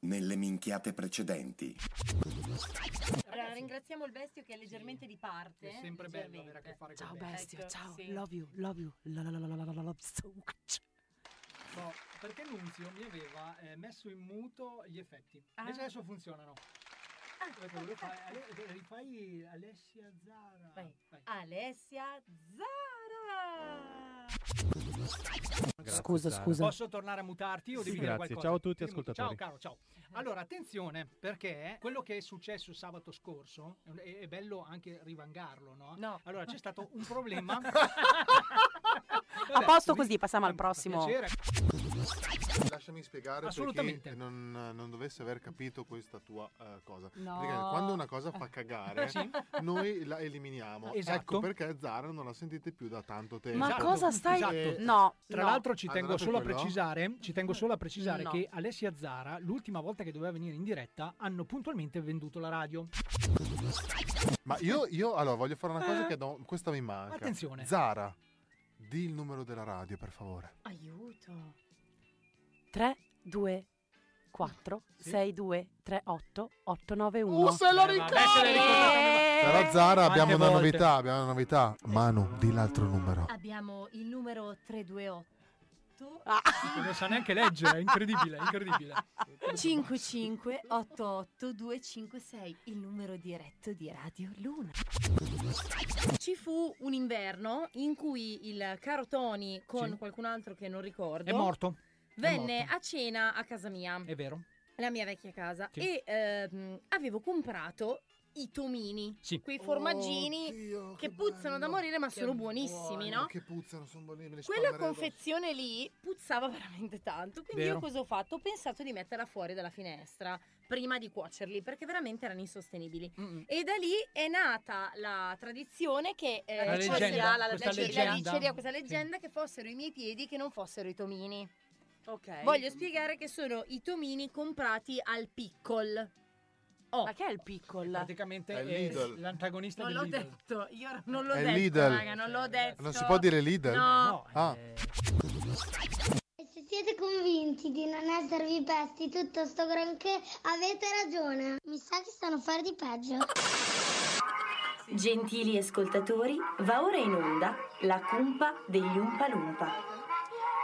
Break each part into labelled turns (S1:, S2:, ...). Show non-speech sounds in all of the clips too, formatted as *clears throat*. S1: nelle minchiate precedenti.
S2: Allora, ringraziamo il bestio che è leggermente di parte.
S3: È sempre bello
S2: leggermente.
S3: avere a che fare con
S4: Ciao
S3: lei.
S4: bestio,
S2: Ecco,
S4: Oh, ciao,
S2: sì.
S4: love you, love you. La la la la la la la la so much.
S3: No, perché Nunzio mi aveva eh, messo in muto gli effetti.
S2: Ah.
S3: Invece adesso funzionano. Perché volevo fare- Ale- eh, rifai Alessia Zara.
S2: Vai.
S3: Vai.
S2: Alessia Zara.
S5: Grazie,
S4: Scusa,
S5: Sara.
S4: scusa.
S3: Posso tornare a mutarti o
S5: Sì,
S3: devi dire
S5: grazie.
S3: qualcosa?
S5: Ciao a tutti,
S3: Ti muto.
S5: ascoltatori.
S3: Ciao caro,
S2: Eh.
S3: ciao. Allora, attenzione, perché quello che è successo sabato scorso è, un- è- è bello anche rivangarlo, no?
S2: No.
S3: Allora, c'è stato
S2: *laughs*
S3: un problema.
S4: A
S3: Vabbè,
S4: posto
S3: mi-
S4: così, passiamo al
S3: mi fa
S4: prossimo.
S3: piacere.
S6: Lasciami spiegare
S3: Assolutamente.
S6: perché non, non dovesse aver capito questa tua eh, cosa.
S4: No.
S6: Praticamente, quando una cosa fa cagare,
S3: Sì.
S6: noi la eliminiamo.
S3: Esatto.
S6: Ecco perché Zara non la sentite più da tanto tempo.
S4: Ma cosa stai? Eh,
S6: Esatto.
S4: No,
S3: Tra
S4: no.
S3: l'altro ci
S6: Ah,
S3: tengo
S6: guardate
S3: solo a
S6: quello?
S3: precisare, ci tengo solo a precisare
S4: No.
S3: che Alessia Zara, l'ultima volta che doveva venire in diretta, hanno puntualmente venduto la radio.
S6: Ma io, io, allora voglio fare una cosa che do- questa mi manca.
S3: Eh. Attenzione.
S6: Zara, di il numero della radio, per favore.
S2: Aiuto.
S4: 3 2 4
S3: Sì.
S4: 6 2 3 8 8 9 1.
S6: Oh, se la
S3: Eh, vabbè,
S6: ricorda!
S3: se la ricordavano-
S4: Eh.
S6: Però Zara
S3: Quante
S6: abbiamo una
S3: volte?
S6: novità, abbiamo una novità. Manu, di l'altro numero.
S2: Abbiamo il numero 328
S3: Ah! Non sa neanche leggere, è incredibile, è
S2: *laughs*
S3: incredibile.
S2: 5588256, il numero diretto di Radio Luna. Ci fu un inverno in cui il caro Tony con
S3: Sì.
S2: qualcun altro che non ricordo
S3: È morto,
S2: venne
S3: morto.
S2: a cena a casa mia,
S3: è vero?
S2: la mia vecchia casa
S3: Sì.
S2: e ehm, avevo comprato i tomini,
S3: Sì.
S2: quei formaggini
S6: Oddio,
S2: che puzzano
S6: Oh, bello.
S2: da morire ma
S6: Che
S2: sono buonissimi,
S6: buoni,
S2: no?
S6: Che puzzano, sono buoni. me li
S2: Quella
S6: spalmerei
S2: confezione lì puzzava veramente tanto, quindi
S3: Vero.
S2: io cosa ho fatto? Ho pensato di metterla fuori dalla finestra prima di cuocerli perché veramente erano insostenibili.
S3: Mm-mm.
S2: E da lì è nata la tradizione che eh,
S3: La
S2: ci
S3: leggenda,
S2: fosse la, la- la-
S3: questa
S2: la- la-
S3: leggenda.
S2: diceria, questa
S3: Sì.
S2: leggenda che fossero i miei piedi che non fossero i tomini.
S4: Ok.
S2: Voglio spiegare che sono i tomini comprati al piccol. Oh,
S4: Ma che è il piccolo?
S3: Praticamente
S6: È
S3: è,
S6: Lidl.
S3: l'antagonista
S2: non
S3: del
S2: l'ho
S3: Lidl.
S2: detto, io non l'ho
S6: È
S2: detto,
S6: Lidl.
S2: raga, non l'ho detto.
S6: dopo. Non si può dire Lidl?
S2: No.
S6: Ah.
S3: eh,
S7: E Se siete convinti di non esservi pesti tutto sto granché, avete ragione. Mi sa che stanno a fare di peggio.
S8: Gentili ascoltatori, va ora in onda la cumpa degli Umpalumpa.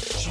S9: Ci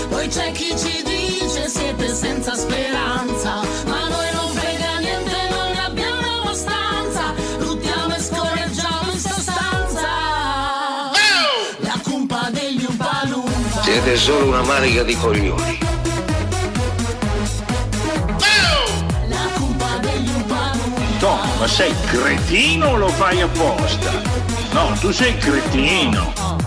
S10: Poi c'è chi ci dice siete senza speranza. Ma a noi non frega niente, non ne abbiamo abbastanza. Luttiamo e scorreggiamo in sostanza. La cumpa degli Umpalumpa.
S11: Siete solo una manica di coglioni.
S10: La cumpa degli Umpalumpa.
S9: Tom, ma sei cretino o lo fai apposta? No, tu sei cretino.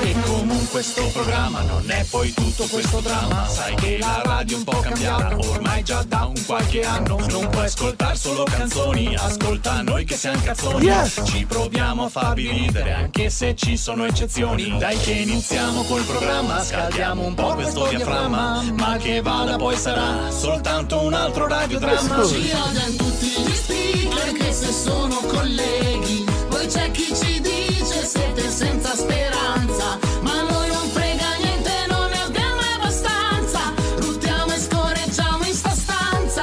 S9: E comunque sto programma non è poi tutto questo dramma Sai che la radio è un po' cambiata ormai già da un qualche anno Non puoi ascoltare solo canzoni, ascolta noi che siamo cazzoni Ci proviamo a farvi ridere anche se ci sono eccezioni Dai che iniziamo col programma, scaldiamo un po' questo diaframma Ma che vada poi sarà soltanto un altro radiodramma
S10: Ci odiano tutti gli speaker anche se sono colleghi. Poi c'è chi ci dice siete senza speranza. Ma a noi non frega niente, non ne abbiamo abbastanza. Ruttiamo e scorreggiamo in sta stanza.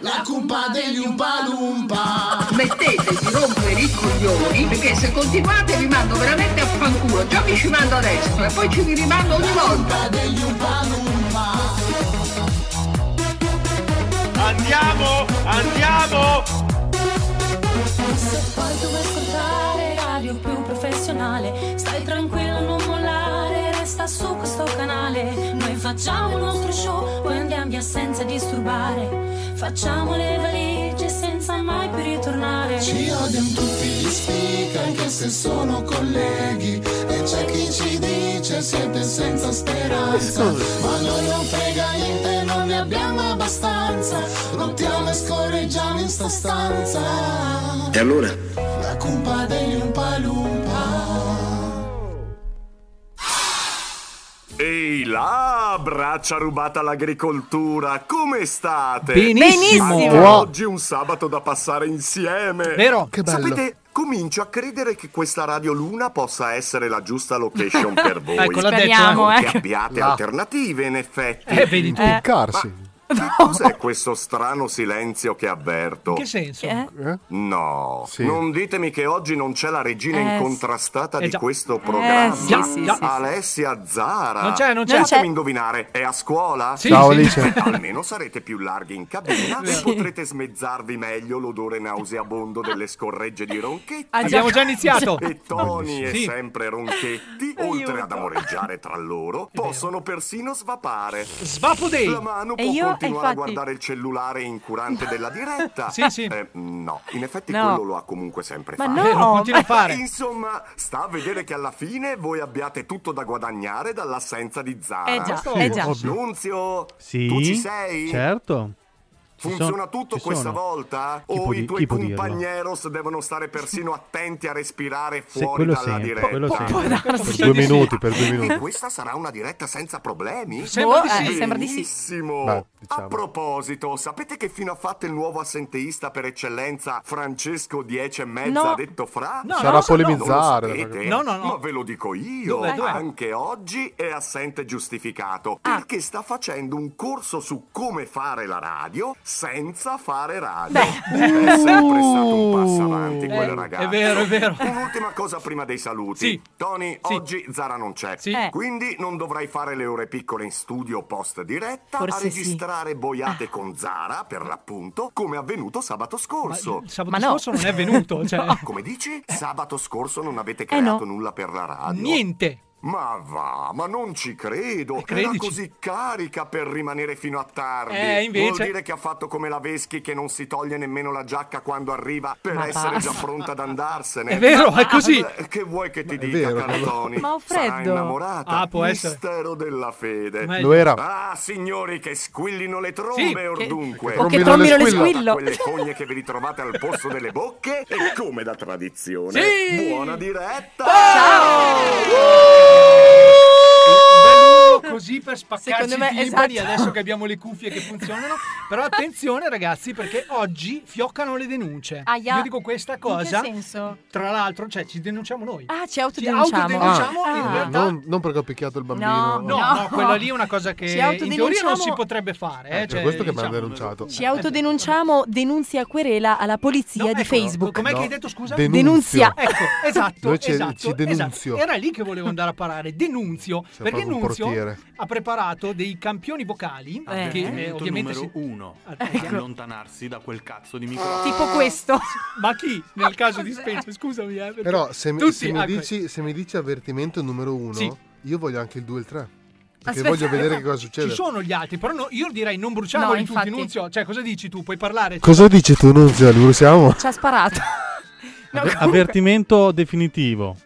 S5: la cumpa degli Umpalumpa.
S12: Smettete di rompere i coglioni perché se continuate vi mando veramente a fanculo. Già vi ci mando adesso e poi ci vi rimando ogni volta.
S13: Andiamo, andiamo!
S10: Se poi tu vuoi ascoltare radio più professionale, stai tranquillo, non mollare, resta su questo canale. Noi facciamo il nostro show, poi andiamo via senza disturbare. Facciamo le valigie senza mai più ritornare.
S5: Ci odiano tutti gli speaker anche se sono colleghi E c'è chi ci dice siete senza speranza Ma noi non frega niente, non ne abbiamo abbastanza Lottiamo e scorreggiamo in sta stanza
S11: E allora?
S5: La cumpa degli Umpalumpa
S1: Ehi là, braccia rubata all'agricoltura, come state?
S3: Benissimo.
S1: Anche
S3: Benissimo.
S1: Oggi è un sabato da passare insieme.
S3: Vero? Che bello.
S1: Sapete, comincio a credere che questa Radio Luna possa essere la giusta
S3: *laughs*
S1: location per voi.
S3: Ecco, l'ha detto, Speriamo, eh.
S1: che abbiate
S3: Là.
S1: alternative, in effetti.
S3: Eh, vedi tu.
S6: Piccarsi.
S1: Ma che
S3: *laughs*
S1: cos'è questo strano silenzio che avverto?
S3: In che
S1: Eh?
S3: senso?
S1: No, non ditemi che oggi non c'è la regina
S3: Eh, sì.
S1: incontrastata
S3: Eh,
S1: di
S3: già.
S1: questo programma.
S3: sì, Già, sì, già. sì, sì.
S1: Alessia Zara.
S3: Non c'è, non c'è. Non c'è.
S1: Fatemi indovinare, è a scuola?
S6: Sì, Ciao, sì. Alice.
S1: *laughs* Almeno sarete più larghi in cabina e potrete smezzarvi meglio l'odore nauseabondo delle scorregge di Ronchetti.
S3: Ah, già. Abbiamo già iniziato.
S1: E Tony e
S3: Sì.
S1: sempre Ronchetti, oltre ad amoreggiare tra loro, possono persino svapare.
S3: Svapodei.
S1: La mano
S3: E
S1: può
S3: io,
S1: continuare a
S3: infatti-
S1: guardare il cellulare incurante
S3: *laughs*
S1: della diretta.
S3: Sì, sì.
S1: Eh, no, in effetti
S3: No.
S1: quello lo ha comunque sempre
S3: Ma
S1: fatto.
S3: no, Vero, continua Eh, a fare.
S1: Eh, Insomma, sta a vedere che alla fine voi abbiate tutto da guadagnare dall'assenza di Zara.
S9: Eh già, eh già. Ovvio.
S1: Nunzio,
S9: Sì,
S1: tu ci sei?
S9: certo. Ci
S1: Funziona
S9: son-
S1: tutto
S9: ci
S1: questa
S9: sono.
S1: volta?
S9: Chi
S1: o
S9: può
S1: i
S9: di-
S1: tuoi
S9: chi può dirlo?
S1: compagneros devono stare persino attenti a respirare
S9: Sì,
S1: fuori
S9: quello
S1: dalla
S9: sempre,
S1: diretta?
S9: quello Può- può sempre. darsi Per due di sì. minuti, per due
S1: E
S9: minuti.
S1: questa sarà una diretta senza problemi?
S9: Sembra di sì. eh, sembra di sì.
S1: Benissimo.
S9: Beh, diciamo.
S1: A proposito, sapete che fino ha fatto il nuovo assenteista per eccellenza Francesco 10 e mezza,
S6: No.
S1: detto fra?
S6: No, Sarà no, a polemizzare.
S1: Non lo sapete?
S6: No, no, no.
S1: Ma ve lo dico io.
S6: Dov'è, dov'è?
S1: Anche oggi è assente giustificato. Perché sta facendo un corso su come fare la radio senza fare radio.
S13: Beh.
S1: È sempre
S5: Uh.
S1: stato un passo avanti quel
S13: Eh,
S1: ragazzo. Eh.
S13: è vero, è vero.
S1: *laughs* Un'ultima cosa prima dei saluti. Tony, oggi Zara non c'è.
S13: Sì. Eh.
S1: Quindi non dovrai fare le ore piccole in studio post diretta a
S13: Forse sì. Ah.
S1: registrare boiate con Zara, per l'appunto, come è avvenuto sabato scorso.
S3: Sabato scorso non è venuto.
S13: *laughs*
S3: Cioè,
S1: Come dici? Sabato scorso non avete
S3: Eh, no.
S1: creato nulla per la radio.
S3: Niente. Eh,
S1: Ma va, ma non ci credo. Era
S3: credici.
S1: così carica per rimanere fino a tardi.
S3: Eh, invece-
S1: Vuol dire che ha fatto come la Veschi che non si toglie nemmeno la giacca quando arriva per
S13: Ma
S1: essere
S13: basta.
S1: già pronta ad andarsene.
S13: È vero, è così.
S1: Eh, Che vuoi che ti dica,
S13: vero,
S1: caro
S13: quello.
S1: Tony?
S13: Ma ho
S1: Sarà
S13: freddo.
S1: innamorata.
S13: Ah, può essere.
S1: Mistero della fede.
S13: Ma è- Lo era.
S1: Ah, signori, che squillino le trombe,
S13: Sì, che-
S1: ordunque.
S13: Che O che trombino le trombino le squillo. squillo.
S1: Da Quelle fogne che vi ritrovate al posto delle bocche e come da tradizione.
S13: Sì.
S1: Buona diretta.
S3: Bello così per spaccarci
S13: Secondo me,
S3: i timpani
S13: esatto.
S3: adesso che abbiamo le cuffie che funzionano. Però attenzione ragazzi perché oggi fioccano le denunce.
S14: Aia.
S3: Io dico questa
S14: In che
S3: cosa.
S14: senso?
S3: Tra l'altro, cioè ci denunciamo noi.
S14: Ah, ci
S3: autodenunciamo. autodenunciamo Diciamo, in
S6: Ah,
S3: realtà-
S6: non, non perché ho picchiato il bambino.
S3: No, no, quella lì è una cosa che
S6: Ah, Ci
S3: in teoria non
S6: autodenunciamo-
S3: si potrebbe fare.
S6: Eh,
S3: Eh,
S6: per
S3: cioè,
S6: questo che mi hanno
S3: diciamo.
S6: denunciato.
S2: Ci autodenunciamo
S3: Eh
S2: denunzia querela alla polizia di Facebook.
S3: ecco, Com'è che hai detto scusa?
S2: Denunzia.
S3: Ecco, esatto,
S6: Noi ci-
S3: esatto,
S6: ci denunzio.
S3: esatto. Era lì che volevo andare a parare, denunzio, perché
S6: proprio un
S3: Nunzio
S6: portiere.
S3: ha preparato dei campioni vocali che eh,
S15: Avvertimento
S3: ovviamente
S15: numero
S3: si-
S15: uno.
S3: Ecco.
S15: Allontanarsi da quel cazzo di microfono.
S3: Ah. questo. *laughs* Ma chi nel caso di specie, scusami, eh, perché
S6: Però se mi,
S3: tutti-
S6: se mi
S3: ecco,
S6: dici, se mi dici avvertimento numero uno,
S3: Sì.
S6: io voglio anche il 2 e il 3. Perché
S3: Aspetta.
S6: voglio vedere che cosa succede.
S3: Ci sono gli altri, però no, io direi non bruciamoli tutti, Nunzio. Cioè, cosa dici tu? Puoi parlare? Cioè,
S6: Cosa dici tu, Nunzio? Lo siamo?
S2: Ci ha sparato.
S9: Avver- Avvertimento definitivo.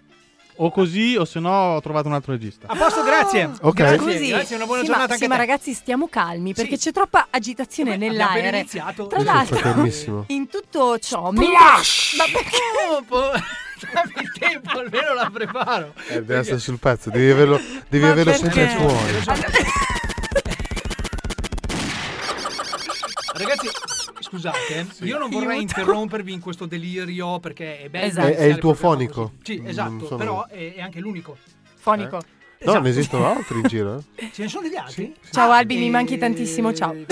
S9: O così, o se no, ho trovato un altro regista.
S2: Ah,
S3: A posto, grazie.
S9: Ok.
S3: Grazie,
S2: Così.
S3: grazie, una buona
S2: Sì,
S3: giornata
S2: ma,
S3: anche
S2: sì,
S3: a
S2: ma
S3: te.
S2: ragazzi, stiamo calmi perché c'è troppa agitazione
S3: abbiamo appena
S2: nell'aere.
S3: iniziato.
S2: Tra
S3: Io sono
S2: l'altro,
S3: fermissimo.
S2: in tutto ciò,
S3: Splash!
S2: ma perché?
S3: Dammi il tempo, almeno la preparo.
S6: Eh, devi essere sul pezzo, devi averlo, devi
S3: Ma
S6: averlo
S3: perché? Esatto.
S6: sempre al cuore.
S3: *laughs* Ragazzi, scusate, eh. io non vorrei interrompervi in questo delirio perché è bello.
S6: È, è
S3: iniziare
S6: il tuo
S3: programma
S6: fonico.
S3: così. Sì,
S6: Mm,
S3: esatto,
S6: sono
S3: però
S6: io.
S3: è, è anche l'unico.
S6: Fonico. No, ne esistono altri in giro. eh?
S3: Ce ne sono degli altri?
S2: Ciao Albi, mi
S3: Eh,
S2: manchi tantissimo, ciao.
S3: Beh,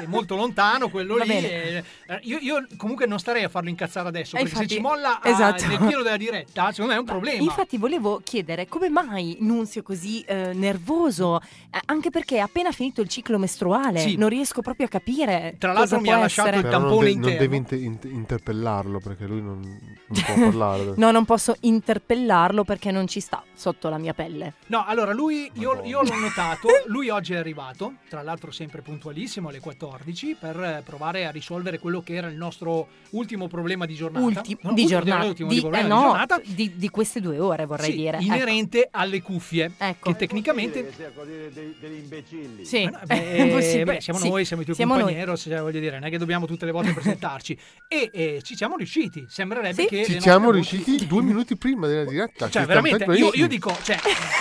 S3: è molto lontano quello
S2: Va
S3: lì.
S2: bene.
S3: eh, io, io comunque non starei a farlo incazzare adesso,
S2: Eh,
S3: perché se
S2: infatti-
S3: ci molla a-
S2: esatto.
S3: nel pieno della diretta, secondo me è un problema.
S2: Infatti volevo chiedere come mai Nunzio così eh, nervoso, Eh, anche perché è appena finito il ciclo mestruale,
S3: Sì.
S2: non riesco proprio a capire.
S3: Tra
S2: cosa
S3: l'altro mi
S2: può
S3: ha lasciato
S2: essere.
S3: il
S6: Però non,
S3: tampone
S6: non
S3: interno.
S6: devi inter- inter- interpellarlo perché lui non, non
S3: *laughs*
S6: può parlare.
S2: No, non posso interpellarlo perché non ci sta sotto la mia pelle.
S3: No, allora lui, io, io l'ho notato, lui oggi è arrivato, tra l'altro sempre puntualissimo alle 14 per eh, provare a risolvere quello che era il nostro ultimo problema di giornata.
S2: Ulti-
S3: No,
S2: di
S3: ultimo-
S2: giornata,
S3: ultimo
S2: di,
S3: problema
S2: eh,
S3: di
S2: no,
S3: giornata.
S2: di- di queste due ore vorrei
S3: Sì,
S2: dire. Ecco.
S3: inerente alle cuffie, che tecnicamente...
S14: degli imbecilli.
S2: Sì. Cioè,
S3: Ma no, beh,
S2: È possibile,
S3: beh, siamo
S2: sì.
S3: noi, siamo i tuoi
S2: Siamo
S3: compagni Eros, cioè, voglio dire, non è che dobbiamo tutte le volte presentarci. e eh, ci siamo riusciti, sembrerebbe che... le
S6: Ci
S3: nostre
S6: siamo
S3: voci-
S6: riusciti due minuti prima della diretta.
S3: Cioè,
S6: ci
S3: veramente,
S6: stiamo
S3: io,
S6: tranquilli.
S3: io dico, cioè,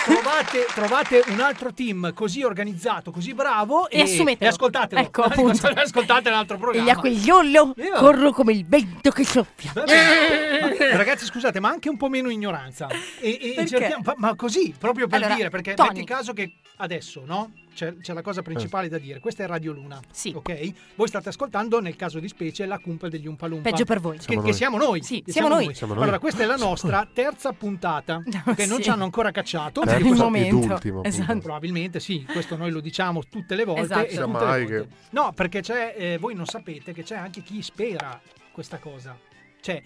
S3: trovate, trovate un altro team così organizzato, così bravo
S2: E
S3: e,
S2: assumetelo.
S3: e *laughs* ascoltatelo.
S2: Ecco, appunto.
S3: ascoltate l'altro
S2: E gli
S3: programma.
S2: acquegliollo corro come il vento che soffia.
S3: Ma, ragazzi, scusate, ma anche un po' meno ignoranza. E- E,
S2: Perché?
S3: cerchiamo- fa- ma così, proprio per
S2: Allora,
S3: dire, perché
S2: Tony.
S3: metti caso che adesso, no? C'è, c'è la cosa principale da dire. Questa è Radio Luna. Sì. Ok? Voi state ascoltando, nel caso di specie, la cumpa degli Umpalumpa.
S2: Peggio per voi.
S3: Che
S2: Siamo
S3: che
S2: noi.
S3: siamo noi.
S2: Sì,
S3: che
S2: siamo noi. Siamo noi.
S3: Allora, questa è la nostra
S2: *laughs*
S3: terza puntata. che non
S2: sì.
S3: ci hanno ancora cacciato.
S6: Terza
S3: Perché questo-
S6: ed Momento. ultima, Esatto. appunto.
S3: Probabilmente sì. Questo noi lo diciamo tutte le volte.
S6: Esatto.
S3: e
S6: Sia
S3: tutte le
S6: mai
S3: volte.
S6: che-
S3: No, perché c'è, eh, voi non sapete che c'è anche chi spera questa cosa. Cioè,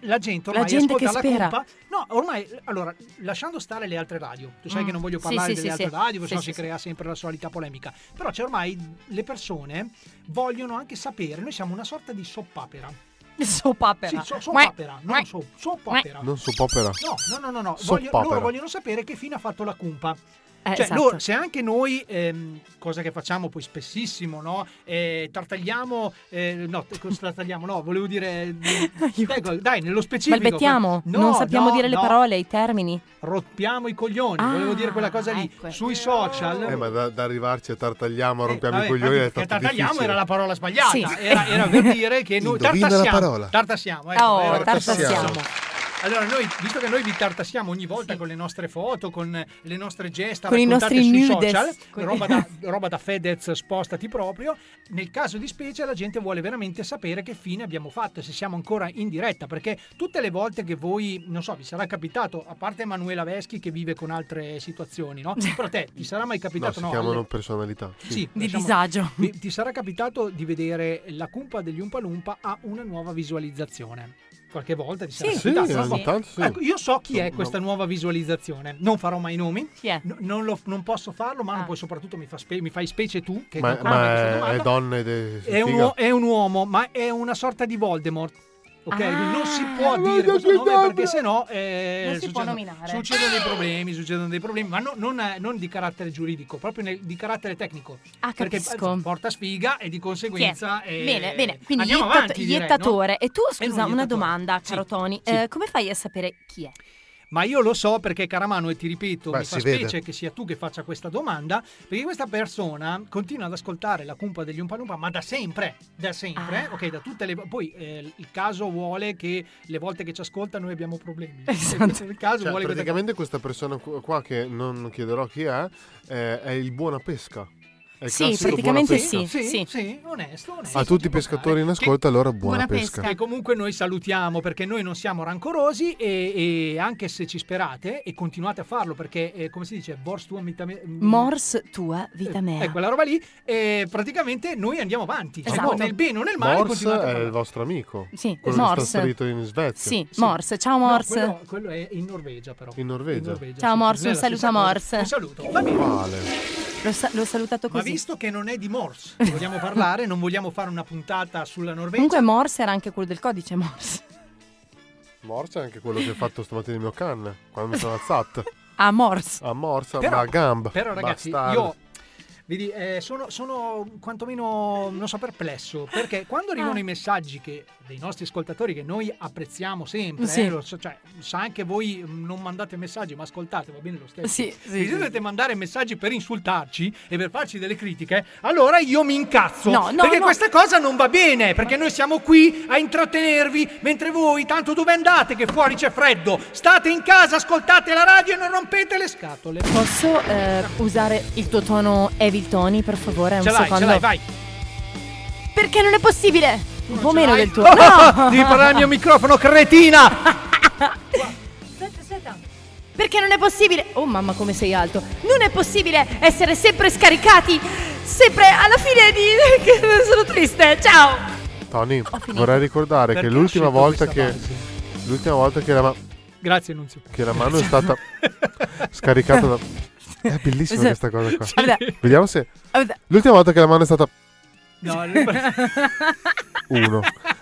S3: la gente
S2: La
S3: ormai
S2: gente
S3: ascolta
S2: che
S3: la
S2: spera.
S3: Coppa. No, ormai, allora, lasciando stare le altre radio. Tu sai
S2: Mm.
S3: che non voglio
S2: Sì,
S3: parlare
S2: sì,
S3: delle
S2: sì,
S3: altre
S2: sì.
S3: radio, perché
S2: Sì,
S3: sennò
S2: sì,
S3: si
S2: sì.
S3: crea sempre la solita polemica. Però c'è ormai le persone vogliono anche sapere, noi siamo una sorta di soppapera.
S2: Soppapera.
S3: Sì, so- soppapera, non so, soppapera.
S6: Non so popera.
S3: No, no, no, no, no. Voglio-
S6: Soppopera.
S3: loro vogliono sapere che fine ha fatto la cumpa.
S2: Eh,
S3: cioè,
S2: esatto.
S3: loro- se anche noi, ehm, cosa che facciamo poi spessissimo, no? Eh, tartagliamo, eh, no, t- cosa tartagliamo, no, volevo
S2: *laughs*
S3: dire... dai, dai, nello specifico...
S2: Balbettiamo,
S3: No,
S2: non sappiamo
S3: no,
S2: dire le
S3: no,
S2: parole, i termini.
S3: Rompiamo i coglioni, volevo
S2: Ah,
S3: dire quella cosa
S2: ecco.
S3: lì. Sui social... Eh,
S6: Eh, ma da, da arrivarci a tartagliamo, a rompiamo
S3: vabbè,
S6: i coglioni.
S3: infatti,
S6: È stato
S3: tartagliamo
S6: difficile.
S3: era la parola sbagliata,
S6: Sì.
S3: era, era
S6: *laughs*
S3: per dire che noi
S6: Indovina la
S3: tartassiamo,
S6: parola.
S3: tartassiamo, ecco,
S2: Oh,
S3: era-
S2: tartassiamo.
S3: Allora, noi, visto che noi vi tartassiamo ogni volta con le nostre foto, con le nostre gesta,
S2: Con i
S3: raccontate
S2: nostri
S3: sui
S2: nudes.
S3: social,
S2: Con- *laughs*
S3: roba, da, roba da Fedez, spostati proprio, nel caso di specie la gente vuole veramente sapere che fine abbiamo fatto, se siamo ancora in diretta, perché tutte le volte che voi, non so, vi sarà capitato, a parte Emanuela Veschi che vive con altre situazioni,
S2: *laughs*
S3: no? Però te, ti sarà mai
S6: No,
S3: capitato,
S6: si
S3: no?
S6: chiamano
S3: alle-
S6: personalità. Sì.
S3: sì, diciamo, vi- Ti sarà capitato di vedere la cumpa degli Umpalumpa ha una nuova visualizzazione. Qualche volta ti sarà
S6: Sì,
S3: capitato,
S6: sì,
S3: no?
S6: ogni tanto sì.
S3: Ecco, io so chi è
S6: No.
S3: questa nuova visualizzazione. Non farò mai nomi.
S2: Chi è?
S3: non, lo- non posso farlo,
S6: Ah.
S3: ma poi soprattutto mi, fa spe- mi fai specie tu. Che
S6: Ma,
S3: ancora mi
S6: ma
S3: hai
S6: è,
S3: fatto
S6: è
S3: domanda.
S6: donna ed è,
S3: È un,
S6: figa.
S3: uo- è un uomo, ma è una sorta di Voldemort. Ok,
S2: Ah.
S3: non si può
S2: Ah,
S3: dire
S2: voglio
S3: questo nome
S2: guidarlo.
S3: perché sennò eh,
S2: Non si può
S3: succedono-
S2: nominare.
S3: succedono dei problemi, succedono dei problemi, ma no- non, eh, non di carattere giuridico, proprio nel- di carattere tecnico.
S2: Ah,
S3: perché
S2: capisco.
S3: eh, porta sfiga e di conseguenza
S2: Sì.
S3: eh,
S2: bene, bene. Quindi
S3: andiamo
S2: ietta-
S3: avanti, direi,
S2: iettatore.
S3: no?
S2: E tu,
S3: Eh,
S2: scusa,
S3: no,
S2: una
S3: iettatore.
S2: domanda,
S3: Sì,
S2: caro Tony.
S3: sì.
S2: Eh, come fai a sapere chi è?
S3: Ma io lo so perché Caramano, e ti ripeto,
S6: Beh,
S3: mi fa
S6: si vede.
S3: specie che sia tu che faccia questa domanda, perché questa persona continua ad ascoltare la cumpa degli Umpalumpa, ma da sempre, da sempre, ok, da tutte le... Poi eh, il caso vuole che le volte che ci ascolta noi abbiamo problemi. Il caso
S6: Cioè,
S3: vuole questa-
S6: praticamente questa persona qu- qua che non chiederò chi è, eh, è il buona pesca. È il
S2: Sì,
S6: classico
S2: praticamente
S6: buona pesca.
S2: sì.
S3: Sì, sì, onesto, onesto.
S6: A tutti i pescatori in ascolto, allora buona, pesca.
S3: Che comunque noi salutiamo perché noi non siamo rancorosi e, e anche se ci sperate e continuate a farlo perché, eh, come si dice, Bors tua mitame-
S2: Mors tua
S3: Eh,
S2: vita mea.
S3: è quella roba lì e praticamente noi andiamo avanti Cioè,
S2: Esatto.
S3: nel bene o nel male
S6: Mors
S3: continuate a
S6: è
S3: parlare.
S6: il vostro amico.
S2: Sì,
S6: quello
S2: Mors.
S6: che sta salito in Svezia.
S2: Sì, Mors. Ciao
S3: No,
S2: Mors.
S3: quello, quello è in Norvegia però
S6: In Norvegia.
S2: Ciao,
S3: sì.
S2: Mors,
S3: Non è
S2: un
S3: la
S2: saluto
S3: stessa
S2: a
S3: cosa.
S2: Mors.
S3: un saluto va bene
S6: Quale?
S2: L'ho, sa- l'ho salutato
S3: ma
S2: così.
S3: visto che non è
S2: *laughs*
S3: di Morse che vogliamo parlare non vogliamo fare una puntata sulla Norvegia
S2: Comunque Morse era anche quello del codice Morse.
S6: Mors è anche quello che ho fatto stamattina in
S3: *laughs*
S6: mio can, quando mi sono alzato.
S2: Ah, Morse.
S6: A morsa,
S3: Però-
S6: ma a gamba.
S3: però ragazzi
S6: bastardo.
S3: io Vedi, eh, sono, sono quantomeno, non so, perplesso, perché quando arrivano
S2: Ah.
S3: i messaggi che, dei nostri ascoltatori che noi apprezziamo sempre, eh,
S2: Sì.
S3: lo so, cioè, sa anche voi mm, non mandate messaggi ma ascoltate, va bene lo stesso. Diciamo
S2: Sì, sì,
S3: Se
S2: sì.
S3: dovete mandare messaggi per insultarci e per farci delle critiche, allora io mi incazzo,
S2: No, no,
S3: perché
S2: no.
S3: questa cosa non va bene, perché noi siamo qui a intrattenervi, mentre voi tanto dove andate che fuori c'è freddo, state in casa, ascoltate la radio e non rompete le scatole.
S2: Posso eh, usare il tuo tono Evil Tony, per favore? Un
S3: Ce l'hai,
S2: secondo.
S3: ce l'hai, vai.
S2: Perché non è possibile! Un po' meno
S3: *laughs*
S2: del tuo.
S3: Oh,
S2: No!
S3: Devi parlare al mio microfono, cretina!
S2: Aspetta, aspetta. Perché non è possibile. Oh mamma, come sei alto! Non è possibile essere sempre scaricati! Sempre alla fine di. *laughs* che sono triste! Ciao!
S6: Tony, vorrei ricordare
S3: Perché
S6: che l'ultima
S3: ho scelto
S6: volta
S3: questa
S6: che l'ultima volta che la, ma-
S3: Grazie, Nunzio.
S6: che la mano è
S3: *laughs*
S6: stata scaricata da È bellissima
S2: Sì.
S6: questa cosa qua.
S2: Vabbè.
S6: Vediamo se
S2: Vabbè.
S6: l'ultima volta che la mano è stata
S3: No,
S6: uno.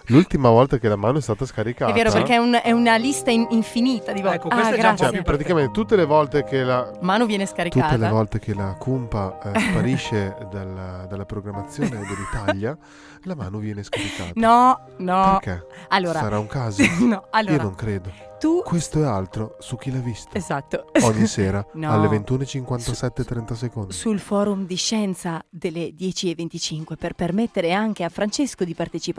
S6: L'ultima volta che la mano è stata scaricata.
S2: È vero, perché è, un- è una lista in- infinita di volte. ah,
S3: Ecco, questa è già un po'
S2: grazie.
S6: cioè, praticamente tutte le volte che la
S2: Mano viene
S6: Tutte le
S2: scaricata.
S6: volte che la cumpa eh, sparisce *laughs* dalla, dalla programmazione dell'Italia, la mano viene scaricata.
S2: No, no.
S6: Perché?
S2: Allora.
S6: Sarà un caso?
S2: *laughs* No, allora.
S6: Io non credo.
S2: Tu-
S6: Questo è altro su chi l'ha
S2: *laughs*
S6: visto.
S2: Esatto.
S6: Ogni sera
S2: *laughs* No.
S6: alle 21.57 30 secondi.
S2: sul forum di scienza delle 10.25 per permettere anche a Francesco di parteciparvi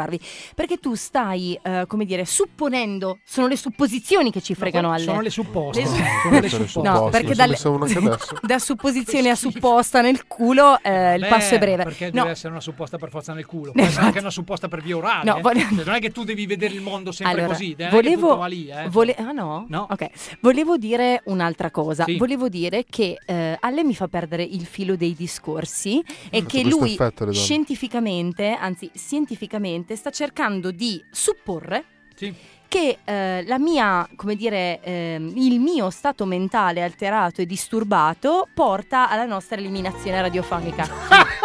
S2: perché tu stai eh, come dire supponendo sono le supposizioni che ci fregano alle
S3: Sono le supposte.
S2: Le-
S3: sono le
S6: Sono le
S3: supposte.
S2: No,
S6: Posso,
S2: perché
S6: mi
S2: dalle-
S6: sono
S2: *laughs*
S6: messo una anche adesso.
S2: da supposizione a supposta nel culo eh, il
S3: Beh,
S2: passo è breve
S3: Perché
S2: no
S3: deve essere una supposta per forza nel culo. Può essere
S2: Esatto.
S3: anche una supposta per via orale.
S2: No,
S3: eh.
S2: voglio-
S3: Cioè, non è che tu devi vedere il mondo sempre
S2: Allora,
S3: così. eh, che tutto
S2: volevo,
S3: va lì, eh.
S2: vole- ah, no?
S3: No.
S2: Ok. volevo dire un'altra cosa.
S3: Sì.
S2: Volevo dire che eh, Ale mi fa perdere il filo dei discorsi e
S6: Faccio
S2: che
S6: Mm, questo
S2: lui
S6: effetto alle donne.
S2: scientificamente, anzi scientificamente, sta cercando di supporre
S3: Sì.
S2: che eh, la mia, come dire, ehm, il mio stato mentale alterato e disturbato porta alla nostra eliminazione
S3: *laughs*
S2: radiofonica.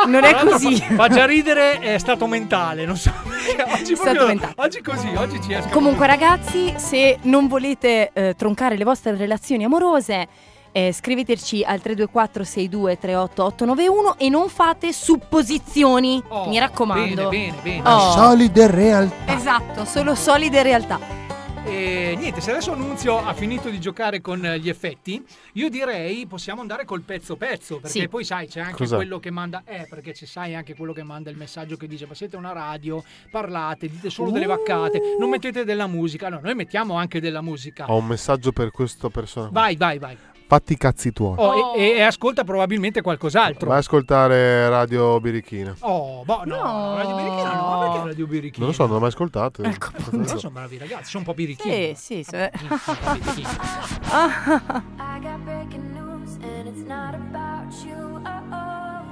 S2: non è
S3: Tra l'altro
S2: così.
S3: Fa, fa già ridere, è stato mentale. Non so. *laughs* perché Oggi,
S2: Stato
S3: proprio-
S2: mentale.
S3: oggi così, oggi ci esca.
S2: Comunque,
S3: proprio-
S2: ragazzi, se non volete eh, troncare le vostre relazioni amorose, eh, scriveteci al 324 62 38 891 e non fate supposizioni.
S3: Oh,
S2: mi raccomando.
S3: Bene, bene, bene.
S2: Oh.
S6: Solide real.
S2: Esatto, solo solide realtà.
S3: E niente, se adesso Nunzio ha finito di giocare con eh, gli effetti, io direi possiamo andare col pezzo pezzo, perché
S2: Sì.
S3: poi sai c'è anche
S6: Cos'è?
S3: quello che manda, eh, perché ci sai anche quello che manda il messaggio che dice, ma siete una radio, parlate, dite solo delle vaccate, non mettete della musica, no, noi mettiamo anche della musica.
S6: Ho un messaggio per questa persona. qua.
S3: Vai, vai, vai.
S6: Fatti i cazzi tuoi.
S3: Oh, E, e- e ascolta probabilmente qualcos'altro.
S6: Vai a ascoltare Radio Birichina.
S3: Oh, boh, no,
S2: No.
S3: Radio Birichina no, perché Radio
S6: Non
S3: Birichina?
S6: lo so, non l'ho mai ascoltato.
S2: Ecco,
S3: Però sono bravi ragazzi, sono un po' birichini. Ah,
S2: Sì, sì, sì. *laughs*
S10: I got breaking news and it's not about you. Oh oh.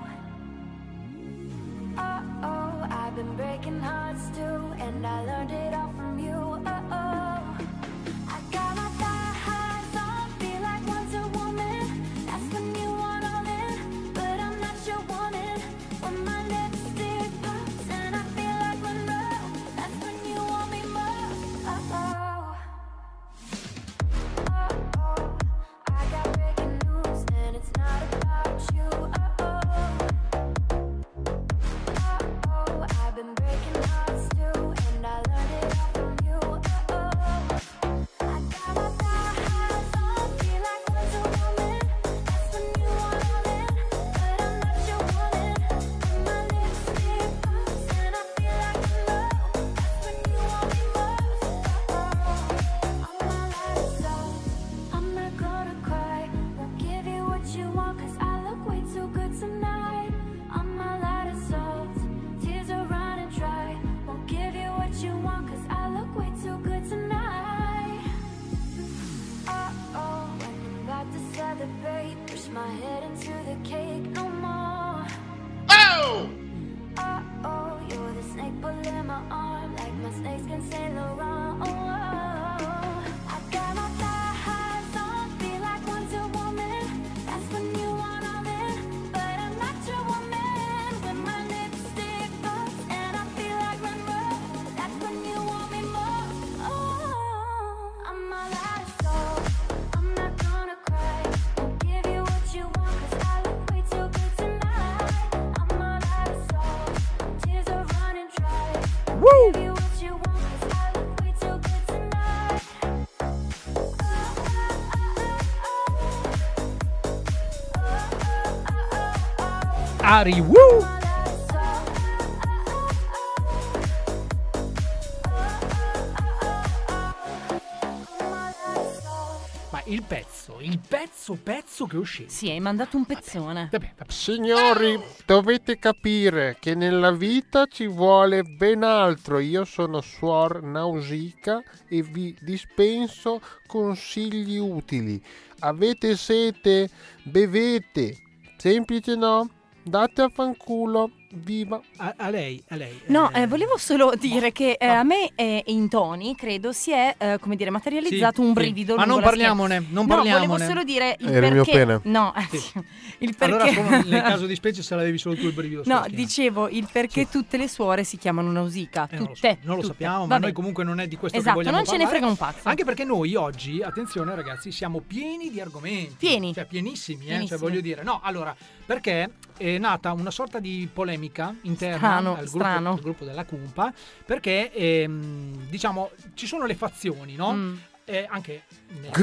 S10: Oh oh. I've been breaking hearts too and I learned it all from you. Oh oh. I got my thigh highs on, feel like Wonder Woman. That's when you want all in, but I'm not your woman. When my lipstick pops and I feel like Monroe. That's when you want me more. Oh oh. Oh oh. I got breaking news and it's not about you. Oh oh, I've been breaking hearts too, and I learned it all from you. Oh I got my thighs on, feel like Wonder Woman. That's when you want all in, but I'm not your woman. When my lipstick pops and I feel like Monroe, that's when you want me more. All my life, so I'm not gonna cry. Won't give you what you want, cause I look way too good tonight. On my light of salt, tears are running dry. Won't give you what you want, cause I look way too good tonight. Uh oh, when I'm about to celebrate, push my head into the cake no more. Oh! Uh oh, you're the snake pulling my arm like my snakes can say Laurent. Oh, oh. I got my thigh highs on, feel like Wonder Woman. That's when you want all in, but I'm not your woman. When my lipstick burns and I feel like Monroe, that's when you want me more. Oh, I'm all out of soul. I'm not gonna cry. Won't give you what you want, 'cause I look way too good tonight.
S3: Ari. Woo! Ma il pezzo, il pezzo, pezzo che è uscito.
S16: Sì, hai mandato un pezzone.
S6: Signori, dovete capire che nella vita ci vuole ben altro. Io sono Suor Nausica e vi dispenso consigli utili. Avete sete? Bevete. Semplice no? Date a fanculo. Viva.
S3: A, a lei, a lei.
S2: No, eh, volevo solo dire che eh, a me eh, in Tony, credo, si è, eh, come dire, materializzato
S3: Sì,
S2: un
S3: sì.
S2: brivido.
S3: Ma
S2: lungo
S3: non
S2: la schiena.
S3: parliamone, non
S2: No,
S3: parliamone.
S2: volevo solo dire il
S6: Era il mio
S2: perché...
S6: pene.
S2: No, *laughs* il perché...
S3: Allora, come
S16: *laughs*
S3: nel
S2: *laughs*
S3: caso di eh. specie, se l'avevi solo tu il brivido. sulla
S2: No,
S3: schiena.
S2: dicevo il perché tutte le suore si chiamano Nausica.
S3: Eh, non lo
S2: tutte.
S3: Non lo
S2: tutte.
S3: sappiamo, ma
S2: Vabbè.
S3: noi comunque non è di questo
S2: Esatto,
S3: che vogliamo
S2: non ce ne
S3: parlare.
S2: frega un pazzo.
S3: Anche perché noi oggi, attenzione ragazzi, siamo pieni di argomenti. Pieni. Cioè pienissimi, eh,
S2: Pienissimi.
S3: cioè voglio dire. No, allora, perché è nata una sorta di polemica interna
S2: Strano,
S3: al, gruppo,
S2: strano.
S3: al gruppo della Cumpa, perché ehm, diciamo ci sono le fazioni, no?
S2: Mm.
S3: Eh, anche...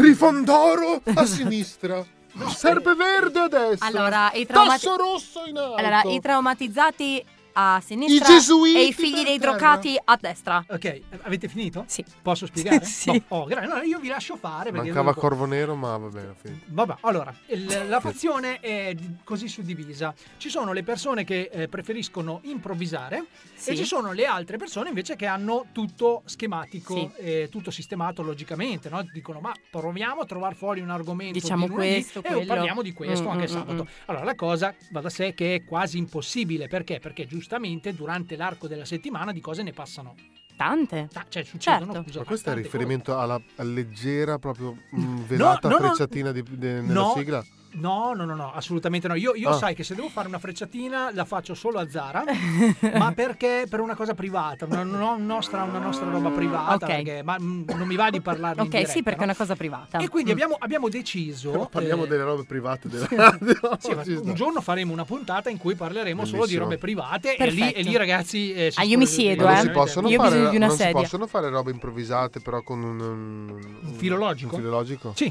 S6: Grifondoro
S3: *laughs*
S6: a sinistra. Serpe verde a destra.
S2: Allora, i traumati-
S6: Tasso rosso in alto.
S2: Allora, i traumatizzati a sinistra
S6: I gesuiti
S2: e i figli
S6: per
S2: dei
S6: terra.
S2: drogati a destra.
S3: Ok, eh, avete finito? Sì. Posso
S2: *laughs*
S3: spiegare? sì. oh, grazie. No, io vi lascio fare. perché
S6: Mancava
S3: dopo-
S6: Corvo Nero, ma va bene. finito.
S3: Vabbè, allora, il- la fazione è di- così suddivisa. Ci sono le persone che eh, preferiscono improvvisare
S17: Sì.
S3: e ci sono le altre persone invece che hanno tutto schematico,
S17: Sì.
S3: eh, tutto sistemato logicamente. no? Dicono, ma proviamo a trovare fuori un argomento
S17: Diciamo
S3: di lunedì
S17: questo,
S3: e
S17: quello."
S3: parliamo di questo
S17: Mm,
S3: anche
S17: mm,
S3: sabato.
S17: mm.
S3: Allora, la cosa va da sé che è quasi impossibile. Perché? Perché giustamente durante l'arco della settimana di cose ne passano.
S2: Tante.
S3: cioè, succedono
S17: Certo.
S6: Ma
S3: scusate,
S6: questo è
S3: tante
S6: riferimento alla, alla leggera, proprio mm, velata
S3: no, no.
S6: frecciatina di- de- nella
S3: No.
S6: sigla?
S3: No, no, no, no, assolutamente no. Io, io
S6: Ah.
S3: sai che se devo fare una frecciatina la faccio solo a
S2: *laughs*
S3: Zara, ma perché per una cosa privata, una, una nostra, una nostra roba privata,
S2: Ok.
S3: perché- ma mm, non mi va di parlarne in
S2: Ok,
S3: diretta,
S2: sì, perché
S3: no?
S2: è una cosa privata.
S3: E quindi
S2: Mm.
S3: abbiamo, abbiamo deciso...
S6: Però parliamo
S3: eh,
S6: delle robe private della
S3: sì, ma
S6: Ci sta.
S3: un giorno faremo una puntata in cui parleremo solo di
S6: Bellissimo.
S3: robe private e lì,
S2: Perfetto.
S3: e lì, ragazzi... eh, si
S2: Ah, io mi
S3: scusi-
S2: siedo,
S6: Ma non
S2: eh.
S6: si possono
S2: Io ho
S6: fare,
S2: bisogno di una
S6: non si
S2: sedia.
S6: possono fare robe improvvisate, però con un, un, un-
S3: filologico?
S6: un filologico?
S3: Sì.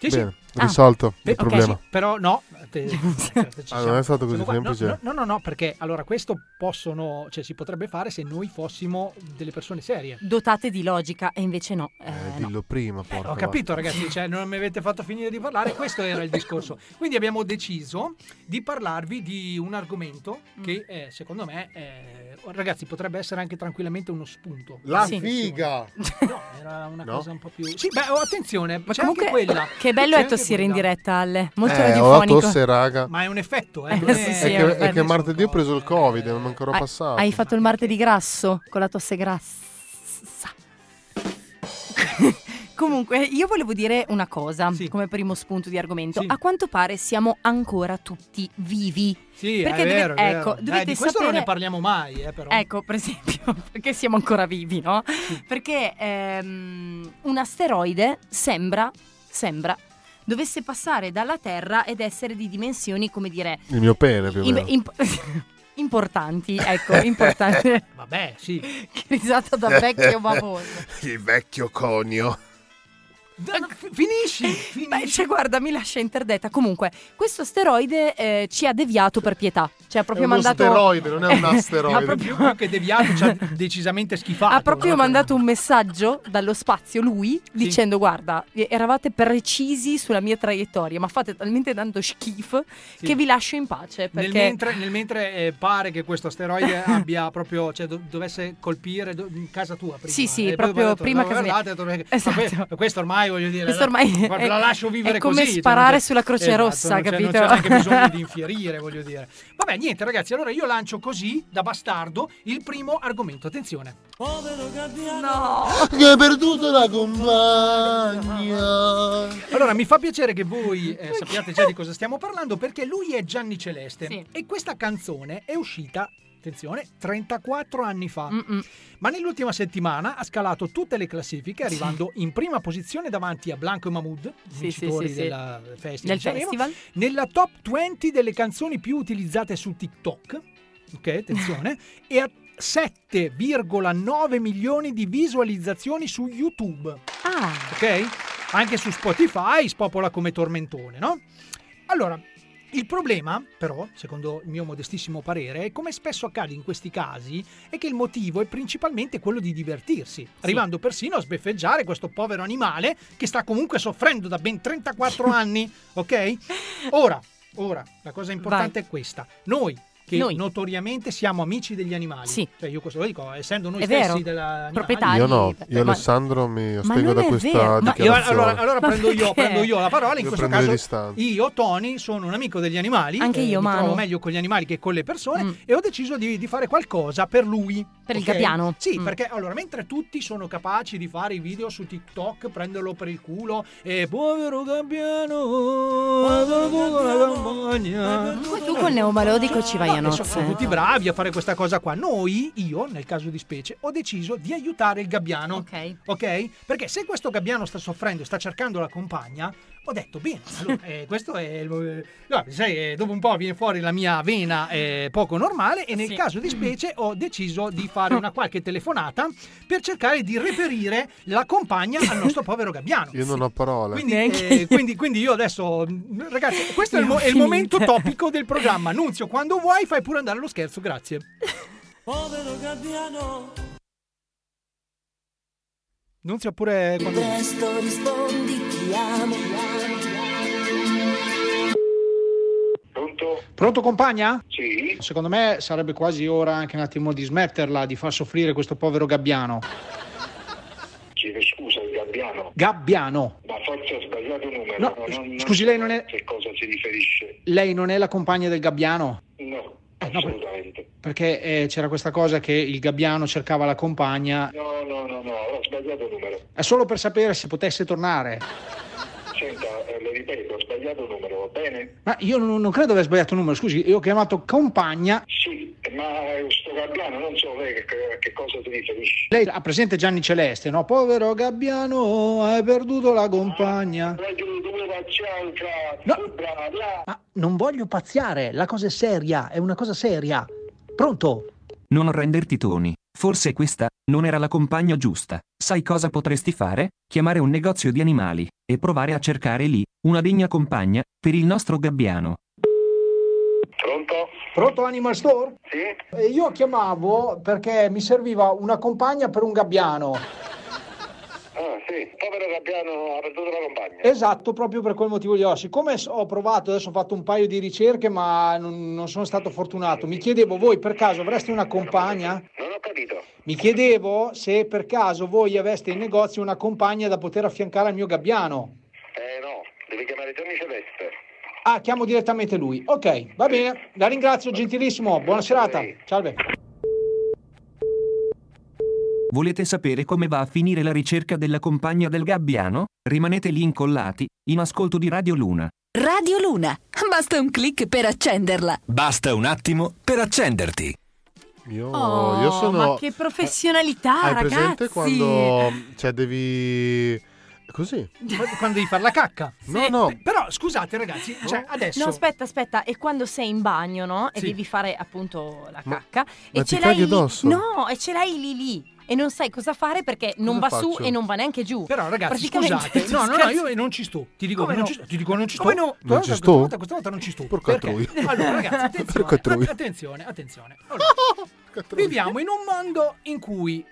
S3: Sì, sì.
S6: Bene,
S3: Ah.
S6: risolto
S3: Beh,
S6: il
S3: ok,
S6: problema.
S3: sì, però no,
S2: *laughs*
S3: te- ci
S6: Ah, non
S3: siamo-
S6: è stato così
S3: siamo qua. No,
S6: semplice?
S3: No, no, no, no, perché allora questo possono, cioè si potrebbe fare se noi fossimo delle persone serie.
S2: Dotate di logica e invece no. Eh,
S6: Eh, dillo prima, porca
S3: Ho capito ragazzi, cioè, non mi avete fatto finire di parlare, questo era il discorso. Quindi abbiamo deciso di parlarvi di un argomento che
S2: Mm.
S3: eh, secondo me, eh, ragazzi, potrebbe essere anche tranquillamente uno spunto.
S6: La Sì. figa!
S3: No, era una
S6: No?
S3: cosa un po' più... Sì, beh, oh, attenzione,
S2: Ma
S3: c'è
S2: comunque,
S3: anche quella.
S2: che bello
S3: C'è
S2: è
S3: anche
S2: tossire in
S3: quella.
S2: diretta, Ale. Molto
S6: Eh, ho la
S2: radiofonico.
S6: tosse, raga.
S3: Ma è un effetto, eh.
S2: Eh,
S3: non è-
S2: sì, sì,
S6: è, che, è
S2: eh,
S6: che martedì ho preso il covid, non è ancora
S2: Hai-
S6: passato.
S2: Hai fatto il martedì grasso con la tosse grassa. *laughs* Comunque, io volevo dire una cosa come primo spunto di argomento. A quanto pare siamo ancora tutti vivi.
S3: Sì,
S2: perché
S3: è
S2: deve-
S3: vero, è
S2: ecco,
S3: vero.
S2: dovete
S3: Eh, di questo non
S2: sapere-
S3: ne parliamo mai, eh, però.
S2: Ecco, per esempio, *laughs* perché siamo ancora vivi, no? Perché ehm, un asteroide sembra, sembra, dovesse passare dalla Terra ed essere di dimensioni, come dire,
S6: Il mio pene, più o
S2: im-
S6: meno.
S2: imp- *laughs* importanti, ecco,
S3: *laughs*
S2: importanti.
S3: Vabbè, sì.
S2: che risata da
S6: *laughs*
S2: vecchio baboso.
S6: il vecchio conio.
S3: Finisci,
S2: Beh, cioè, guarda, mi lascia interdetta. Comunque, questo asteroide eh, ci ha deviato per pietà. Cioè, ha proprio
S6: uno
S2: mandato.
S6: steroide, non è
S2: *laughs*
S6: un asteroide.
S2: ha proprio
S3: Più, più che
S2: *laughs*
S3: deviato ci ha decisamente schifato.
S2: ha proprio
S3: no?
S2: mandato un messaggio dallo spazio lui dicendo guarda eravate precisi sulla mia traiettoria ma fate talmente tanto schifo che vi lascio in pace
S3: Nel
S2: perché
S3: mentre, nel mentre, eh, pare che questo
S2: *laughs*
S3: asteroide abbia proprio, cioè do- dovesse colpire do- in casa tua prima.
S2: Sì, sì,
S3: E poi
S2: Eh, proprio
S3: ho detto,
S2: prima Esatto.
S3: "No,
S2: casa mia."
S3: guardate, dovrebbe- ma que- Questo ormai voglio dire,
S2: Questo
S3: la-
S2: ormai
S3: guarda,
S2: è-
S3: la lascio vivere
S2: è come
S3: così, cioè,
S2: sparare
S3: non c'è-
S2: sulla Croce
S3: esatto,
S2: Rossa,
S3: non c'è-
S2: capito?
S3: Non c'è neanche
S2: *laughs*
S3: bisogno di infierire, voglio dire. Vabbè, niente ragazzi, allora io lancio così, da bastardo, il primo argomento, attenzione.
S6: Che hai perduto la compagna.
S3: Allora, mi fa piacere che voi eh, sappiate già di cosa stiamo parlando perché lui è Gianni Celeste e questa canzone è uscita, attenzione, 34 anni fa. Ma nell'ultima settimana ha scalato tutte le classifiche arrivando in prima posizione davanti a Blanco e Mahmood,
S17: sì,
S3: vincitori
S17: sì, sì.
S3: della festival,
S17: Del
S3: di Sanremo,
S17: festival.
S3: nella top 20 delle canzoni più utilizzate su TikTok. Ok, attenzione, e a 7,9 milioni di visualizzazioni su YouTube.
S2: Ah.
S3: Ok? Anche su Spotify spopola come tormentone, no? Allora, Il problema, però, secondo il mio modestissimo parere, come spesso accade in questi casi, è che il motivo è principalmente quello di divertirsi, arrivando persino a sbeffeggiare questo povero animale che sta comunque soffrendo da ben
S17: *laughs*
S3: 34 anni, ok? Ora, ora, la cosa importante è questa. Noi che
S17: Noi.
S3: notoriamente siamo amici degli animali. Cioè io questo lo dico, essendo noi
S17: È
S3: stessi
S17: vero.
S3: della
S6: Io no, io Alessandro mi astengo da questa
S3: io,
S6: dichiarazione.
S3: allora, allora prendo, io, prendo io la parola. In
S6: Io
S3: questo
S6: prendo le
S3: caso,
S6: distanze.
S3: io, Tony, sono un amico degli animali.
S17: Anche
S3: eh,
S17: io,
S3: mi
S17: Manu. Mm.
S3: trovo meglio con gli animali che con le persone. E ho deciso di, di fare qualcosa per lui.
S17: Per il
S3: ok?
S17: gabbiano.
S3: Sì,
S17: Mm.
S3: perché allora, mentre tutti sono capaci di fare i video su TikTok, prenderlo per il culo e povero
S17: Mm.
S3: gabbiano.
S2: Poi tu col neomalodico ci vai a
S3: Adesso sono
S2: nozze.
S3: tutti bravi a fare questa cosa qua. Noi, io nel caso di specie, ho deciso di aiutare il gabbiano. Ok. Perché se questo gabbiano sta soffrendo e sta cercando la compagna, ho detto bene. Allora, eh, questo è. il- no, sai, eh, dopo un po' viene fuori la mia vena eh, poco normale. E nel
S17: Sì.
S3: caso di specie, ho deciso di fare una qualche telefonata per cercare di reperire la compagna al nostro povero gabbiano.
S6: Io non ho parole.
S3: Quindi, eh, quindi- quindi io adesso, mh, ragazzi, questo è il,
S6: Ne ho
S3: mo- è il
S6: finite.
S3: momento topico del programma. Nunzio, quando vuoi fai pure andare lo scherzo, grazie.
S5: Povero gabbiano.
S3: Nunzio pure... Quando...
S5: Presto rispondi, ti amo.
S3: Pronto compagna?
S11: Sì.
S3: Secondo me sarebbe quasi ora anche un attimo di smetterla di far soffrire questo povero gabbiano.
S11: Chiedo scusa il gabbiano,
S3: Gabbiano.
S11: ma forse ho sbagliato un numero.
S3: No,
S11: non- non-
S3: scusi, lei non è-
S11: Che cosa si riferisce?
S3: Lei non è la compagna del gabbiano?
S11: No, assolutamente.
S3: Perché eh, c'era questa cosa che il gabbiano cercava la compagna
S11: No, no, no, no, ho sbagliato il numero.
S3: eh, solo per sapere se potesse tornare.
S11: Senta, eh, le ripeto, ho sbagliato il numero, va bene?
S3: Ma io non, non credo di aver sbagliato numero, scusi, io ho chiamato compagna.
S11: Sì, ma eh, sto gabbiano non so lei che, che cosa si riferisce.
S3: Lei ha presente Gianni Celeste, no? Povero Gabbiano, hai perduto la compagna. No. Ah. Ma non voglio pazziare, la cosa è seria, è una cosa seria. Pronto?
S18: Non renderti toni. Forse questa non era la compagna giusta. Sai cosa potresti fare? Chiamare un negozio di animali e provare a cercare lì una degna compagna per il nostro gabbiano.
S3: Pronto Animal Store? Sì. Io chiamavo perché mi serviva una compagna per un gabbiano.
S11: Ah, sì, povero gabbiano ha perduto la compagna.
S3: Esatto, proprio per quel motivo lì. Oh, siccome s- ho provato, adesso ho fatto un paio di ricerche, ma non, non sono stato fortunato. Mi chiedevo, voi per caso avreste una compagna?
S11: Non ho capito.
S3: Mi chiedevo se per caso voi aveste in negozio una compagna da poter affiancare al mio gabbiano.
S11: Eh no, devi chiamare Gianni Celeste.
S3: Ah, chiamo direttamente lui. Ok, va bene. La ringrazio, gentilissimo. Buona serata. Salve.
S18: Volete sapere come va a finire la ricerca della compagna del gabbiano? Rimanete lì incollati, in ascolto di Radio Luna.
S19: Radio Luna. Basta un click per accenderla.
S20: Basta un attimo per accenderti.
S6: Io,
S2: Oh,
S6: io sono...
S2: ma che professionalità,
S6: Hai
S2: Ah, ragazzi.
S6: presente quando... Cioè devi... Così.
S3: Quando devi fare la cacca.
S6: No, no.
S3: Però scusate ragazzi, cioè adesso...
S2: No, aspetta, aspetta, e quando sei in bagno, no? E
S3: Sì.
S2: devi fare appunto la
S6: Ma-
S2: cacca
S6: ma
S2: e
S6: ti
S2: ce
S6: caghi
S2: l'hai lì.
S6: addosso?
S2: No, e ce l'hai lì lì e non sai cosa fare perché non va
S3: Cosa
S2: su
S3: faccio?
S2: e non va neanche giù.
S3: Però ragazzi,
S2: Praticamente- *laughs*
S3: scusate, no, no, no, io non ci sto. Ti dico,
S2: Come
S3: non
S2: no?
S3: ci, sto, ti dico non ci sto.
S2: Come no?
S6: Non ci
S3: Questa
S6: sto?
S3: volta- Questa volta non ci sto.
S6: Porca
S3: Perché?
S6: troia.
S3: Allora ragazzi, attenzione,
S6: Porca
S3: eh,
S6: troia.
S3: attenzione, attenzione. Allora, viviamo in un mondo in cui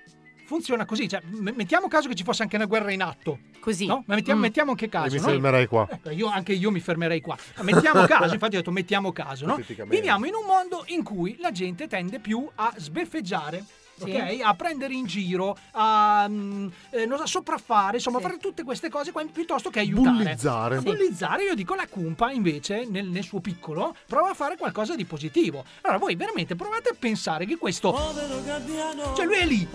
S3: funziona così, cioè m- mettiamo caso che ci fosse anche una guerra in atto. Così. No? Ma mettiamo,
S6: Mm.
S3: mettiamo che caso,
S6: E mi
S3: no?
S6: fermerai qua.
S3: Ecco, io, anche io mi fermerei qua. Ma Mettiamo
S6: *laughs*
S3: caso, infatti ho detto mettiamo caso, no?
S6: Ipoteticamente.
S3: Viviamo in un mondo in cui la gente tende più a sbeffeggiare.
S6: Sì.
S3: ok? A prendere in giro, a, mm, eh, non so, a sopraffare, insomma, a fare tutte queste cose qua piuttosto che aiutare.
S6: Bullizzare.
S3: A bullizzare, io dico la cumpa invece, nel, nel suo piccolo, prova a fare qualcosa di positivo. Allora, voi veramente provate a pensare che questo.
S5: Oh,
S3: Cioè, lui è lì.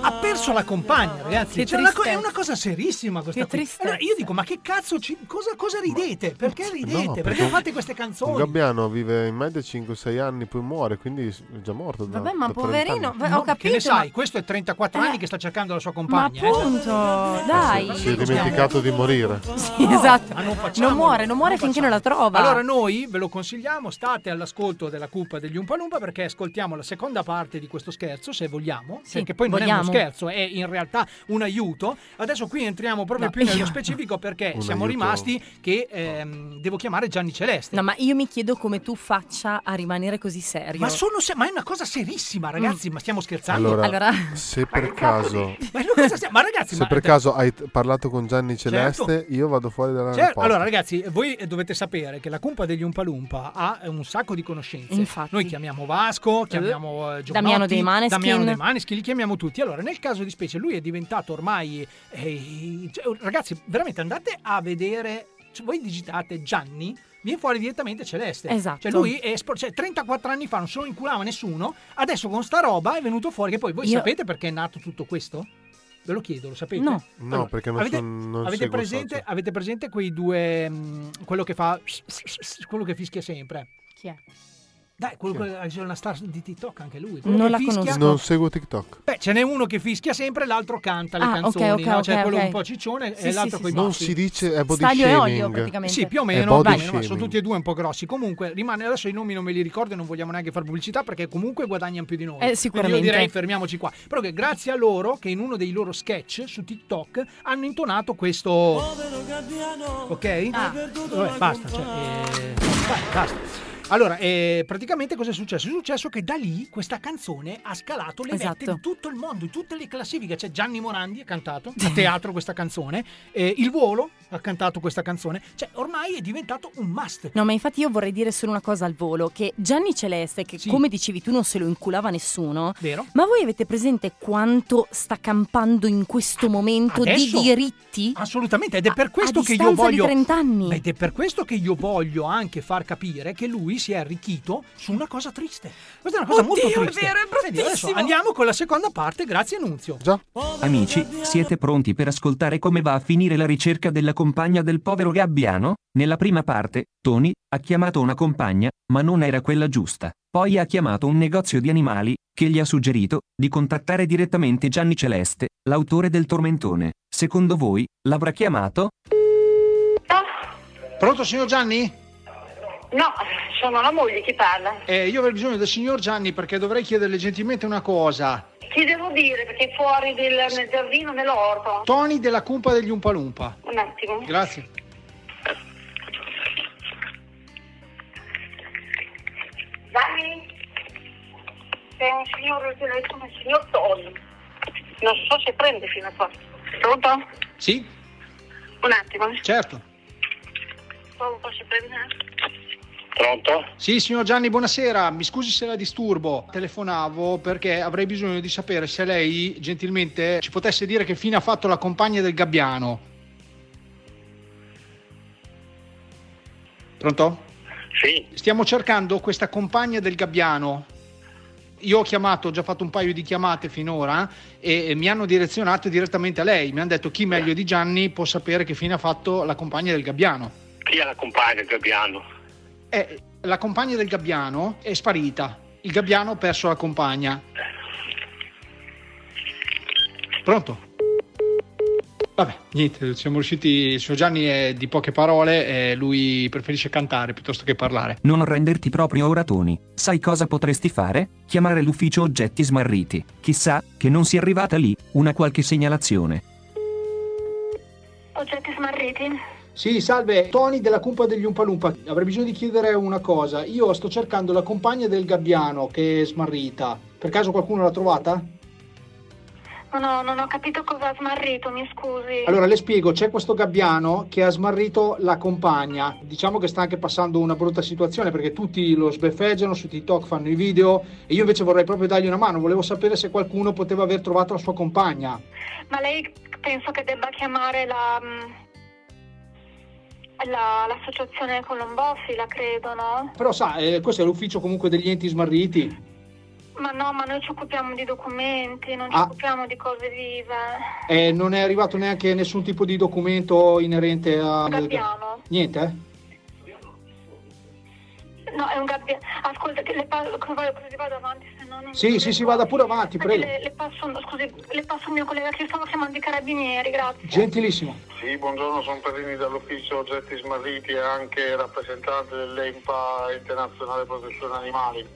S3: Ha perso la compagna, ragazzi.
S17: Che
S3: Cioè, è una co- è
S17: tristezza.
S3: una cosa serissima questa
S17: Che
S3: qui.
S17: tristezza.
S3: Allora, io dico, ma che cazzo, ci- cosa, cosa ridete? Perché ridete?
S6: perché
S3: perché
S6: un-
S3: fate queste
S6: Un
S3: canzoni?
S6: gabbiano vive in media 5-6 anni, poi muore, quindi è già morto. da-
S2: Vabbè, ma
S6: da
S2: poverino, ho
S3: No, Che
S2: capito,
S3: ne sai,
S2: ma- Eh.
S3: questo è 34 anni che sta cercando la sua compagna. eh.
S2: ma appunto,
S6: Eh,
S2: dai.
S6: Si è dimenticato di morire.
S2: diciamo. Sì, esatto.
S3: Ma non facciamo-
S2: Non muore, non muore finché non la trova.
S3: Allora noi ve lo consigliamo, state all'ascolto della cupa degli Umpalumpa perché ascoltiamo la seconda parte di questo scherzo, se vogliamo,
S2: Sì,
S3: perché poi non è
S2: vogliamo.
S3: uno scherzo, è in realtà un aiuto. Adesso qui entriamo proprio
S2: No,
S3: più
S2: *laughs*
S3: nello
S2: io-
S3: specifico perché
S2: Un
S3: siamo
S2: aiuto.
S3: rimasti che ehm, devo chiamare Gianni Celeste.
S2: No, ma io mi chiedo come tu faccia a rimanere così serio. Mm.
S3: Ma sono se- ma è una cosa serissima, ragazzi, ma stiamo scherzando?
S6: Allora, se per caso...
S3: Ma, noi cosa stiamo- ma ragazzi,
S6: Se
S3: ma-
S6: per caso hai t- parlato con Gianni
S3: Certo.
S6: Celeste, io vado fuori dalla
S3: Cioè,
S6: porta.
S3: allora, ragazzi, voi dovete sapere che la cumpa degli Umpalumpa ha eh, un sacco di conoscenze. Noi chiamiamo Vasco, chiamiamo eh, Giovanotti,
S2: Damiano dei Maneskin.
S3: Damiano dei Maneskin, li chiamiamo tutti. Allora, nel caso di specie, lui è diventato ormai. eh, cioè, ragazzi, veramente andate a vedere. cioè, voi digitate Gianni. Viene fuori direttamente Celeste.
S2: Esatto.
S3: Cioè, lui è espor- cioè, 34 anni fa non se lo inculava nessuno. Adesso con sta roba è venuto fuori. Che poi voi
S2: Io-
S3: sapete perché è nato tutto questo? Ve lo chiedo, lo sapete?
S2: No.
S6: No, perché non
S3: avete,
S6: son- non
S3: avete
S6: seguo il
S3: presente, avete presente quei due. mm, quello che fa. quello che fischia sempre.
S2: Chi è?
S3: Dai, quello che c'è una star di TikTok anche lui. quello
S2: Non
S3: che
S2: la
S3: fischia-
S2: conosco.
S6: Non seguo TikTok.
S3: Beh, ce n'è uno che fischia sempre, l'altro canta le
S2: Ah, ok,
S3: canzoni.
S2: ok,
S3: no? Cioè
S2: ok,
S3: quello
S2: ok.
S3: un po' ciccione
S2: Sì,
S3: e l'altro
S2: sì,
S3: con i
S2: sì,
S6: non
S3: baffi.
S6: si dice è body
S2: Staglio e olio,
S6: shaming.
S2: praticamente.
S3: Sì, più o
S6: È
S3: meno,
S6: body
S3: più o meno, ma sono
S6: shaming.
S3: tutti e due un po' grossi. Comunque, rimane adesso i nomi non me li ricordo e non vogliamo neanche fare pubblicità perché comunque guadagnano più di noi.
S2: Eh,
S3: Quindi
S2: sicuramente.
S3: Io direi fermiamoci qua. Però che grazie a loro che in uno dei loro sketch su TikTok hanno intonato questo Ok? Vabbè, basta, cioè, eh, vai, basta. Allora, eh, praticamente cosa è successo? È successo che da lì questa canzone ha scalato le vette
S2: Esatto.
S3: di tutto il mondo, in tutte le classifiche. C'è Gianni Morandi ha cantato a teatro questa canzone, eh, Il Volo ha cantato questa canzone. Cioè, ormai è diventato un must.
S2: No, ma infatti io vorrei dire solo una cosa al volo, che Gianni Celeste, che come dicevi tu non se lo inculava nessuno,
S3: Vero?
S2: ma voi avete presente quanto sta campando in questo momento
S3: Adesso-
S2: di diritti?
S3: Assolutamente, ed è per questo
S2: a
S3: che io
S2: distanza di
S3: voglio
S2: 30 anni.
S3: Ed è per questo che io voglio anche far capire che lui si è arricchito su una cosa triste. Questa è una cosa
S2: Oddio,
S3: molto
S2: è
S3: triste.
S2: vero, è
S3: Vedi, adesso
S2: bruttissimo.
S3: andiamo con la seconda parte, grazie Nunzio.
S6: Già.
S18: Amici, siete pronti per ascoltare come va a finire la ricerca della compagna del povero gabbiano? Nella prima parte, Tony ha chiamato una compagna, ma non era quella giusta. Poi ha chiamato un negozio di animali, che gli ha suggerito di contattare direttamente Gianni Celeste, l'autore del tormentone. Secondo voi, l'avrà chiamato?
S3: Pronto signor Gianni?
S17: No, sono la moglie, chi parla?
S3: Eh, io avrei bisogno del signor Gianni perché dovrei chiederle gentilmente una cosa.
S17: Ti devo dire perché fuori del, nel giardino, nell'orto.
S3: Tony della cumpa degli Umpalumpa.
S17: Un attimo.
S3: Grazie.
S17: Gianni, sei un signor, sei un signor Tony. Non so se prende fino a qua. Pronto?
S3: Sì,
S17: Un attimo.
S3: certo.
S17: Pronto, si prende?
S3: Pronto? Sì, signor Gianni, buonasera. Mi scusi se la disturbo. Telefonavo perché avrei bisogno di sapere se lei gentilmente ci potesse dire che fine ha fatto la compagna del gabbiano. Pronto? Sì. Stiamo cercando questa compagna del gabbiano. Io ho chiamato, ho già fatto un paio di chiamate finora e mi hanno direzionato direttamente a lei. Mi hanno detto chi meglio di Gianni può sapere che fine ha fatto la compagna del gabbiano.
S11: Chi è la compagna Gabbiano?
S3: Eh, la compagna del gabbiano è sparita. Il gabbiano ha perso la compagna. Pronto? Vabbè, niente, siamo riusciti. Il suo Gianni è di poche parole, eh, lui preferisce cantare piuttosto che parlare.
S18: Non renderti proprio ora Tony. Sai cosa potresti fare? Chiamare l'ufficio oggetti smarriti. Chissà che non sia arrivata lì una qualche segnalazione.
S17: Oggetti smarriti?
S3: Sì, salve, Tony della Cumpa degli Umpalumpa. Avrei bisogno di chiedere una cosa. Io sto cercando la compagna del gabbiano che è smarrita. Per caso qualcuno l'ha trovata?
S17: No, no, non ho capito cosa ha smarrito, mi scusi.
S3: Allora le spiego, c'è questo gabbiano che ha smarrito la compagna, diciamo che sta anche passando una brutta situazione perché tutti lo sbeffeggiano, su TikTok fanno i video e io invece vorrei proprio dargli una mano, volevo sapere se qualcuno poteva aver trovato la sua compagna.
S17: Ma lei penso che debba chiamare la... mm, la- l'associazione Colombofila, credo, no?
S3: Però sa, eh, questo è l'ufficio comunque degli enti smarriti.
S17: Ma no, ma noi ci occupiamo di documenti, non ci
S3: Ah.
S17: occupiamo di cose vive.
S3: Eh, non è arrivato neanche nessun tipo di documento inerente a...
S17: Gabbiano.
S3: Niente? eh?
S17: No, è un gabbia. Ascolta, che le parlo, voglio così vado avanti, se no non...
S3: Sì, sì, sì, vada pure avanti,
S17: Perché
S3: prego.
S17: Le, le passo, scusi, le passo il mio collega che stavo chiamando i carabinieri, grazie.
S3: Gentilissimo.
S11: Sì, buongiorno, sono Pedrini dall'ufficio oggetti smarriti e anche rappresentante dell'EMPA internazionale protezione animali.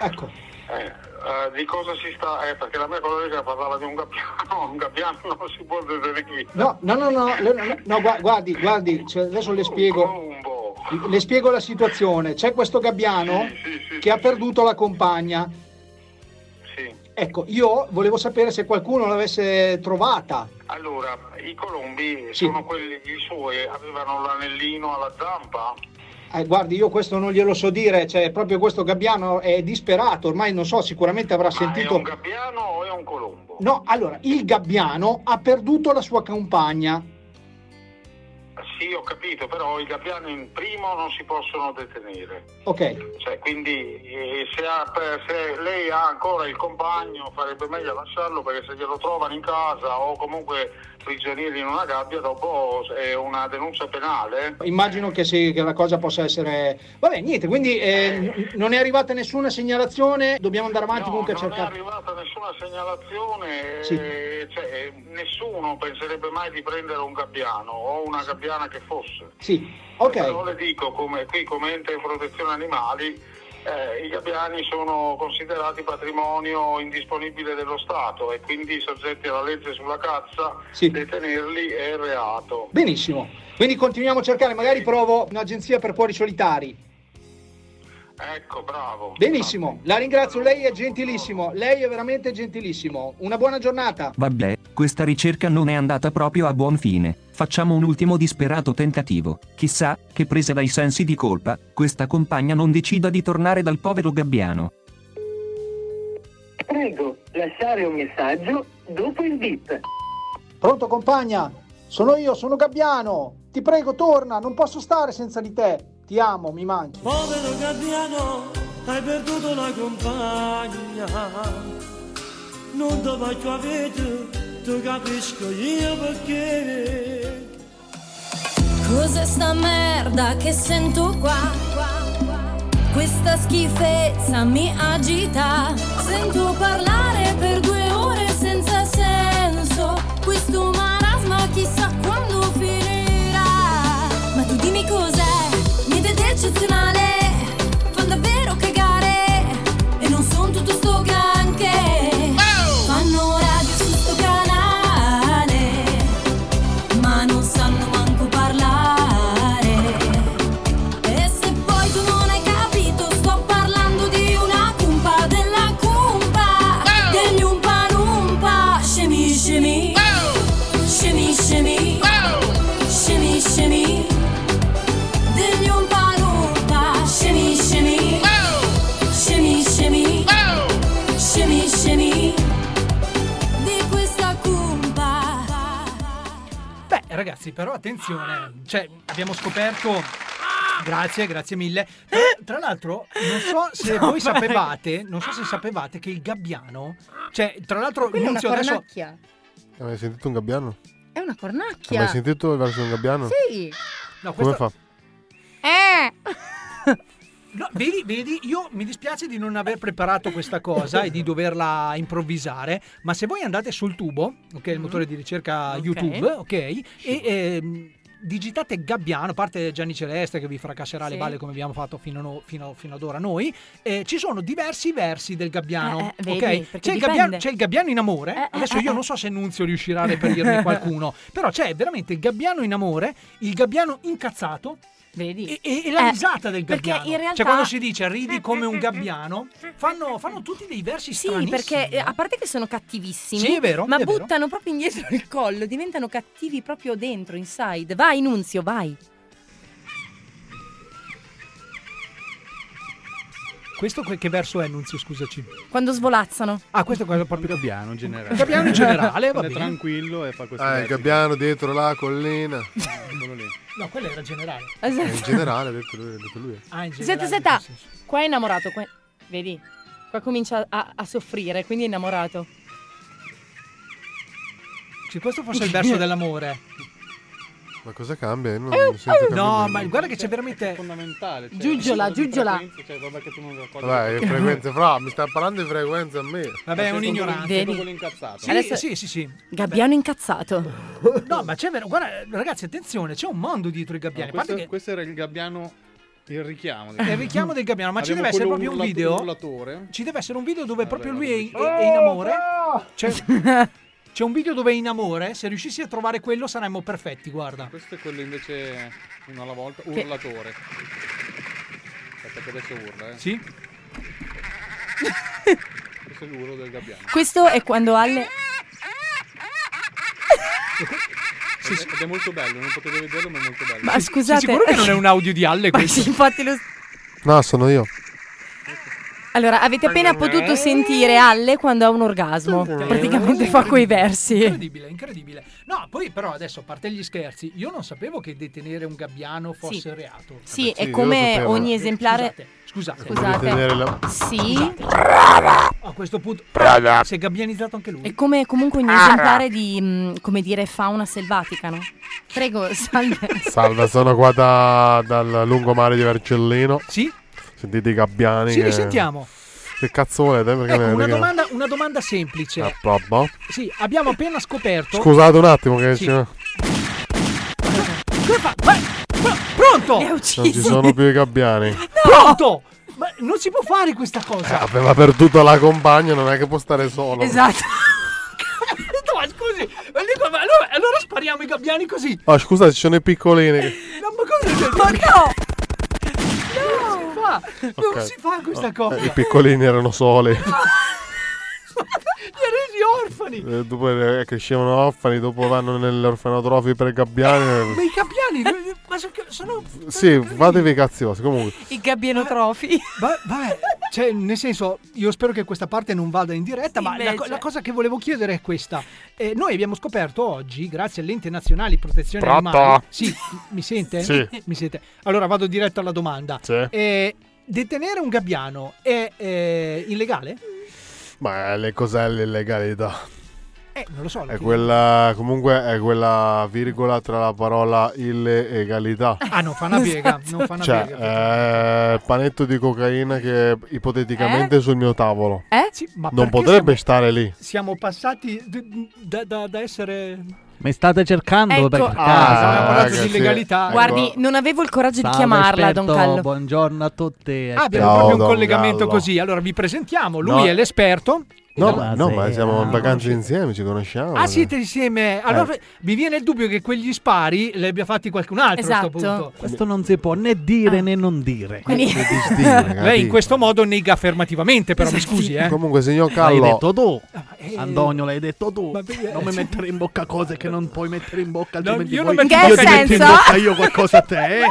S3: Ecco.
S11: Eh, eh, di cosa si sta? Eh, perché la mia collega parlava di un gabbiano, *laughs* un gabbiano non si può vedere qui.
S3: No, no, no, no, le- no, no, gua- guardi, guardi, cioè, adesso le spiego. Le spiego la situazione. C'è questo gabbiano che ha perduto la compagna. Ecco, io volevo sapere se qualcuno l'avesse trovata.
S11: Allora, i colombi
S3: Sì.
S11: Eh, sono quelli i suoi, avevano l'anellino alla zampa?
S3: Eh, guardi, io questo non glielo so dire, cioè proprio questo gabbiano è disperato, ormai non so, sicuramente avrà sentito...
S11: Gabbiano o è un colombo?
S3: No, allora, il gabbiano ha perduto la sua compagna.
S11: Sì, ho capito, però i gabbiani in primo non si possono detenere.
S3: Ok,
S11: Cioè, quindi eh, se, ha- per- se lei ha ancora il compagno farebbe meglio lasciarlo perché se glielo trovano in casa o comunque prigionieri in una gabbia dopo è una denuncia penale.
S3: immagino che, sì, che la cosa possa essere... Vabbè, niente, quindi eh, n- non è arrivata nessuna segnalazione, dobbiamo andare avanti comunque a cercare...
S11: Nessuna segnalazione, eh,
S3: Sì.
S11: cioè, nessuno penserebbe mai di prendere un gabbiano o una gabbiana che fosse.
S3: Sì, ok.
S11: Però le dico, come, qui come ente di protezione animali, eh, i gabbiani sono considerati patrimonio indisponibile dello Stato e quindi soggetti alla legge sulla caccia,
S3: Sì.
S11: detenerli è reato.
S3: Benissimo, quindi continuiamo a cercare, magari provo un'agenzia per cuori solitari.
S11: Ecco, bravo.
S3: Benissimo, la ringrazio, lei è gentilissimo, lei è veramente gentilissimo. Una buona giornata.
S18: Vabbè, questa ricerca non è andata proprio a buon fine. Facciamo un ultimo disperato tentativo. Chissà, che presa dai sensi di colpa, questa compagna non decida di tornare dal povero gabbiano.
S12: Prego, lasciare un messaggio dopo il bip.
S3: Pronto compagna? Sono io, sono Gabbiano. Ti prego, torna, non posso stare senza di te. Ti amo, mi manchi.
S5: Povero gabbiano, hai perduto la compagna. Non dovrai più avere, tu capisco
S3: *laughs*
S5: io perché.
S10: Cos'è sta merda che sento qua? Questa schifezza mi agita. Sento parlare per due ore senza senso. Questo marasma chissà quando finirà. Ma tu dimmi cos'è? Niente di eccezionale. Fa davvero cagare. E non son tutto sto granché. Fanno radio su sto canale ma non sanno manco parlare. E se poi tu non hai capito, sto parlando di una cumpa della cumpa, degli umpa numpa, scemi scemi, scemi scemi, scemi scemi, degli umpa numpa, scemi scemi, scemi scemi, scemi scemi, di questa cumpa.
S3: Beh, ragazzi, però attenzione, cioè, abbiamo scoperto. Grazie, grazie mille. Tra, tra l'altro, non so se
S5: No,
S16: *laughs*
S3: voi
S5: prego.
S3: sapevate, non so se sapevate che il gabbiano, cioè, tra l'altro,
S16: Quella è una
S3: Nunzio adesso
S16: cornacchia.
S6: Hai mai sentito un gabbiano?
S16: È una
S6: Hai
S16: cornacchia.
S6: mai sentito il verso di un gabbiano?
S16: Sì.
S3: No,
S6: Come
S3: questo-
S6: fa?
S16: Eh.
S3: *laughs* No, vedi, vedi, io mi dispiace di non aver preparato questa cosa e di doverla improvvisare, ma se voi andate sul tubo, ok,
S16: Mm-hmm.
S3: il motore di ricerca YouTube, ok, e ehm, digitate Gabbiano, a parte Gianni Celeste che vi fracasserà le
S16: Sì.
S3: balle come abbiamo fatto fino, no- fino- fino ad ora noi, eh, ci sono diversi versi del Gabbiano,
S16: Eh, eh,
S3: ok?
S16: vedi, perché
S3: c'è,
S16: dipende. Eh,
S3: il gabbiano, c'è il Gabbiano in amore, adesso io non so se Nunzio riuscirà a
S16: *laughs*
S3: reperirne qualcuno, però c'è veramente il Gabbiano in amore, il Gabbiano incazzato,
S16: Vedi?
S3: E, e- e la
S16: Eh,
S3: risata del
S16: perché
S3: gabbiano.
S16: in realtà-
S3: Cioè, quando si dice ridi come un gabbiano, fanno, fanno tutti dei versi
S16: Sì,
S3: stranissimi.
S16: perché eh, a parte che sono cattivissimi,
S3: Sì, è vero,
S16: ma
S3: è vero.
S16: buttano proprio indietro il collo, diventano cattivi proprio dentro, inside. Vai, Nunzio, vai.
S3: Questo que- che verso è, Nunzio? Scusaci.
S16: Quando svolazzano.
S3: Ah, questo è quello proprio.
S9: Gabbiano in generale.
S3: Il gabbiano in
S16: *laughs*
S3: generale, va
S9: È
S3: bene.
S9: tranquillo e fa questo.
S6: Ah, il gabbiano dietro la
S9: *laughs*
S6: collina.
S3: No, quello era generale.
S6: Eh, In generale, ha detto lui. Ha detto lui.
S3: Esatto. Ah, in
S16: Esatto. Senta,
S3: generale.
S16: senta, qua è innamorato, qua- vedi? Qua comincia a, a soffrire, quindi è innamorato.
S3: Cioè, *laughs* Se questo fosse il verso dell'amore.
S6: Ma cosa cambia? Io non-
S3: Eh, oh, No,
S6: non sento che cambia
S3: ma
S6: niente.
S3: guarda
S16: Cioè,
S3: che c'è veramente.
S9: Fondamentale.
S3: cioè, Giuggiola, tipo di giuggiola.
S9: Cioè, roba che tu non
S3: Eh,
S9: ricordi.
S6: Vabbè, le frequenze, fra, mi sta parlando di frequenze a me.
S3: Vabbè, è un ignorante.
S9: Vedi? quello incazzato.
S3: Sì,
S9: Adesso-
S3: sì, sì, sì.
S2: Gabbiano incazzato.
S3: No, ma c'è vero. Guarda, ragazzi, attenzione, c'è un mondo dietro i gabbiani. A
S9: questo,
S3: parte che-
S9: questo era il gabbiano. Il richiamo.
S3: Il richiamo del gabbiano, ma ci deve essere proprio un video. Ci deve essere un video dove proprio lui è, in- è- è in
S9: Oh,
S3: amore. C'è,
S9: *laughs*
S3: c'è un video dove è in amore. Se riuscissi a trovare quello saremmo perfetti, guarda.
S9: Questo è quello invece uno alla volta,
S3: Che-
S9: urlatore. Aspetta che adesso urla, eh.
S3: Sì.
S9: *laughs* Questo è l'urlo del gabbiano.
S2: Questo è quando Alle.
S9: Ed è- Ed è molto bello, non potete vederlo, ma è molto bello.
S2: Ma scusate.
S3: audio di Alle
S2: *laughs* Ma sì, infatti lo-
S6: No, sono io.
S2: Allora, avete appena potuto sentire Alle quando ha un orgasmo. Praticamente fa quei versi.
S3: Eh, Incredibile, incredibile. No, poi però adesso, a parte gli scherzi, io non sapevo che detenere un gabbiano fosse
S2: Sì.
S3: reato.
S2: Sì, è come ogni esemplare.
S3: Scusate,
S2: Scusate. Sì.
S3: A Oh, questo punto
S6: Brava.
S3: si è gabbianizzato anche lui.
S2: È come comunque ogni esemplare di, mh, come dire, fauna selvatica, no? Prego, *laughs* salve.
S6: Salve, sono qua da- dal lungomare di Vercellino.
S3: Sì?
S6: Sentite i gabbiani.
S3: Sì, li
S6: che-
S3: sentiamo.
S6: Che cazzo volete? Perché
S3: Ecco, una
S6: perché-
S3: domanda, una domanda semplice.
S6: Ah, babbo.
S3: Sì, abbiamo appena scoperto.
S6: Scusate un attimo che
S3: Sì.
S6: ci- non
S3: Come fa? Ma- ma- pronto!
S6: ci sono più i gabbiani.
S3: Pronto! Ma non si può fare questa cosa.
S6: Aveva perduto la compagna, non è che può stare solo.
S3: Esatto.
S2: Esatto.
S3: No, ma scusi, ma dico, ma allora, allora spariamo i gabbiani così.
S6: Oh, scusa, ci sono
S3: *laughs*
S6: i piccolini. Eh, che-
S3: No, ma cosa?
S2: no!
S3: Non si fa, non
S6: Ok.
S3: si fa questa
S6: Eh,
S3: cosa.
S6: I piccolini erano soli.
S3: Li ha resi orfani.
S6: Eh, dopo eh, crescevano orfani, dopo vanno nell'orfanotrofio per gabbiani.
S3: Ma i gabbiani, eh, Ah, ma so- sono...
S6: Sì, fatevi i cazzi vostri. Comunque,
S2: I gabbianotrofi.
S3: Va- vabbè, Eh, cioè, nel senso, io spero che questa parte non vada in diretta,
S2: Sì,
S3: ma la, co-
S2: invece.
S3: la cosa che volevo chiedere è questa. Eh, noi abbiamo scoperto oggi, grazie all'ente nazionale di protezione
S6: Pronto?
S3: animale... Sì, mi sente?
S6: Sì.
S3: Mi sente? Allora vado diretto alla domanda.
S6: Sì.
S3: Eh, detenere un gabbiano è eh, illegale?
S6: ma eh, le cos'è l'illegalità?
S3: Eh, non lo so.
S6: È quella, comunque, è quella virgola tra la parola illegalità.
S3: Ah, non fa una piega, non fa una
S6: Cioè,
S3: piega.
S6: eh, il panetto di cocaina che ipoteticamente
S3: Eh?
S6: è sul mio tavolo.
S2: Eh?
S3: Sì, ma
S6: Non
S3: perché
S6: potrebbe
S3: siamo-
S6: stare lì.
S3: Siamo passati d- da, da- da essere...
S9: Mi state cercando
S2: Ecco.
S9: per
S2: per
S6: caso.
S9: caso.
S6: Ah,
S3: Abbiamo parlato
S6: ragazzi,
S3: di legalità.
S2: Guardi, non avevo il coraggio di chiamarla, Don Callo.
S9: Buongiorno a tutti.
S3: Ah, abbiamo
S6: Ciao,
S3: proprio un
S6: Don
S3: collegamento
S6: Gallo.
S3: così. Allora vi presentiamo, lui
S6: No.
S3: è l'esperto.
S6: No, ma, no, ma
S9: Buonasera.
S6: siamo in vacanza insieme, ci conosciamo.
S3: Ah, siete insieme.
S6: Eh.
S3: Allora vi viene il dubbio che quegli spari li abbia fatti qualcun altro a questo
S2: Esatto. Ah.
S3: punto.
S9: Questo non si può né dire né non dire.
S2: Quindi- *laughs*
S3: Lei in questo modo nega affermativamente, però mi scusi, eh.
S6: Esatto. Comunque, signor
S9: L'hai
S6: Callo,
S9: detto tu,
S3: eh,
S9: Antonio, l'hai detto tu.
S3: ma perché-
S9: Non mi mettere in bocca cose che non puoi mettere in bocca, altrimenti
S3: io
S9: poi
S3: non metto
S2: in
S9: io
S2: bocca
S9: ti metto in
S2: senso.
S9: bocca io qualcosa a te,
S3: *laughs*
S9: eh?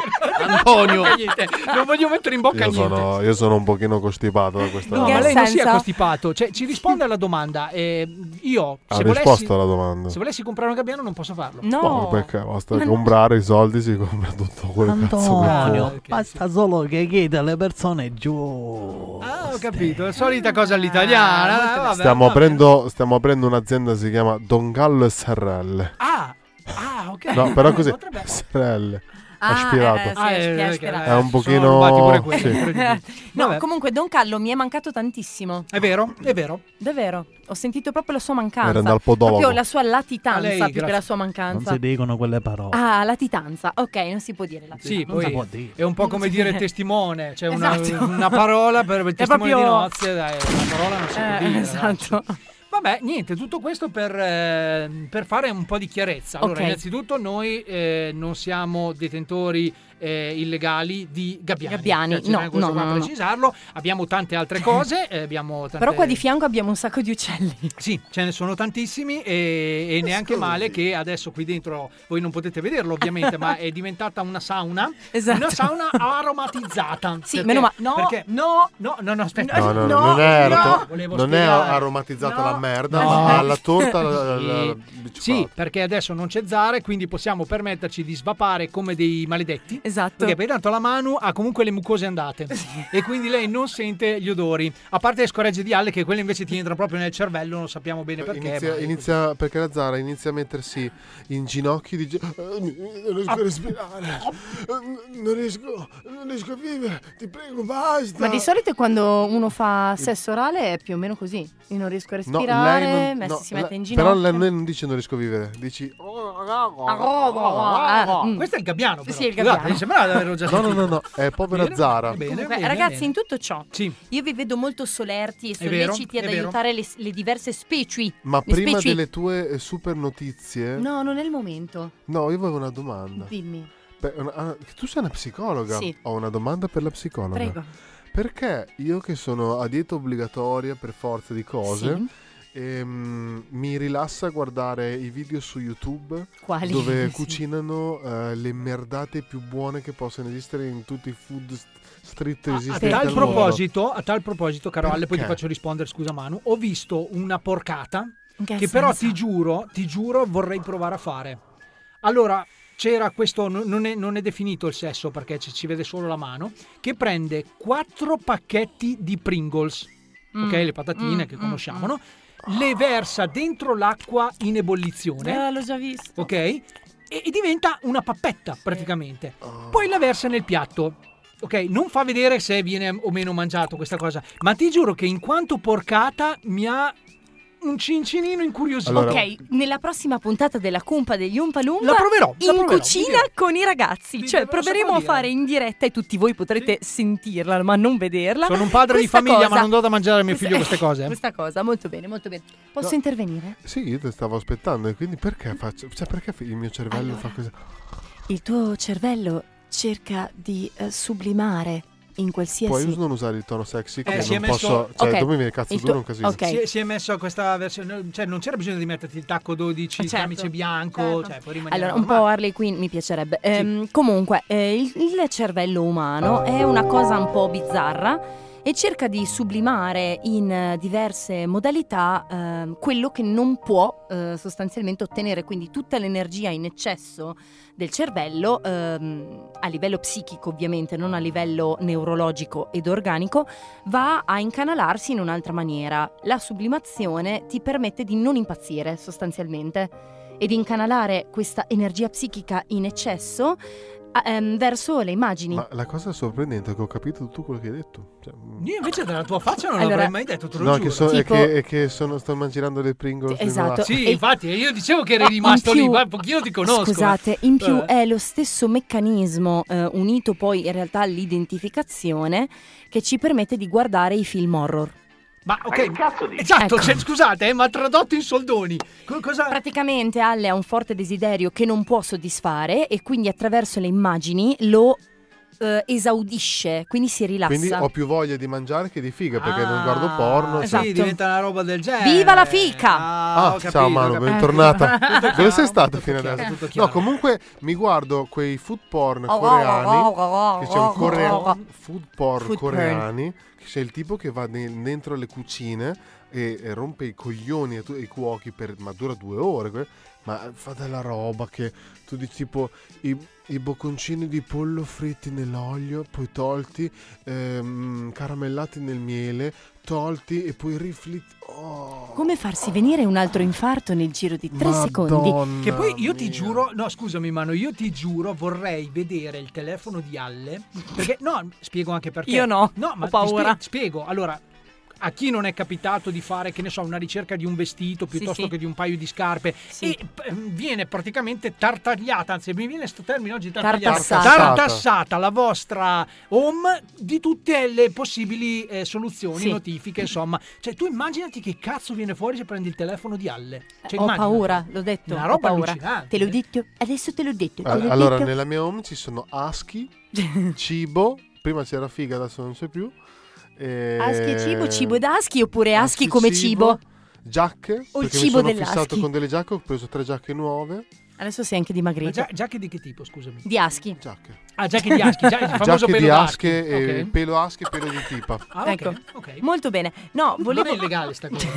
S9: Antonio.
S3: Niente, *laughs* non voglio mettere in bocca
S6: io
S3: niente.
S6: sono, io sono un pochino costipato da questa
S3: No,
S2: Che
S3: ma lei non sia
S2: senso?
S3: costipato. Cioè, ci risponde alla domanda. eh, io,
S6: Ha
S3: se
S6: risposto
S3: volessi,
S6: alla domanda.
S3: se volessi comprare un gabbiano, non posso farlo.
S2: No.
S6: No, perché basta comprare i soldi, si compra tutto quello cazzo che vuoi.
S3: ok,
S9: Antonio,
S3: sì.
S9: basta solo che chiedi alle persone giù.
S3: Ah, ho capito. La solita cosa all'italiana.
S9: molto
S3: vabbè,
S6: Stiamo
S3: vabbè.
S6: aprendo, stiamo aprendo un'azienda si chiama Don Gallo SRL.
S3: Ah, ah, ok.
S6: No, però così
S3: Potrebbe-
S6: SRL.
S2: Ah,
S6: aspirato.
S2: eh, eh, sì, aspira-
S3: ok,
S2: aspira-
S3: eh,
S6: È un
S3: sono
S6: pochino-
S3: rubati pure quelli,
S6: sì. *laughs*
S3: incredibile.
S2: *laughs* No,
S3: Vabbè.
S2: comunque Don Callo mi è mancato tantissimo.
S3: È vero, è vero.
S2: Davvero, ho sentito proprio la sua mancanza.
S6: Era dal podologo.
S2: Proprio la sua latitanza
S3: A Ah, lei,
S2: più che
S3: grazie.
S2: la sua
S9: Non
S2: mancanza.
S9: si dicono quelle parole.
S2: Ah, latitanza. Ok, non si può dire latitanza.
S3: Sì,
S9: non si può
S3: poi
S9: dire.
S3: è un po'
S2: Non
S3: come
S2: si
S3: dire
S2: può dire.
S3: testimone, cioè una,
S2: Esatto.
S3: una parola per il
S2: È
S3: testimone di
S2: proprio-
S3: nozze, dai, una parola non si può
S2: Eh,
S3: dire. no?
S2: esatto.
S3: Vabbè, niente, tutto questo per, eh, per fare un po' di chiarezza. Allora,
S2: Ok.
S3: innanzitutto noi eh, non siamo detentori eh, illegali di gabbiani.
S2: Gabbiani,
S3: Cioè, c'è
S2: no,
S3: anche questo
S2: no,
S3: qua
S2: no,
S3: a
S2: no, no.
S3: precisarlo. Abbiamo
S2: *laughs*
S3: tante altre cose, eh, abbiamo tante...
S2: Però qua di fianco abbiamo un sacco di uccelli.
S3: Sì, ce ne sono tantissimi e, e neanche male che adesso qui dentro voi non potete vederlo ovviamente, ma è diventata una sauna,
S2: *laughs* Esatto.
S3: una sauna aromatizzata.
S2: Sì, meno male. No,
S3: perché-
S2: no.
S3: no, no, no, aspetta.
S6: No, no, no, non è, aroto-
S3: Volevo
S6: non è
S3: spiegare.
S6: aromatizzata
S2: No.
S6: la merda,
S3: No.
S6: ma alla torta la, la- la-
S3: Sì, sì, perché adesso non c'è Zare, quindi possiamo permetterci di svapare come dei maledetti.
S2: Esatto.
S3: Perché per tanto la Manu ha comunque le mucose andate e quindi lei non sente gli odori. A parte le scoregge di Alle che quelle invece ti entrano proprio nel cervello, non sappiamo bene perché.
S6: Inizia,
S3: ma-
S6: inizia- perché la Zara inizia a mettersi in ginocchio e dice "Eh, mi- non riesco a respirare Eh, non riesco non riesco a vivere ti prego basta
S2: Ma di solito quando uno fa sesso orale è più o meno così. Io non riesco a
S6: No, lei
S2: respirare,
S6: non-
S2: Messi
S6: no,
S2: si mette
S6: la-
S2: in
S6: però
S2: ginocchio. Ah,
S6: lei lei non dice non riesco a vivere dici "Oh,
S2: oh,
S3: Questo è il gabbiano.
S2: mm.
S3: Però.
S2: Sì, il
S3: Scusate,
S2: gabbiano.
S3: mi sembrava di averlo già
S6: no no
S3: sentito.
S6: no no è povera
S3: Bene,
S6: Zara
S3: bene.
S2: Comunque,
S3: bene,
S2: ragazzi,
S3: bene.
S2: in tutto ciò,
S3: Sì.
S2: io vi vedo molto solerti e
S6: È vero,
S2: solleciti
S6: è
S2: ad
S6: vero.
S2: aiutare le, le diverse specie.
S6: ma
S2: Le
S6: prima
S2: specie-
S6: delle tue eh, super notizie
S2: No, non è il momento.
S6: no, io avevo una domanda
S2: Dimmi.
S6: Beh, una- ah, tu sei una psicologa
S2: Sì.
S6: ho una domanda per la psicologa
S2: Prego.
S6: Perché io che sono a dieta obbligatoria per forza di cose, ehm, mi rilassa guardare i video su YouTube
S2: Quali?
S6: dove
S2: Sì.
S6: cucinano eh, le merdate più buone che possono esistere in tutti i food st- street
S3: A
S6: esistenti.
S3: tal,
S6: al mondo.
S3: proposito, a tal proposito, caro Alle, poi ti
S6: Perché?
S3: faccio rispondere, scusa Manu, ho visto una porcata
S2: In che
S3: che, però
S2: senso?
S3: ti giuro, ti giuro vorrei provare a fare. Allora, c'era questo, no- non è, non è definito il sesso perché ci, ci vede solo la mano, che prende quattro pacchetti di Pringles,
S13: Mm,
S3: ok, le patatine
S13: mm,
S3: che
S13: mm,
S3: conosciamo, no? Le versa dentro l'acqua in ebullizione.
S2: mm. Eh, l'ho già visto.
S3: Ok? E, e diventa una pappetta praticamente.
S2: Oh.
S3: Poi la versa nel piatto. Ok, non fa vedere se viene o meno mangiato questa cosa, ma ti giuro che in quanto porcata mi ha un cincinino incuriosito.
S2: Ok, nella prossima puntata della Cumpa degli Umpa Lumpa
S3: La proverò, la
S2: in
S3: proverò,
S2: cucina
S3: vi dirò.
S2: con i ragazzi, cioè proveremo a fare in diretta e tutti voi potrete sentirla ma non vederla.
S3: Sono un padre
S2: Questa
S3: di famiglia,
S2: cosa-
S3: ma non do da mangiare a mio
S2: questa-
S3: figlio queste cose.
S2: *laughs*
S3: eh.
S2: Questa cosa, molto bene, molto bene. Posso
S6: No.
S2: intervenire?
S6: Sì, io te stavo aspettando e quindi perché faccio... Cioè perché il mio cervello fa così?
S2: Il tuo cervello cerca di eh, sublimare in qualsiasi
S6: Poi non usare il tono sexy che
S3: Eh, si è
S6: non
S3: messo-
S6: posso... Cioè
S2: Ok.
S6: dopo mi viene il cazzo
S2: Il
S6: duro
S2: tuo-
S6: un casino.
S2: ok.
S3: Si, è- si è messo a questa versione, cioè non c'era bisogno di metterti il tacco 12, il
S2: Certo.
S3: camice bianco,
S2: Certo.
S3: cioè puoi rimanere
S2: Allora, un po' Harley Quinn mi piacerebbe. Ehm, comunque, eh, il, il cervello umano è una cosa un po' bizzarra e cerca di sublimare in eh, diverse modalità ehm, quello che non può eh, sostanzialmente ottenere, quindi tutta l'energia in eccesso del cervello, ehm, a livello psichico ovviamente, non a livello neurologico ed organico, va a incanalarsi in un'altra maniera. La sublimazione ti permette di non impazzire sostanzialmente e di incanalare questa energia psichica in eccesso a- ehm, verso le immagini.
S6: Ma la cosa sorprendente è che ho capito tutto quello che hai detto. Cioè,
S3: Io invece dalla tua faccia non
S2: Allora-
S3: l'avrei mai detto, te lo
S6: No,
S3: giuro.
S6: che, so- è
S2: Tipo- Esatto,
S6: che, è che sono, sto mangiando le Pringles. di Novartis.
S3: Sì, infatti, io dicevo che eri
S2: Ah, in
S3: rimasto lì,
S2: più-
S3: ma un pochino ti conosco.
S2: Scusate, in più
S3: Eh.
S2: è lo stesso meccanismo eh, unito poi in realtà all'identificazione che ci permette di guardare i film horror.
S3: Ma ok, esatto,
S2: Ecco.
S3: cioè, scusate, eh, ma tradotto in soldoni. Co- cosa...
S2: Praticamente Alle ha un forte desiderio che non può soddisfare e quindi attraverso le immagini lo eh, esaudisce, quindi si rilassa.
S6: Quindi ho più voglia di mangiare che di figa perché non guardo
S3: Ah,
S6: porno. cioè-
S2: Esatto.
S3: Sì, diventa una roba del genere.
S2: Viva la fica!
S3: Eh, Ah,
S6: Ah,
S3: ho capito,
S6: ciao
S3: ho
S6: Manu,
S3: capito. *laughs*
S6: bentornata.
S3: Tutto
S6: Dove
S3: chiaro,
S6: sei stata
S3: tutto
S6: fino
S3: chiaro,
S6: adesso?
S3: tutto
S6: No,
S3: chiaro.
S6: comunque mi guardo quei food porn
S2: Oh, oh,
S6: coreani.
S2: oh, oh, oh,
S6: che c'è un
S2: oh,
S6: corea-
S2: oh, oh.
S6: food porn
S2: Food porn.
S6: coreani. Che c'è il tipo che va ne- dentro le cucine e, e rompe i coglioni a tu- ai cuochi per. Ma dura due ore. que- Ma fa della roba che tu dici tipo i, i bocconcini di pollo fritti nell'olio, poi tolti, ehm, caramellati nel miele, tolti e poi riflitti.
S2: Come farsi venire un altro infarto nel giro di tre secondi?
S3: Che poi io ti giuro, no scusami Mano, io ti giuro vorrei vedere il telefono di Alle, perché no, spiego anche perché.
S2: Io no,
S3: no
S2: ho
S3: ma ti
S2: paura.
S3: spie- spiego, allora, a chi non è capitato di fare, che ne so, una ricerca di un vestito piuttosto
S2: sì.
S3: che di un paio di scarpe, e p- ehm, viene praticamente tartagliata, anzi mi viene sto termine oggi tartagliata,
S2: Tartassata.
S3: tartassata la vostra home di tutte le possibili eh, soluzioni,
S2: Sì.
S3: notifiche, insomma. Cioè tu immaginati che cazzo viene fuori se prendi il telefono di Alle. Cioè,
S2: ho
S3: immaginati.
S2: paura, l'ho detto.
S3: Una
S2: ho
S3: roba
S2: paura.
S3: allucinante.
S2: Te l'ho detto, adesso te l'ho detto. te
S6: Al-
S2: l'ho
S6: Allora,
S2: *laughs* detto.
S6: nella mia home ci sono
S2: *laughs*
S6: aschi, cibo, prima c'era figa, adesso non c'è più. Eh, E...
S2: Aschi e cibo, cibo ed aschi oppure aschi come cibo?
S6: Giacche,
S2: O il
S6: perché
S2: cibo
S6: mi sono fissato
S2: dell'aschi.
S6: con delle giacche, ho preso tre giacche nuove.
S2: Adesso sei anche dimagrito.
S3: Ma gia- giacche di che tipo, scusami?
S2: Di Aschi.
S3: Ah, giacche di Aschi, già
S6: *laughs*
S3: il famoso
S6: Giacche
S3: pelo
S6: di
S3: d'Aschi.
S6: asche, e
S3: Ok.
S6: pelo asche e pelo di tipa.
S3: *laughs* Ah,
S2: ecco.
S3: ok.
S2: Molto bene. No, volevo.
S3: Non è illegale sta cosa.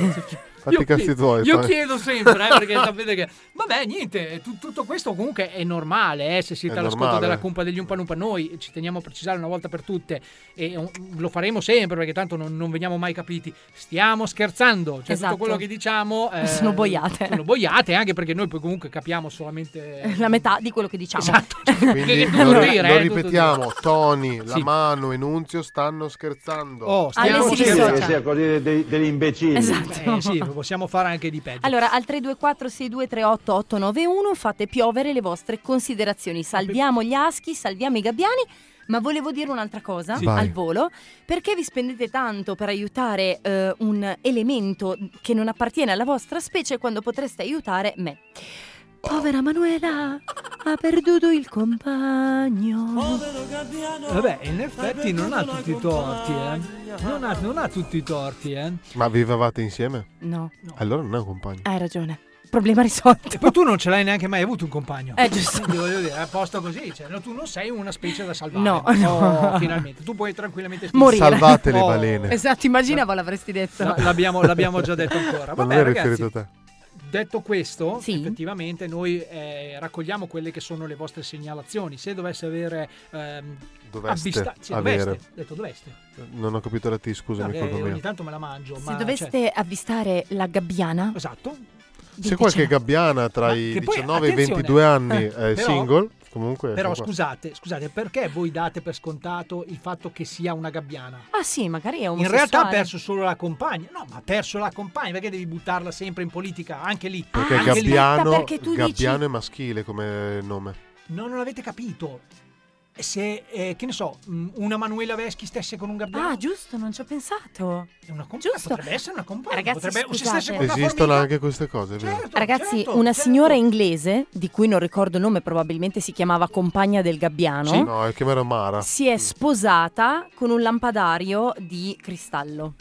S6: Fatti i cazzi tuoi.
S3: Io
S6: fai.
S3: chiedo sempre, eh,
S6: *laughs*
S3: perché sapete che... Vabbè, niente, eh, tu- tutto questo comunque è normale, eh, se siete
S6: È
S3: all'ascolto
S6: normale.
S3: della cumpa degli Umpanumpa. Noi ci teniamo a precisare una volta per tutte, e um, lo faremo sempre, perché tanto non, non veniamo mai capiti. Stiamo scherzando, cioè
S2: Esatto.
S3: tutto quello
S2: *laughs*
S3: che diciamo... eh,
S2: Sono boiate.
S3: Sono boiate, anche perché noi poi comunque capiamo solamente...
S2: La metà di quello che diciamo.
S3: Esatto.
S6: Cioè, Quindi
S3: *laughs* Che
S6: lo,
S3: tutto
S6: ri-
S3: dire,
S6: lo
S3: eh, tutto
S6: ripetiamo, Tony, la
S3: Sì.
S6: mano e Nunzio stanno scherzando.
S3: Oh, stiamo
S2: Alessi
S3: scherzando.
S2: Di Socia.
S14: Sia così dei- dei- degli imbecilli.
S11: Esatto.
S3: Eh, sì, possiamo fare anche di peggio.
S2: Allora, al 324-6238891 fate piovere le vostre considerazioni. Salviamo gli aschi, salviamo i gabbiani. Ma volevo dire un'altra cosa
S16: Sì. Vai.
S2: al volo, perché vi spendete tanto per aiutare eh, un elemento che non appartiene alla vostra specie quando potreste aiutare me. Povera Manuela ha perduto il compagno.
S3: Vabbè, in effetti non ha tutti i torti, eh. Non ha, non ha tutti i torti, eh.
S6: Ma vivevate insieme?
S2: No.
S6: Allora non è un compagno.
S2: Hai ragione. Problema risolto.
S3: E poi tu non ce l'hai neanche mai avuto un compagno.
S2: Eh, giusto.
S3: Quindi voglio dire, è a posto così. Cioè, no, tu non sei una specie da salvare.
S2: No,
S3: Oh,
S2: no.
S3: finalmente. Tu puoi tranquillamente
S2: Morire.
S6: Salvate le
S3: Oh.
S6: balene.
S2: Esatto, immaginavo l'avresti detto.
S3: No, l'abbiamo, l'abbiamo già detto ancora.
S6: Ma non
S3: Vabbè,
S6: è
S3: ragazzi.
S6: Eh, riferito a te.
S3: Detto questo, effettivamente noi eh, raccogliamo quelle che sono le vostre segnalazioni. Se dovesse avere... Ehm,
S6: Doveste
S3: abbista- sì,
S6: avere.
S3: doveste, ho detto doveste.
S6: Non ho capito la T, scusami,
S3: Vabbè,
S6: colpa mia.
S3: eh, ogni tanto me la mangio.
S2: Se
S3: ma,
S2: doveste
S3: cioè,
S2: avvistare la gabbiana.
S3: Esatto.
S6: C'è qualche gabbiana tra
S3: Ma
S6: i
S3: che poi,
S6: 19 e i
S3: attenzione,
S6: 22 anni
S3: eh, *laughs*
S6: eh,
S3: però-
S6: single? Comunque,
S3: Però
S6: sono qua.
S3: scusate, scusate, perché voi date per scontato il fatto che sia una gabbiana?
S2: Ah sì, magari è un
S3: In realtà ha perso solo la compagna. No, ma ha perso la compagna, perché devi buttarla sempre in politica? Anche lì.
S6: perché
S3: anche lì.
S6: gabbiano, gabbiano è maschile come nome.
S3: No, non l'avete capito. Se, eh, che ne so, mh, una Manuela Veschi stesse con un gabbiano.
S2: Ah, giusto, non ci ho pensato.
S3: È una compagna, potrebbe essere una compagna.
S2: Ragazzi,
S3: potrebbe, se
S2: scusate.
S3: stesse con una
S6: Esistono
S3: formica-
S6: anche queste cose, è vero?
S2: Ragazzi,
S3: certo,
S2: una
S3: certo.
S2: signora inglese, di cui non ricordo il nome, probabilmente si chiamava Compagna del Gabbiano,
S6: Sì, no, è che era Mara.
S2: si è sposata con un lampadario di cristallo.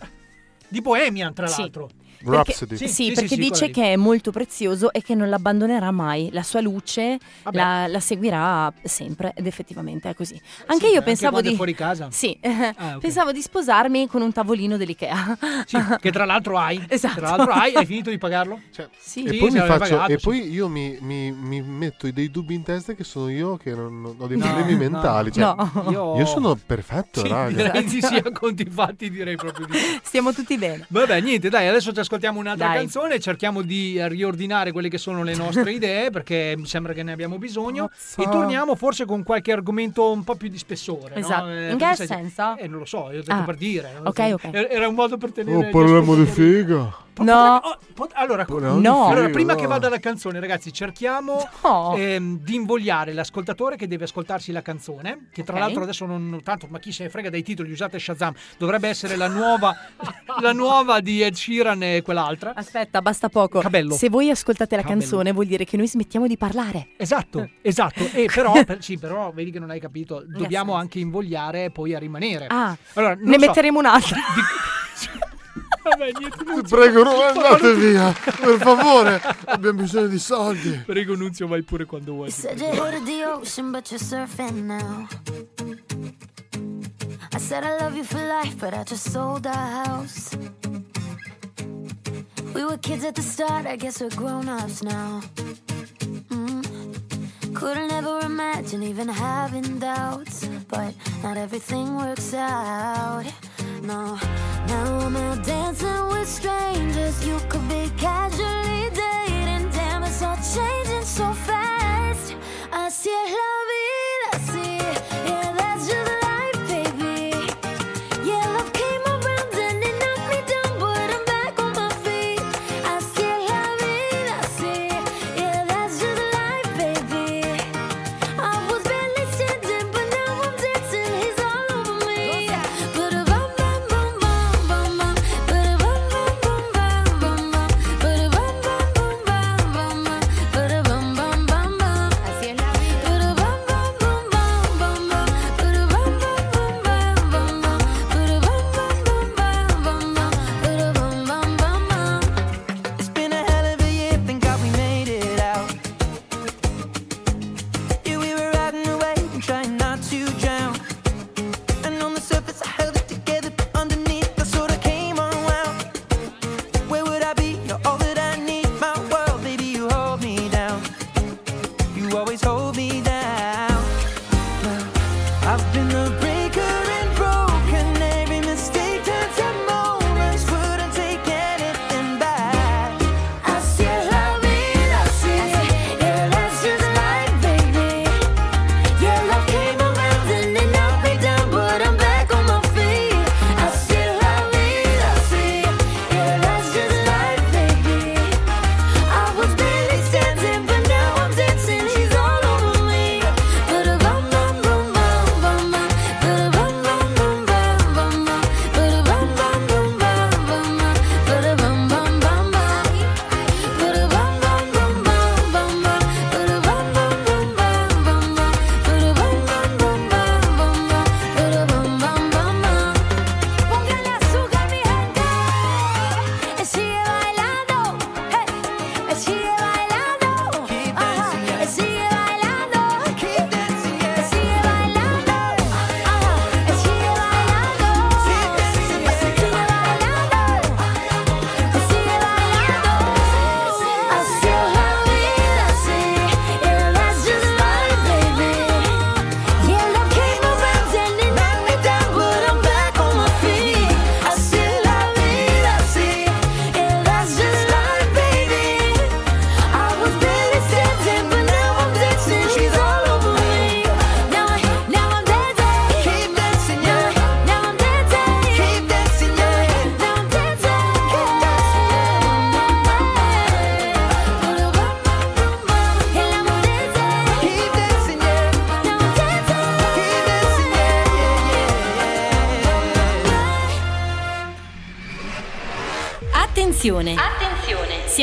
S3: Di Bohemian, tra
S2: Sì. *laughs*
S3: l'altro.
S2: Perché-
S6: Rhapsody.
S2: Sì,
S3: Sì, sì,
S2: perché
S3: sì,
S2: dice
S3: quella lì.
S2: che è molto prezioso e che non l'abbandonerà mai. La sua luce
S3: Vabbè.
S2: la, la seguirà sempre ed effettivamente è così. Anche io
S3: Sì, anche
S2: pensavo
S3: quando è
S2: di...
S3: fuori casa.
S2: Sì, *laughs*
S3: Ah, ok.
S2: pensavo di sposarmi con un tavolino dell'Ikea.
S3: Sì, che tra l'altro hai.
S2: Esatto.
S3: Tra l'altro hai, hai finito di pagarlo?
S2: Sì.
S6: E poi, mi
S3: se l'aveva
S6: faccio-
S3: pagato,
S6: e
S3: sì.
S6: poi io mi, mi- mi metto dei dubbi in testa che sono io che non, non- ho dei
S3: No,
S6: problemi
S3: no,
S6: mentali. cioè,
S2: no.
S3: Io-
S6: Io sono perfetto,
S3: Sì,
S6: raga.
S3: direi di sì, a conti fatti direi proprio di
S2: *laughs*
S3: sì.
S2: Stiamo tutti bene.
S3: Vabbè, niente, dai, adesso ci ascoltiamo un'altra
S2: Dai.
S3: canzone, cerchiamo di eh, riordinare quelle che sono
S2: *laughs*
S3: le nostre idee, perché mi sembra che ne abbiamo bisogno, e torniamo forse con qualche argomento un po' più di spessore. no?
S2: Esatto.
S3: Eh,
S2: In
S3: perché
S2: che
S3: sai-
S2: senso?
S3: Eh, non lo so, io ho detto
S2: Ah.
S3: per dire. eh,
S2: Ok, ok.
S3: Era- Era un modo per tenere...
S6: Oh,
S3: gli
S6: parliamo di
S3: ascoltatori-
S6: figa.
S2: No,
S3: Oh, Pot- Allora,
S6: Parliamo di
S2: No.
S6: figa,
S3: allora, prima
S6: no.
S3: che vada la canzone, ragazzi, cerchiamo
S2: No.
S3: ehm, di invogliare l'ascoltatore che deve ascoltarsi la canzone. Che tra
S2: Ok.
S3: l'altro adesso non tanto, ma chi se ne frega dai titoli, usate Shazam. Dovrebbe essere la nuova, *laughs* la nuova di Ed Sheeran e quell'altra.
S2: aspetta, basta poco.
S3: Cabello.
S2: Se voi ascoltate la
S3: Cabello.
S2: canzone vuol dire che noi smettiamo di parlare. Eh.
S3: Esatto, esatto.
S2: *laughs*
S3: E però, per- sì, però vedi che non hai capito. Dobbiamo anche invogliare poi a rimanere.
S2: Ah,
S3: Allora, non
S2: ne
S3: so.
S2: metteremo
S3: *laughs*
S2: un'altra. *laughs*
S3: Vabbè, niente, non
S6: Ti
S3: ci-
S6: prego, non
S3: Fa-
S6: andate via. Per favore, abbiamo bisogno di soldi.
S3: Prego, Nunzio, vai pure quando vuoi.
S7: You said you hated the ocean, but you're surfing now. I said I love you for life, but I just sold our house. We were kids at the start, I guess we're grown ups now. Mm. Couldn't ever imagine even having doubts, but not everything works out. No, now I'm out dancing with strangers. You could be casually dating. Damn, it's all changing so fast. I see it loving, I see it. Yeah, that's just life, baby. Yeah, love came around and it knocked me down, but I'm back on my feet. I still have it, I see it. Yeah, that's just life, baby. I was barely standing, but now I'm dancing. He's all over me. But a bum bum bum bum bum bum, but a bum bum bum bum bum bum, but a bum
S5: Attenzione!
S10: Attenzione!
S5: Si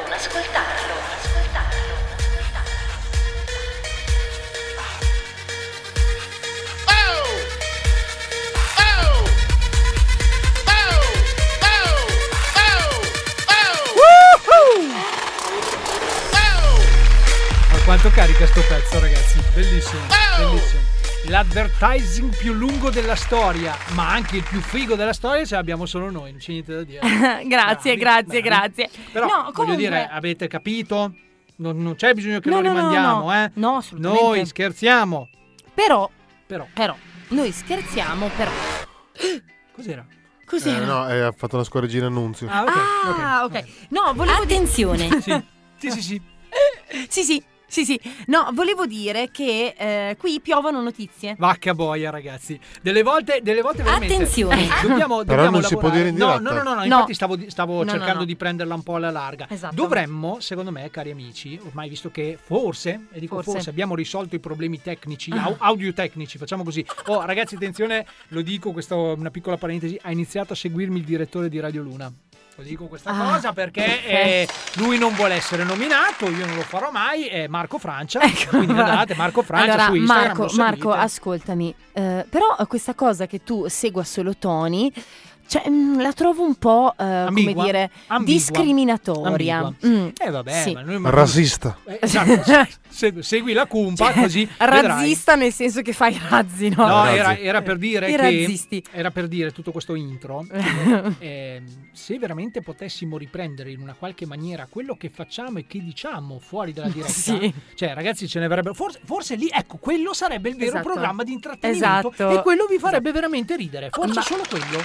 S10: non ascoltarlo.
S13: Oh,
S3: Ma quanto carica sto pezzo, ragazzi? Bellissimo, bellissimo. L'advertising più lungo della storia, ma anche il più figo della storia, ce l'abbiamo solo noi, non c'è niente da dire.
S2: *laughs* grazie, grazie,
S3: bravi.
S2: grazie.
S3: Però
S2: no,
S3: voglio
S2: comunque-
S3: dire, avete capito? Non, non c'è bisogno che
S2: No,
S3: lo
S2: no, no,
S3: rimandiamo,
S2: no.
S3: eh?
S2: No, assolutamente.
S3: Noi scherziamo.
S2: Però,
S3: però,
S2: noi scherziamo, però.
S3: *gasps* Cos'era?
S2: Cos'era?
S6: Eh, no, eh, ha fatto una scorreggina annunzio.
S3: Ah,
S2: Ah, ok. No, volevo
S5: Attenzione.
S3: Sì. Sì, sì, sì.
S2: *laughs* sì, sì, sì, sì. No, volevo dire che eh, qui piovono notizie.
S3: Vacca boia, ragazzi. Delle volte, delle volte veramente.
S2: Attenzione.
S3: Dobbiamo,
S6: Però
S3: dobbiamo
S6: non si può
S3: lavorare.
S6: dire in diretta.
S3: No, no, no, no,
S6: No.
S3: infatti stavo, di- stavo
S6: No, no,
S3: cercando
S6: no.
S3: di prenderla un po' alla larga.
S6: Esatto.
S3: Dovremmo, secondo me, cari amici, ormai visto che forse, e dico forse,
S6: Forse.
S3: abbiamo risolto i problemi tecnici,
S6: Ah.
S3: au- audio-tecnici, facciamo così. Oh, ragazzi, attenzione, lo dico, questa è una piccola parentesi, ha iniziato a seguirmi il direttore di Radio Luna. Lo dico questa
S6: Ah,
S3: cosa perché eh,
S6: perfetto.
S3: lui non vuole essere nominato, io non lo farò mai, è Marco Francia.
S6: Ecco,
S3: quindi andate, Marco Francia
S2: allora,
S3: su Instagram.
S2: Marco,
S3: lo seguite.
S2: Marco, ascoltami. eh, però questa cosa che tu segua solo Tony, cioè, mh, la trovo un po', eh,
S3: Ambigua.
S2: come dire,
S3: Ambigua.
S2: discriminatoria.
S3: Ambigua.
S2: Mm.
S3: Eh vabbè,
S2: Sì.
S3: ma noi-
S6: Rasista.
S3: Eh, esatto, se- segui, segui la cumpa così vedrai.
S2: Cioè, Razzista nel senso che fai razzi, no?
S3: No, era, era per dire
S2: I
S3: che
S2: razzisti.
S3: era per dire tutto
S2: *laughs*
S3: questo intro. ehm, se veramente potessimo riprendere in una qualche maniera quello che facciamo e che diciamo
S2: *laughs*
S3: fuori dalla diretta,
S2: Sì.
S3: cioè ragazzi, ce ne avrebbero forse, forse lì, ecco, quello sarebbe il vero
S2: Esatto.
S3: programma di intrattenimento
S2: Esatto.
S3: e quello vi farebbe veramente ridere. Forse
S2: Ma-
S3: solo quello.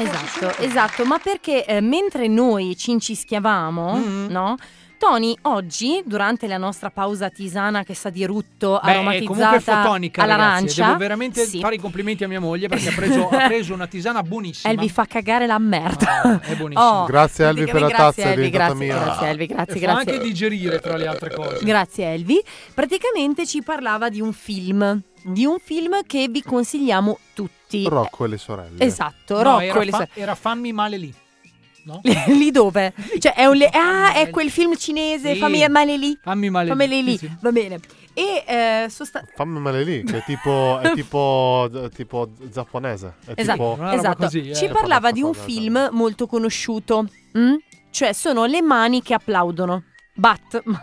S2: Esatto, esatto, ma perché eh, mentre noi cincischiavamo,
S3: Mm-hmm.
S2: no? Tony oggi, durante la nostra pausa tisana che sa di rutto,
S3: Beh, è comunque
S2: aromatizzata
S3: fotonica, ragazzi.
S2: all'arancia,
S3: e Devo veramente
S2: sì,
S3: fare i complimenti a mia moglie perché ha preso,
S2: *laughs*
S3: ha preso una tisana buonissima.
S2: Elvi fa cagare la merda.
S3: Ah,
S2: *laughs*
S3: È buonissima.
S2: Oh, Grazie, Elvi, per la grazie, tazza, è Elvi, diventata grazie, mia. grazie, Elvi, grazie,
S3: E
S2: grazie.
S3: Fa anche digerire tra le altre cose.
S2: Grazie Elvi. Praticamente ci parlava di un film, di un film che vi consigliamo tutti.
S6: Rocco e le sorelle.
S2: Esatto,
S3: No,
S2: Rocco
S3: era,
S2: e le
S3: fa-
S2: sorelle.
S3: era fammi male lì.
S2: *laughs* lì dove? Cioè, è un le- ah, è quel film cinese,
S3: Sì.
S2: fammi male lì.
S3: Fammi male
S2: Fammi
S3: lì,
S2: male lì.
S3: sì, sì.
S2: Va bene. E eh, sosta-
S6: Fammi male lì, che è tipo,
S3: *laughs*
S6: è tipo, eh, tipo giapponese. È
S2: Esatto,
S6: tipo...
S2: esatto.
S3: eh.
S2: ci parlava di un film molto conosciuto, mm? cioè sono le mani che applaudono. Batman.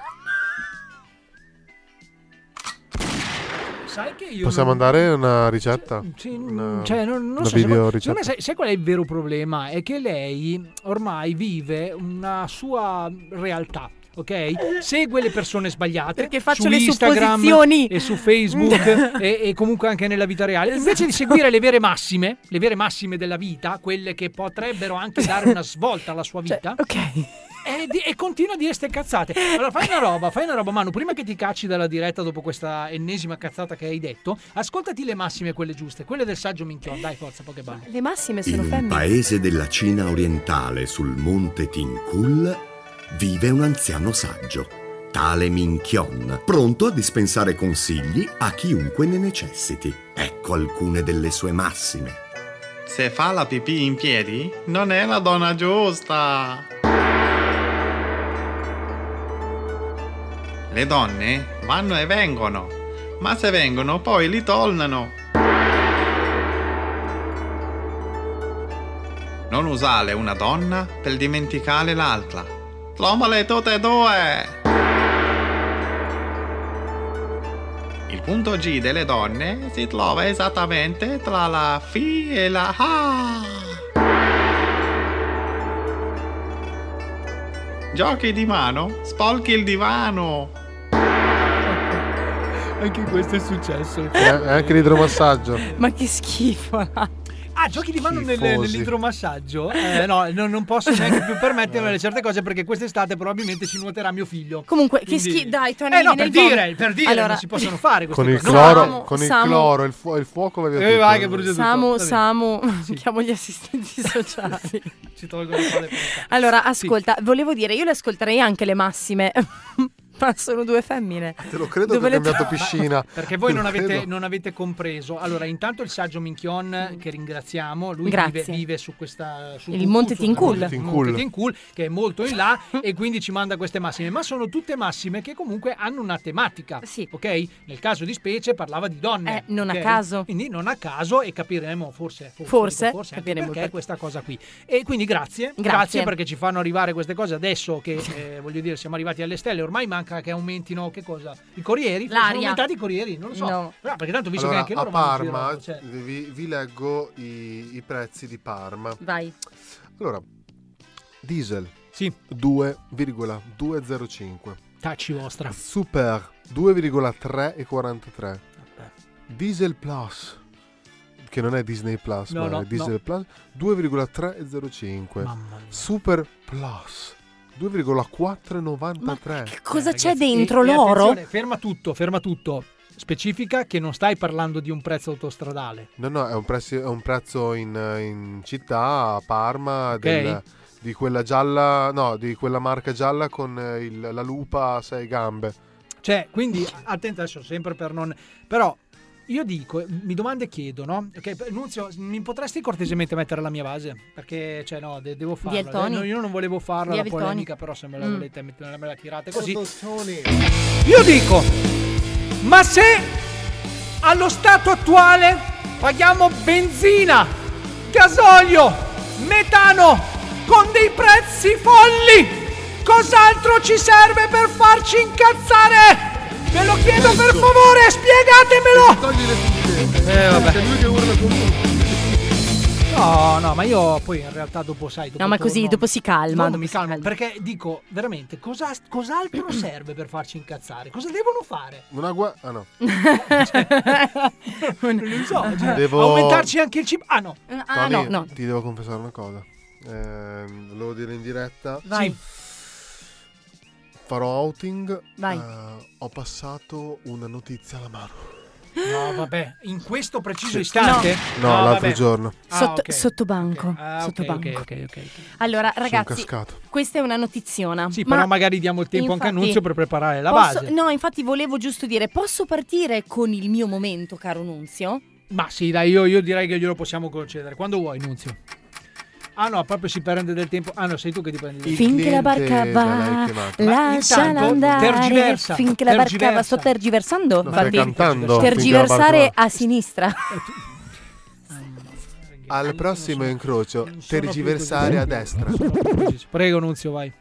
S3: Sai che io.
S6: Possiamo
S3: non-
S6: andare a una ricetta?
S3: Sì,
S6: Una-
S2: eh,
S3: cioè, non, non
S6: una
S3: so se-
S6: video
S3: secondo me
S6: ricetta.
S3: sai, sai qual è il vero problema? È che lei ormai vive una sua realtà. Ok? Segue le persone sbagliate
S2: Perché faccio
S3: su
S2: le
S3: Instagram
S2: supposizioni.
S3: e
S2: *laughs*
S3: su Facebook e, e comunque anche nella vita reale. Invece di seguire le vere massime, le vere massime della vita, quelle che potrebbero anche dare una svolta alla sua vita, e, di- e continua a dire ste cazzate. Allora fai una roba, fai una roba, Manu. Prima che ti cacci dalla diretta dopo questa ennesima cazzata che hai detto, ascoltati le massime, quelle giuste, quelle del saggio minchion. Dai, forza, poche balle.
S2: Le massime
S1: In
S2: sono
S1: un
S2: femmine.
S1: paese della Cina orientale, sul monte Tinkul, vive un anziano saggio, tale Minchion, pronto a dispensare consigli a chiunque ne necessiti. Ecco alcune delle sue massime.
S9: Se fa la pipì in piedi, non è la donna giusta. Le donne vanno e vengono, ma se vengono poi li tornano. Non usare una donna per dimenticare l'altra. Trombale tutte e due! Il punto G delle donne si trova esattamente tra la FI e la A. Giochi di mano, sporchi il divano.
S3: *laughs* Anche questo è successo.
S6: E anche Eh, l'idromassaggio.
S2: Ma che schifo.
S3: Ah, giochi di mano nel-
S6: Schifosi.
S3: nell'idromassaggio? Eh, no, non, non posso neanche più permettermi certe cose perché quest'estate probabilmente ci nuoterà mio figlio.
S2: *laughs* Comunque, che
S3: Quindi-
S2: schifo. Dai, Tony.
S3: Eh no,
S2: vieni nel
S3: per
S2: vomito.
S3: dire, per dire,
S2: Allora-
S3: non si possono fare queste
S6: Con il
S3: cose.
S6: cloro,
S2: Samu,
S6: con il,
S2: Samu.
S6: cloro il, fuo- il fuoco va via
S3: Eh,
S6: tutto.
S3: vai che brucia tutto.
S2: Samu,
S3: Va bene.
S2: Samu, *laughs* chiamo gli
S3: *laughs*
S2: assistenti sociali.
S3: Ci tolgono le palle.
S2: Allora, ascolta, volevo dire, io le ascolterei anche le massime, *laughs* ma sono due femmine.
S6: *laughs* Te lo credo
S2: Dove
S6: che ho
S2: le
S6: cambiato
S2: tro-
S6: piscina.
S3: *laughs* Perché voi
S6: Te lo
S3: non avete,
S6: credo.
S3: non avete compreso. Allora, intanto il saggio Minchion, che ringraziamo, lui
S2: Grazie.
S3: vive, vive su questa... Su
S2: Il
S3: Tuncu,
S2: Monte
S3: su-
S2: Tincul.
S3: Monte Tincul.
S6: Monte
S3: Monte Tincul, che è molto in
S2: *laughs*
S3: là e quindi ci manda queste massime. Ma sono tutte massime che comunque hanno una tematica. Sì. Ok? Nel caso di specie parlava di donne.
S2: Eh, non a
S3: ok?
S2: caso.
S3: Quindi non a caso e capiremo forse...
S2: Forse,
S3: dico anche
S2: capiremo il
S3: perché
S2: perché.
S3: questa cosa qui. E quindi grazie. Grazie. perché ci fanno arrivare queste cose adesso che, eh, voglio dire, siamo arrivati alle stelle. Ormai manca che aumentino, che cosa? I corrieri? Forse
S2: L'aria.
S3: Sono aumentati i corrieri? Non lo so.
S2: No.
S3: No, perché tanto visto
S6: Allora,
S3: che anche
S6: a
S3: loro mangiano
S6: Parma
S3: girato, cioè-
S6: vi, vi leggo i, i prezzi di Parma.
S2: Vai.
S6: Allora, diesel
S3: sì.
S6: 2,205.
S3: Tacci vostra.
S6: Super 2,343. Diesel Plus che non è Disney Plus,
S3: No,
S6: ma
S3: no,
S6: è Diesel Plus 2,305. Super Plus 2,493.
S2: cosa c'è
S3: Eh, E- e attenzione, Ferma tutto, ferma tutto. Specifica che non stai parlando di un prezzo autostradale.
S6: No, no, è un prezzo, è un prezzo in, in città, a Parma, del- di quella gialla, no, di quella marca gialla con eh, il- la lupa a sei gambe.
S3: Cioè, quindi attento adesso, sempre per non. Però io dico, mi domande e chiedo, no? Ok, per- Nunzio, mi potresti cortesemente mettere la mia base? Perché, cioè, no, de- devo farlo.
S2: Via il Tony.
S3: Eh, no, Io non volevo farla
S2: Via
S3: la
S2: il Tony.
S3: polemica, però se me la
S2: Mm.
S3: volete, me la- me la tirate così. Io dico, ma se allo stato attuale paghiamo benzina, gasolio, metano con dei prezzi folli, cos'altro ci serve per farci incazzare? Ve lo chiedo per favore,
S13: oh.
S3: spiegatemelo! Eh vabbè. No, no, ma io poi in realtà dopo sai... Dopo
S2: No, ma così
S3: torno-
S2: dopo si calma.
S3: No, non mi calmo, perché dico, veramente, cosa, cos'altro serve per farci incazzare? Cosa devono fare?
S6: Una gua... Ah no.
S3: non lo so. cioè,
S6: Devo-
S3: Aumentarci anche il cibo. Ah no.
S6: Tony, Ti devo confessare una cosa. Ehm, volevo dire in diretta.
S3: Vai.
S6: Farò outing.
S3: Vai.
S6: Eh, ho passato una notizia alla mano.
S3: No, vabbè, in questo preciso istante.
S6: Oh! No, l'altro giorno.
S2: Sotto, Sottobanco.
S3: Ah, ok,
S2: sottobanco.
S3: ok, ok, ok.
S2: Allora,
S3: Sono
S2: ragazzi,
S3: cascato.
S2: questa è una notiziona.
S3: Sì,
S2: ma
S3: però magari diamo il tempo anche a
S2: infatti-
S3: Nunzio per preparare la
S2: posso-
S3: base.
S2: No, infatti volevo giusto dire, posso partire con il mio momento, caro Nunzio?
S3: Ma sì, dai, io, io direi che glielo possiamo concedere. Quando vuoi, Nunzio. Ah no, proprio si prende del tempo. Ah no, sei tu che ti prendi del tempo.
S2: Finché la barca va, lasciala
S3: Intanto,
S2: andare.
S3: tergiversa,
S2: Finché la barca va,
S3: tergiversa.
S2: sto tergiversando.
S6: No,
S2: infatti.
S6: stai cantando, finché la
S2: Tergiversare
S6: barca
S2: a sinistra.
S3: *laughs*
S6: Al prossimo incrocio, tergiversare a destra.
S3: Prego, Nunzio, vai.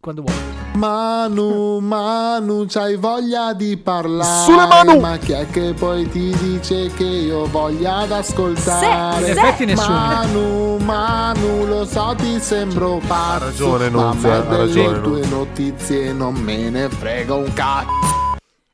S3: Quando vuoi.
S6: Manu, Manu, c'hai voglia di parlare?
S3: Sulle Manu!
S6: Ma chi è che poi ti dice che io voglia ad ascoltare?
S3: Se, In se. effetti nessuno.
S6: Manu, Manu, lo so ti sembro pazzo.
S15: Ha ragione,
S6: ma a
S15: Nunzio,
S6: me
S15: ha
S6: delle
S15: ragione,
S6: tue notizie non me ne frega un cazzo.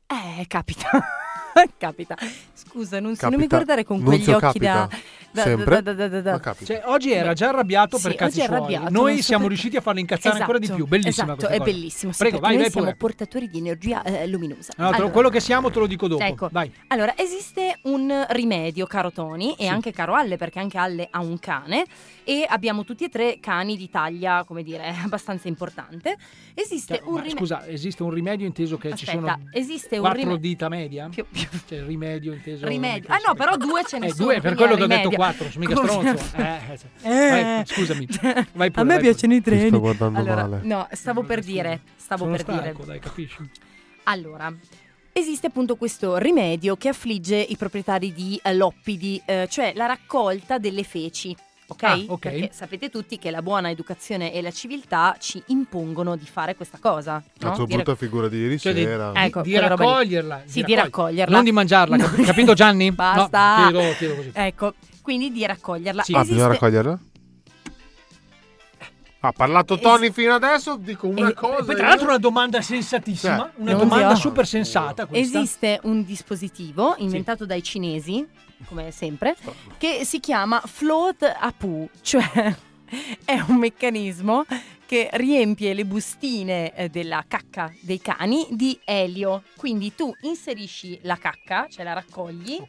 S2: Eh, capita. *laughs* capita. Scusa, non, non mi
S6: Capita.
S2: guardare con
S6: Nunzio
S2: quegli occhi da,
S6: capita.
S2: da-
S6: Sempre.
S2: da- da- da- da-
S6: Ma capita.
S3: Cioè, oggi era già arrabbiato per
S2: Sì,
S3: cazzi
S2: oggi è
S3: suoi.
S2: arrabbiato, non
S3: Noi
S2: so
S3: siamo
S2: perché.
S3: riusciti a farlo incazzare ancora di
S2: Esatto,
S3: più. Bellissima
S2: Esatto,
S3: questa
S2: è
S3: cosa.
S2: bellissimo. sì,
S3: Prego,
S2: perché
S3: vai,
S2: noi
S3: vai
S2: siamo
S3: pure.
S2: portatori di energia eh, luminosa.
S3: No, te lo-
S2: Allora,
S3: quello che siamo te lo dico dopo.
S2: Ecco.
S3: Vai.
S2: allora, esiste un rimedio, caro Tony, e anche caro Alle, perché anche Alle ha un cane e abbiamo tutti e tre cani di taglia, come dire, *laughs* abbastanza importante. Esiste un
S3: Cioè, Ma
S2: rimedio.
S3: scusa, esiste un rimedio inteso che ci
S2: Aspetta,
S3: sono
S2: esiste un
S3: quattro
S2: rime-
S3: dita media? Cioè, il rimedio inteso.
S2: Rimedio. Ah no, però due ce ne
S3: Eh,
S2: sono.
S3: due, per
S2: quindi
S3: quello
S2: è
S3: che ho detto
S2: rimedio.
S3: quattro, sono mica
S2: Come- *laughs*
S3: stronzo. Eh,
S2: Eh. *laughs*
S3: vai, scusami. Vai pure,
S2: a me
S3: vai
S2: piacciono
S3: pure.
S2: i treni.
S6: sto guardando
S2: allora,
S6: male.
S2: No, stavo per dire, stavo
S3: Sono
S2: per
S3: stanco,
S2: dire.
S3: dai, capisci?
S2: Allora, esiste appunto questo rimedio che affligge i proprietari di eh, loppidi, eh, cioè la raccolta delle feci. Ok?
S3: Ah, ok.
S2: Perché sapete tutti che la buona educazione e la civiltà ci impongono di fare questa cosa.
S6: La
S2: No?
S6: tua
S2: Di
S6: brutta figura di ieri
S3: Cioè, di-
S6: sera.
S2: rac- ecco,
S3: di
S2: quella roba lì.
S3: raccoglierla, Ah, di
S2: Sì, di
S3: raccogli-
S2: raccoglierla.
S3: Non di mangiarla, cap- capito Gianni?
S2: Basta.
S3: No, chiedo, chiedo così.
S2: Ecco, quindi di raccoglierla.
S3: Sì.
S6: Ah,
S2: Esiste-
S6: bisogna raccoglierla? Ha parlato Tony fino Ah, adesso, dico una
S3: E-
S6: cosa.
S3: poi, tra l'altro, una domanda sensatissima,
S6: Cioè,
S3: una
S6: non
S3: domanda
S6: so.
S3: super sensata questa.
S2: Esiste un dispositivo inventato dai cinesi, come sempre, che si chiama float apu, cioè *laughs* è un meccanismo che riempie le bustine eh, della cacca dei cani di elio. Quindi tu inserisci la cacca, cioè la raccogli.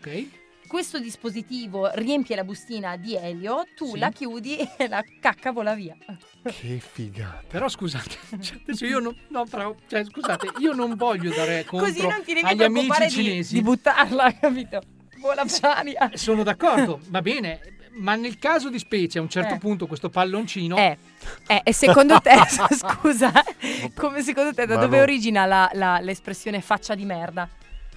S2: Questo dispositivo riempie la bustina di elio, tu la chiudi e la cacca vola via.
S6: Che figata.
S3: Però scusate, *laughs* cioè, adesso io non, no, però, cioè, scusate, io non voglio dare contro
S2: Così non ti devi
S3: agli
S2: preoccupare
S3: amici
S2: di-
S3: cinesi. Eh,
S2: di buttarla, capito? Vola per aria.
S3: Sono d'accordo, va bene, ma nel caso di specie a un certo
S2: Eh.
S3: punto questo palloncino
S2: Eh, eh, e secondo *laughs* te, scusa, come secondo te da
S3: Ma
S2: dove
S3: no.
S2: origina la- la- l'espressione faccia di merda?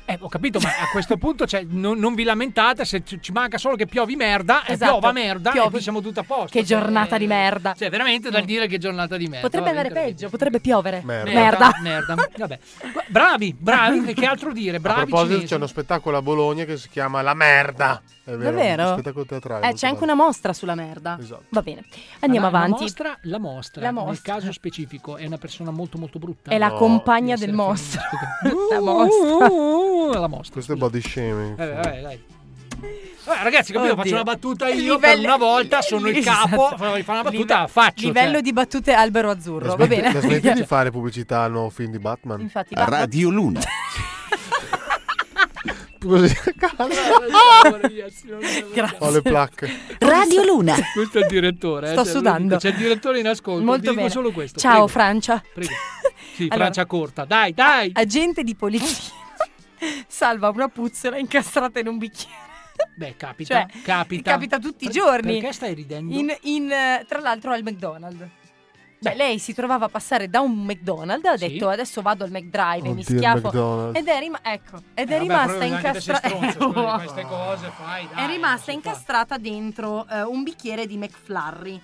S3: Eh, ho capito, ma a questo punto cioè, non, non vi lamentate se ci ci manca solo che piovi merda, e
S2: Esatto,
S3: piova merda, e
S2: piovi.
S3: poi siamo tutti a posto.
S2: Che
S3: Cioè,
S2: giornata di merda. Eh.
S3: Cioè, veramente dal dire che giornata di merda.
S2: potrebbe
S3: vabbè,
S2: andare peggio, potrebbe piovere.
S6: Merda.
S2: Merda.
S3: Merda. Vabbè. Gu- Bravi, bravi, che altro dire,
S6: A
S3: bravi
S6: proposito,
S3: cinesi.
S6: c'è uno spettacolo a Bologna che si chiama La Merda. È vero?
S2: Davvero?
S6: Uno spettacolo teatrale.
S2: Eh, c'è anche una mostra sulla merda.
S6: Esatto.
S2: Va bene, andiamo
S3: Ma la-
S2: avanti.
S3: La mostra, la mostra,
S2: La
S3: nel
S2: mostra.
S3: caso specifico, è una persona molto molto brutta.
S2: È la compagna del mostro. *laughs* la mostra.
S3: la mostra. Eh,
S6: Questo è body shaming.
S3: Vabbè, vabbè, dai. Vabbè, ragazzi, capito? Faccio
S2: Oddio.
S3: una battuta
S2: Il
S3: io
S2: livello-
S3: per una volta, sono il capo,
S2: Esatto.
S3: fa fa una battuta,
S2: Live-
S3: la faccio.
S2: Livello
S3: cioè.
S2: di battute albero azzurro, va bene. *laughs*
S6: La smetti di fare pubblicità al nuovo film di Batman?
S2: Infatti, Batman-
S20: Radio
S2: *laughs*
S20: Luna.
S6: Così.
S2: Grazie.
S6: Ho le placche.
S2: Radio Luna.
S3: *laughs* Questo è il direttore. eh,
S2: Sto
S3: cioè,
S2: sudando.
S3: C'è il direttore in ascolto.
S2: Molto
S3: vi dico
S2: bene.
S3: solo questo.
S2: Ciao
S3: prego.
S2: Francia.
S3: Prego. Sì,
S2: Allora.
S3: Francia corta. Dai, dai.
S2: Agente di polizia salva una puzzola incastrata in un bicchiere.
S3: Beh, capita.
S2: Cioè,
S3: capita.
S2: capita tutti i
S3: Per-
S2: giorni.
S3: Perché stai ridendo?
S2: In- in, eh, tra l'altro al McDonald's. Cioè, lei si trovava a passare da un McDonald's, ha detto adesso vado al McDrive e mi
S6: Oddio, il
S2: schiaffo.
S6: McDonald's.
S2: Ed è, rima- ecco, ed
S3: Eh,
S2: è
S3: vabbè,
S2: rimasta
S3: proprio anche te sei
S2: incastrata. *laughs*
S3: stronzo, scusa, di queste cose fai, dai.
S2: è rimasta incastrata dentro eh, un bicchiere di McFlurry.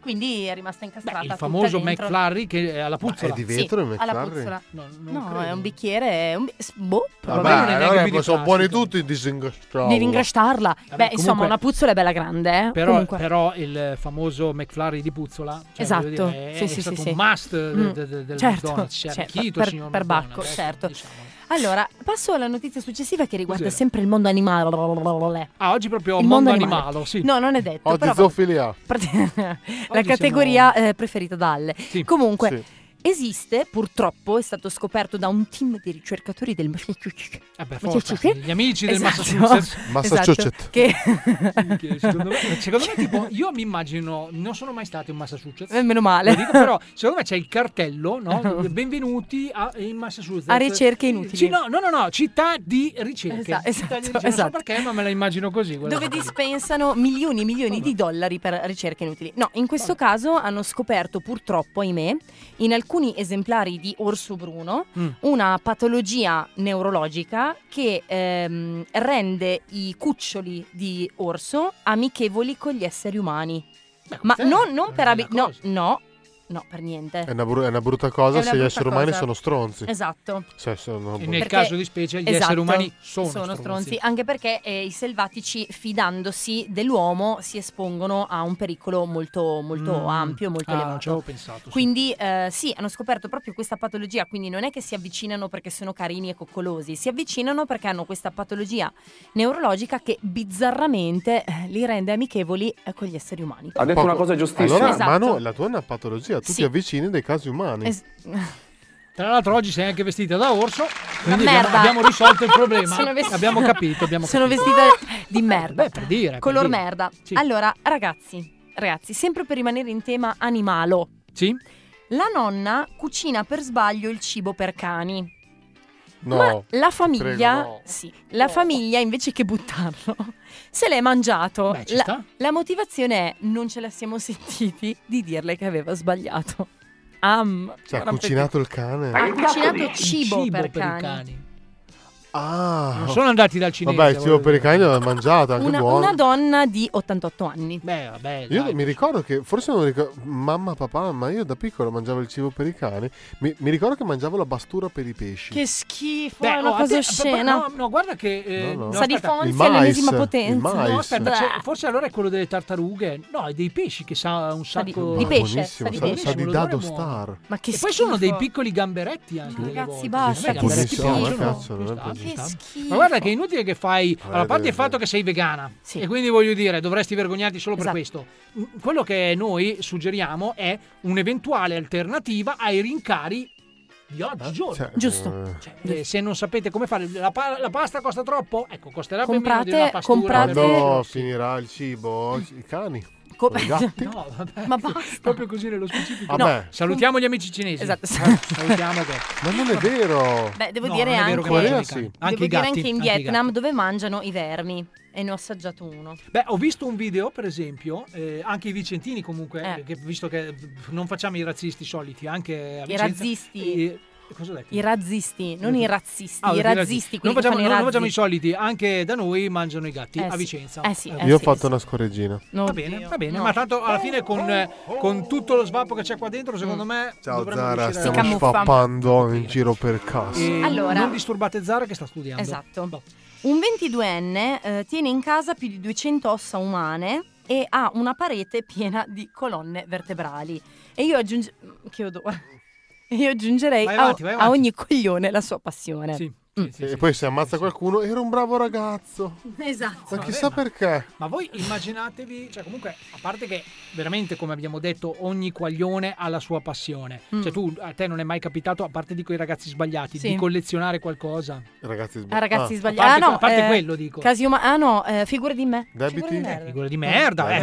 S2: Quindi è rimasta incastrata.
S3: Il
S2: tutta
S3: famoso
S2: dentro.
S3: McFlurry che è alla puzzola.
S6: di vetro il
S2: alla
S6: McFlurry?
S2: puzzola.
S3: No,
S2: No, è un bicchiere. È un bi- s- boh,
S6: Vabbè,
S2: probabilmente.
S3: neanche
S6: allora
S3: più di
S6: sono
S3: plastica.
S6: buoni tutti i disingrassati.
S2: Devi ingrastarla. Beh,
S3: comunque-
S2: insomma, una puzzola è bella grande. Eh?
S3: Però,
S2: Comunque.
S3: però il famoso McFlurry di Puzzola cioè,
S2: esatto.
S3: voglio dire, è,
S2: sì,
S3: è
S2: sì,
S3: stato
S2: sì, sì.
S3: un must de-
S2: Mm,
S3: de- de- del
S2: certo,
S3: McDonald's. Cioè,
S2: certo,
S3: arrachito,
S2: per,
S3: signor
S2: per
S3: McDonald's,
S2: Bacco,
S3: ecco,
S2: certo.
S3: diciamo.
S2: Allora, passo alla notizia successiva che riguarda
S3: Cos'era?
S2: sempre il mondo animale.
S3: Ah, oggi proprio
S2: Il
S3: mondo,
S2: mondo
S3: animale.
S2: animale.
S3: sì.
S2: No, non è detto.
S6: Oggi
S2: però vabbè.
S6: zoofilia.
S2: la categoria eh, preferita da Alle. Comunque,
S6: Sì.
S2: esiste, purtroppo, è stato scoperto da un team di ricercatori
S3: Eh
S2: del *laughs* Massachusetts.
S3: per forza, gli amici
S2: *laughs*
S3: del Massachusetts.
S6: Massachusetts.
S2: Esatto. che *laughs*
S3: Che secondo me, secondo me, tipo, io mi immagino, non sono mai stato in Massachusetts.
S2: Eh, meno male.
S3: Lo
S2: *laughs*
S3: dico, però, secondo me c'è il cartello, no? Benvenuti a, in Massachusetts.
S2: A ricerche inutili.
S3: Sì, no, no, no, no, città di ricerche.
S2: Esa-
S3: Città di
S2: esatto,
S3: ricerche.
S2: esatto.
S3: Non so perché, ma me la immagino così. guarda.
S2: dove dispensano milioni e milioni di dollari per ricerche inutili. No, in questo caso hanno scoperto purtroppo, ahimè, in alcuni esemplari di orso bruno
S15: Mm.
S2: una patologia neurologica che ehm, rende i cuccioli di orso amichevoli con gli esseri umani. Ma non, non per abitudine, no, no, no, per niente.
S6: È una, bru- è una brutta cosa
S2: È una
S6: se gli
S2: brutta
S6: esseri umani
S2: cosa.
S6: sono stronzi.
S2: Esatto.
S6: Cioè, sono
S3: E nel
S2: Perché-
S3: caso di specie, gli
S2: esatto,
S3: esseri umani sono,
S2: stronzi. anche perché eh, i selvatici fidandosi dell'uomo si espongono a un pericolo molto, molto
S3: Mm.
S2: ampio e molto
S3: Ah, non
S2: elevato.
S3: ci avevo pensato, sì.
S2: Quindi eh, sì, hanno scoperto proprio questa patologia, quindi non è che si avvicinano perché sono carini e coccolosi, si avvicinano perché hanno questa patologia neurologica che bizzarramente eh, li rende amichevoli eh, con gli esseri umani.
S14: Ha detto una cosa giustissima.
S6: Allora,
S2: Esatto.
S6: Manu, la tua è una patologia. Tu
S2: Sì.
S6: ti avvicini dei casi umani.
S2: Es-
S3: Tra l'altro, oggi sei anche vestita da orso. Quindi
S2: Ma
S3: abbiamo,
S2: merda.
S3: abbiamo risolto il
S2: *laughs*
S3: problema.
S2: Sono vestita-
S3: Abbiamo capito. Abbiamo
S2: Sono
S3: capito.
S2: vestita di merda.
S3: Per dire. per
S2: Color
S3: dire.
S2: merda. Allora, ragazzi, ragazzi, sempre per rimanere in tema animalo.
S3: Sì.
S2: La nonna cucina per sbaglio il cibo per cani.
S6: No.
S4: Oh,
S2: Ma la
S6: prego,
S2: famiglia,
S6: no.
S2: sì, la famiglia invece che buttarlo, *laughs* se l'è mangiato.
S6: Beh, ci
S2: la,
S6: sta.
S2: la motivazione è non ce la siamo *laughs* sentiti di dirle che aveva sbagliato. Am.
S6: Cioè, ha
S2: buon appetito.
S6: cucinato il cane.
S2: Ha cucinato
S3: Il
S2: cibo, per,
S3: i
S2: cani.
S6: Ah.
S3: Non sono andati dal cinese,
S6: Vabbè, il cibo
S3: voglio
S6: per i cani l'aveva mangiata, anche
S2: Una,
S6: buono.
S2: una donna di 88 anni.
S3: Beh, vabbè.
S6: Io mi ricordo che, forse non ricordo, mamma, papà, ma io da piccolo mangiavo il cibo per i cani. Mi, mi ricordo che mangiavo la bastura per i pesci.
S2: Che schifo,
S3: Beh,
S2: è una
S3: oh,
S2: cosa
S3: atten-
S2: oscena.
S3: No, no, guarda che... eh,
S6: No, no.
S2: Sa di
S3: aspetta.
S2: Fonzi Il mais, all'ennesima il potenza. Cioè, mais.
S3: No, aspetta, c'è- forse allora è quello delle tartarughe. No, è dei pesci che sa un
S2: Sa di-
S3: sacco...
S6: Ah,
S2: di pesce, Buonissimo, sa di sa- pesce. sa di
S3: L'odore
S6: Dado
S3: è buono.
S6: Star.
S2: Ma che
S3: e poi sono dei
S2: schifo.
S3: piccoli gamberetti anche. delle
S2: ragazzi,
S3: volte.
S2: basta,
S3: Secondo me i
S6: che
S3: gamberetti
S6: schifo.
S3: piccoli
S6: Eh,
S3: sono-
S6: cazzo, non è
S3: ci sta, ci
S6: possibile.
S3: sta.
S6: Che
S3: Ma guarda che è inutile che fai... Allora, a parte
S6: deve-
S3: il fatto che sei vegana. E quindi voglio dire, dovresti vergognarti solo
S2: Esatto.
S3: per questo. Mm, Quello che noi suggeriamo è un'eventuale alternativa ai rincari di oggigiorno.
S6: Cioè, Giusto. eh.
S3: Cioè, eh, se non sapete come fare, la, pa- la pasta costa troppo? Ecco, costerà
S2: Comprate-
S3: ben meno di una pastura.
S6: Quando finirà il cibo, i cani.
S2: Co- *laughs*
S6: i gatti.
S3: No, vabbè. Ma basta.
S21: Cioè,
S3: Proprio così nello specifico.
S6: Vabbè.
S3: No, salutiamo gli amici cinesi.
S2: Esatto.
S3: Eh, salutiamo che...
S6: Ma non è vero.
S2: Beh, devo
S3: No,
S2: dire
S3: non è
S2: anche,
S3: vero che
S6: Corea
S3: mangiano i
S6: sì.
S3: cani. Anche
S2: devo
S3: i
S2: dire
S3: gatti,
S2: anche in
S3: anche i
S2: Vietnam dove mangiano i vermi e ne ho assaggiato uno.
S3: Beh, ho visto un video, per esempio, eh, anche i vicentini comunque, eh, che- visto che pff, non facciamo i razzisti soliti, anche a
S2: I
S3: Vicenza,
S2: razzisti.
S3: eh, cosa ho detto?
S2: I razzisti, non i razzisti,
S3: Ah,
S2: i
S3: i
S2: razzisti,
S3: non
S2: quelli
S3: facciamo,
S2: che
S3: non-
S2: fanno
S3: non
S2: i
S3: facciamo i
S2: razzi.
S3: soliti, anche da noi mangiano i gatti
S2: Eh
S3: a
S2: sì.
S3: Vicenza.
S2: Eh sì, eh
S6: Io ho
S2: sì,
S6: fatto una scorreggina.
S3: Va bene, va bene, ma tanto alla fine con, eh, con tutto lo svappo che c'è qua dentro, secondo me
S6: Mm. Ciao
S3: dovremmo
S6: Zara,
S3: riuscire a-
S6: stiamo sfappando in giro per casa.
S3: Eh,
S2: Allora-
S3: Non disturbate Zara che sta studiando. Boh.
S2: Esatto. Un 22enne eh, tiene in casa più di 200 ossa umane e ha una parete piena di colonne vertebrali. E io aggiunge- che odore. E *laughs* io aggiungerei
S6: Vai
S2: a-
S6: avanti, vai
S2: a,
S6: avanti.
S2: ogni coglione la sua passione.
S3: Sì.
S6: e poi se ammazza qualcuno, era un bravo ragazzo.
S2: Esatto.
S6: Ma chissà perché.
S3: Ma voi immaginatevi, cioè comunque, a parte che veramente come abbiamo detto, ogni quaglione ha la sua passione.
S2: Mm.
S3: Cioè tu, a te non è mai capitato, a parte di quei ragazzi sbagliati,
S2: Sì.
S3: di collezionare qualcosa.
S6: Ragazzi sbagliati.
S2: Ah, ragazzi
S3: Ah.
S2: sbagliati.
S3: A
S2: Ah,
S3: parte-
S2: no,
S3: a parte
S2: eh,
S3: quello, dico.
S2: Casi umani. Ah no, eh, figura di me. Figura di merda.
S3: Figure di merda, eh,
S2: Figure di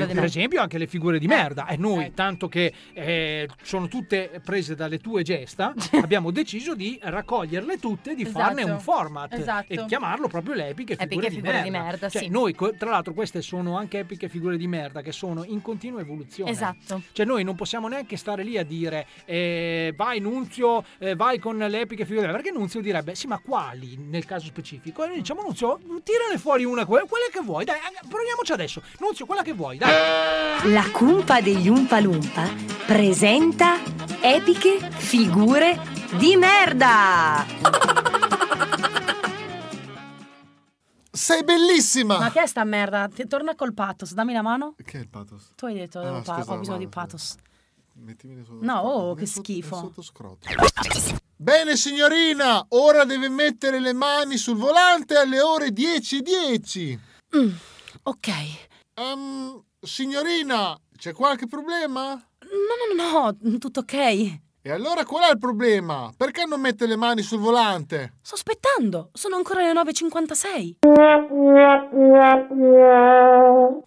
S3: per
S2: merda. Eh.
S3: esempio anche le figure di merda. E noi, tanto che eh, sono tutte prese dalle tue
S2: *laughs*
S3: gesta, abbiamo deciso di raccoglierle tutte e di
S2: Esatto.
S3: farne un format
S2: Esatto.
S3: e chiamarlo proprio le epiche figure,
S2: Epiche
S3: di,
S2: figure
S3: merda.
S2: di merda,
S3: Cioè,
S2: sì.
S3: Noi, co- tra l'altro, queste sono anche epiche figure di merda che sono in continua evoluzione.
S2: Esatto.
S3: Cioè noi non possiamo neanche stare lì a dire eh, vai Nunzio, eh, vai con le epiche figure, perché Nunzio direbbe sì ma quali nel caso specifico? E noi diciamo Nunzio tirane fuori una, que- quella che vuoi, dai eh, proviamoci adesso, Nunzio quella che vuoi, dai.
S15: La cumpa degli Umpa Lumpa presenta epiche figure di merda!
S6: Sei bellissima!
S4: Ma che è sta merda? Ti- torna col pathos, dammi la mano.
S6: Che è il pathos?
S4: Tu hai detto
S6: Ah,
S4: devo pa-
S6: scusa,
S4: ho bisogno
S6: ma-
S4: di pathos.
S6: Mettimi sotto.
S4: No, oh, che schifo.
S6: Bene signorina, ora deve mettere le mani sul volante alle ore 10.10.
S4: Mm, ok.
S6: Ehm, signorina, c'è qualche problema?
S4: No, no, no, tutto ok.
S6: E allora qual è il problema? Perché non mette le mani sul volante?
S4: Sto aspettando, sono ancora le 9.56.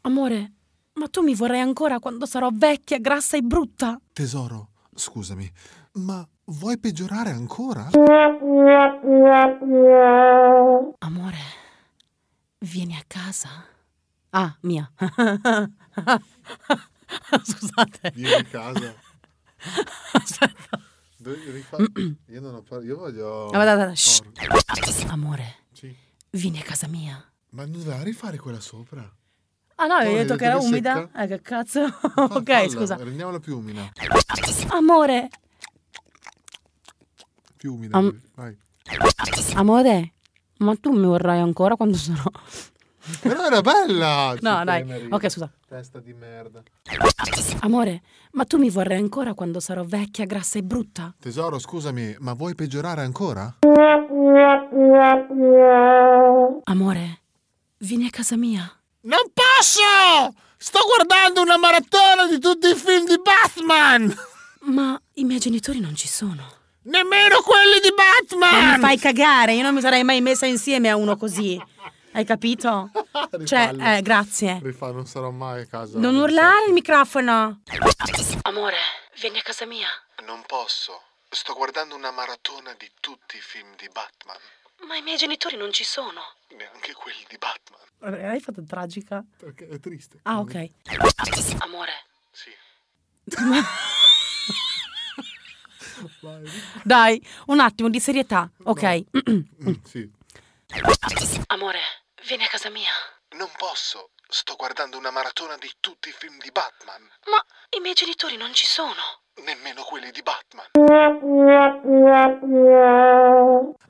S4: Amore, ma tu mi vorrai ancora quando sarò vecchia, grassa e brutta?
S6: Tesoro,
S4: *laughs*
S6: scusami, ma vuoi peggiorare ancora?
S4: Amore, vieni a casa. Ah, mia. *laughs* Scusate.
S6: Vieni a
S4: *laughs*
S6: casa. Do- rifa-
S4: *clears throat*
S6: io non ho par- io voglio...
S4: Ah, ma dai, dai, dai, shh.
S6: Porco.
S4: Amore,
S6: Sì.
S4: vieni a casa mia.
S6: Ma non doveva rifare quella sopra?
S4: Ah no,
S6: Poi
S4: hai
S6: hai
S4: detto
S6: detto
S4: che era
S6: che
S4: umida? Eh, che cazzo? *laughs* ok,
S6: Falla,
S4: scusa.
S6: Rendiamola più umida.
S4: Amore,
S6: Più umida.
S4: Am-
S6: devi- vai.
S4: amore, ma tu mi vorrai ancora quando sarò...
S6: Però era bella!
S4: *laughs* No, dai.
S6: Tenerina,
S4: Ok, scusa.
S6: Testa di merda.
S4: Amore, ma tu mi vorrai ancora quando sarò vecchia, grassa e brutta?
S6: Tesoro, scusami, ma vuoi peggiorare ancora?
S4: Amore, vieni a casa mia.
S6: Non posso! Sto guardando una maratona di tutti i film di Batman!
S4: Ma i miei genitori non ci sono.
S6: Nemmeno quelli di Batman!
S4: Ma mi fai cagare, io non mi sarei mai messa insieme a uno così. Hai capito? Cioè,
S6: Rifallo.
S4: eh, grazie.
S6: Rifà, non sarò mai a casa.
S4: Non urlare il microfono.
S6: Amore,
S4: vieni a casa mia.
S6: Non posso. Sto guardando una maratona di tutti i film di Batman.
S4: Ma i miei genitori non ci sono.
S6: Neanche quelli di Batman.
S4: Hai fatto tragica?
S6: Perché è triste.
S4: Ah, ok.
S6: Amore.
S4: *laughs*
S6: Sì.
S4: Dai, un attimo di serietà, ok? *clears throat*
S6: sì.
S11: Amore, vieni a casa mia.
S6: Non posso. Sto guardando una maratona di tutti i film di Batman,
S11: Ma i miei genitori non ci sono.
S6: nemmeno quelli di Batman.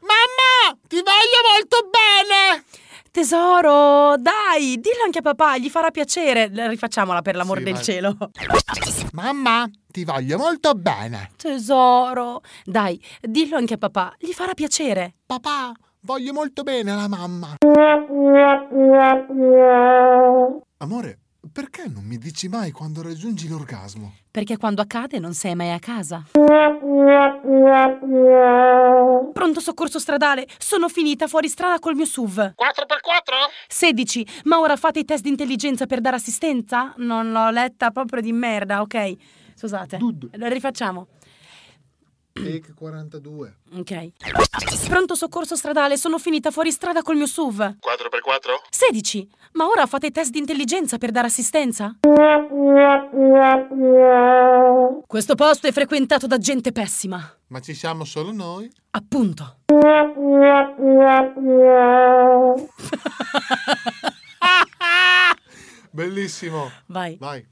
S11: Mamma!
S5: Ti voglio molto bene!
S4: Tesoro, dai, dillo anche a papà, gli farà piacere. La Rifacciamola per l'amor
S5: Sì,
S4: del
S5: vai.
S4: cielo.
S5: Mamma, ti voglio molto bene!
S4: Tesoro, dai, dillo anche a papà, gli farà piacere.
S5: Papà, voglio molto bene alla mamma!
S6: Amore, perché non mi dici mai quando raggiungi l'orgasmo?
S4: Perché quando accade non sei mai a casa. Pronto soccorso stradale, sono finita fuori strada col mio SUV.
S5: 4x4?
S4: 16. Ma ora fate i test di intelligenza per dare assistenza? Non l'ho letta proprio di merda, ok. Scusate. Lo rifacciamo.
S6: Take 42.
S4: Ok. Pronto soccorso stradale, sono finita fuori strada col mio SUV.
S6: 4x4?
S4: 16. Ma ora fate i test di intelligenza per dare assistenza? Questo posto è frequentato da gente pessima.
S6: Ma ci siamo solo noi?
S4: Appunto.
S6: Bellissimo.
S4: Vai.
S6: Vai.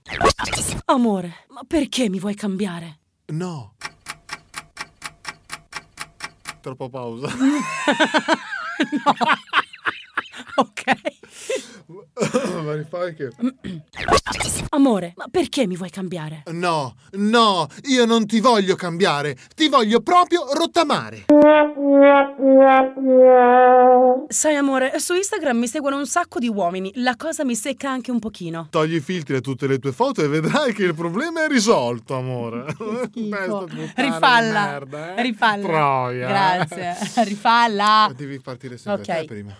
S4: Amore, ma perché mi vuoi cambiare? *laughs*
S6: No. Troppa pausa. *coughs* ok. Ma rifai che...
S4: Amore, ma perché mi vuoi cambiare?
S6: No, no, io non ti voglio cambiare, ti voglio proprio rottamare.
S4: Sai amore, su Instagram mi seguono un sacco di uomini, la cosa mi secca anche un pochino.
S6: Togli i filtri a tutte le tue foto e vedrai che il problema è risolto, amore.
S4: Rifalla.
S6: merda, eh.
S4: Rifalla.
S6: Troia. *laughs*
S4: Grazie. Rifalla.
S6: *laughs* Devi partire sempre
S4: Ok.
S6: te prima.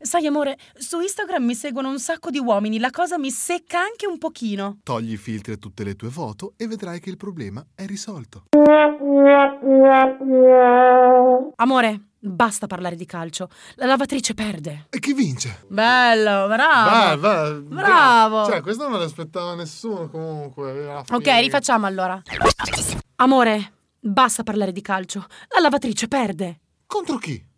S4: Sai amore, su Instagram mi seguono un sacco di uomini, la cosa mi secca anche un pochino.
S6: Togli i filtri a tutte le tue foto e vedrai che il problema è risolto.
S4: Amore, basta parlare di calcio. La lavatrice perde.
S6: E chi vince?
S4: Bello,
S6: Va,
S4: bravo.
S6: va,
S4: Ah, Bravo.
S6: Cioè, questo non l'aspettava nessuno comunque. alla
S4: Ok,
S6: fine.
S4: rifacciamo allora. Amore, basta parlare di calcio. La lavatrice perde.
S6: Contro chi?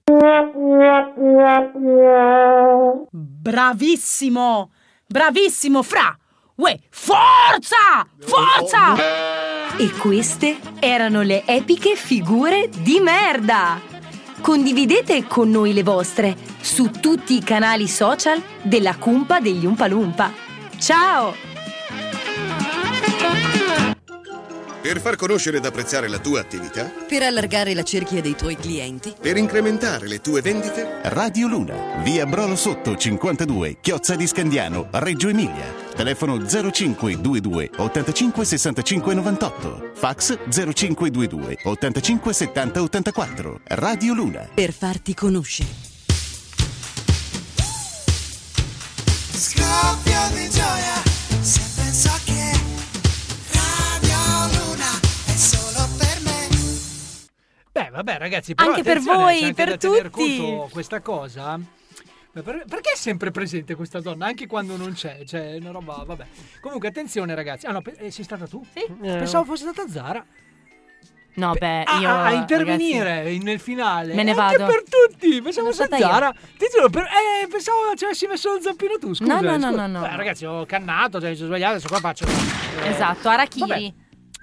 S4: Bravissimo! Bravissimo, Fra! Uè, forza! Forza!
S2: E queste erano le epiche figure di merda! Condividete con noi le vostre su tutti i canali social della Cumpa degli Umpalumpa. Ciao!
S1: Per far conoscere ed apprezzare la tua attività,
S21: Per allargare la cerchia dei tuoi clienti,
S1: per incrementare le tue vendite,
S9: Radio Luna, via Brolo Sotto 52, Chiozza di Scandiano, Reggio Emilia. Telefono 0522 85 65 98. Fax 0522 85 70 84. Radio Luna.
S21: per farti conoscere.
S5: Scoppio di gioia se penso che Radio Luna è solo per me.
S3: Beh, vabbè, ragazzi, però
S5: Anche per
S3: attenzione,
S5: voi,
S3: c'è anche
S5: per
S3: da tener
S5: tutti.
S3: conto questa cosa. Ma per- perché è sempre presente questa donna, anche quando non c'è? Cioè, è una roba, vabbè. Comunque, attenzione, ragazzi. Ah, no, pe- eh, sei stata tu? Sì. Pensavo fosse stata Zara.
S10: No, beh,
S3: Ah,
S10: Eh, io.
S3: ah, a intervenire in- nel finale.
S10: Me ne
S3: Eh,
S10: vado.
S3: Anche per tutti. Pensavo
S10: Sono
S3: fosse
S10: stata io.
S3: Zara. Ti giuro, per- eh, pensavo ci avessi messo lo zampino tu. Scusa.
S10: No, no, no,
S3: scusa.
S10: no, no.
S3: Beh, ragazzi, ho cannato, cioè, mi sono sbagliato, adesso qua faccio. eh,
S22: Esatto, Arachiri.
S3: vabbè.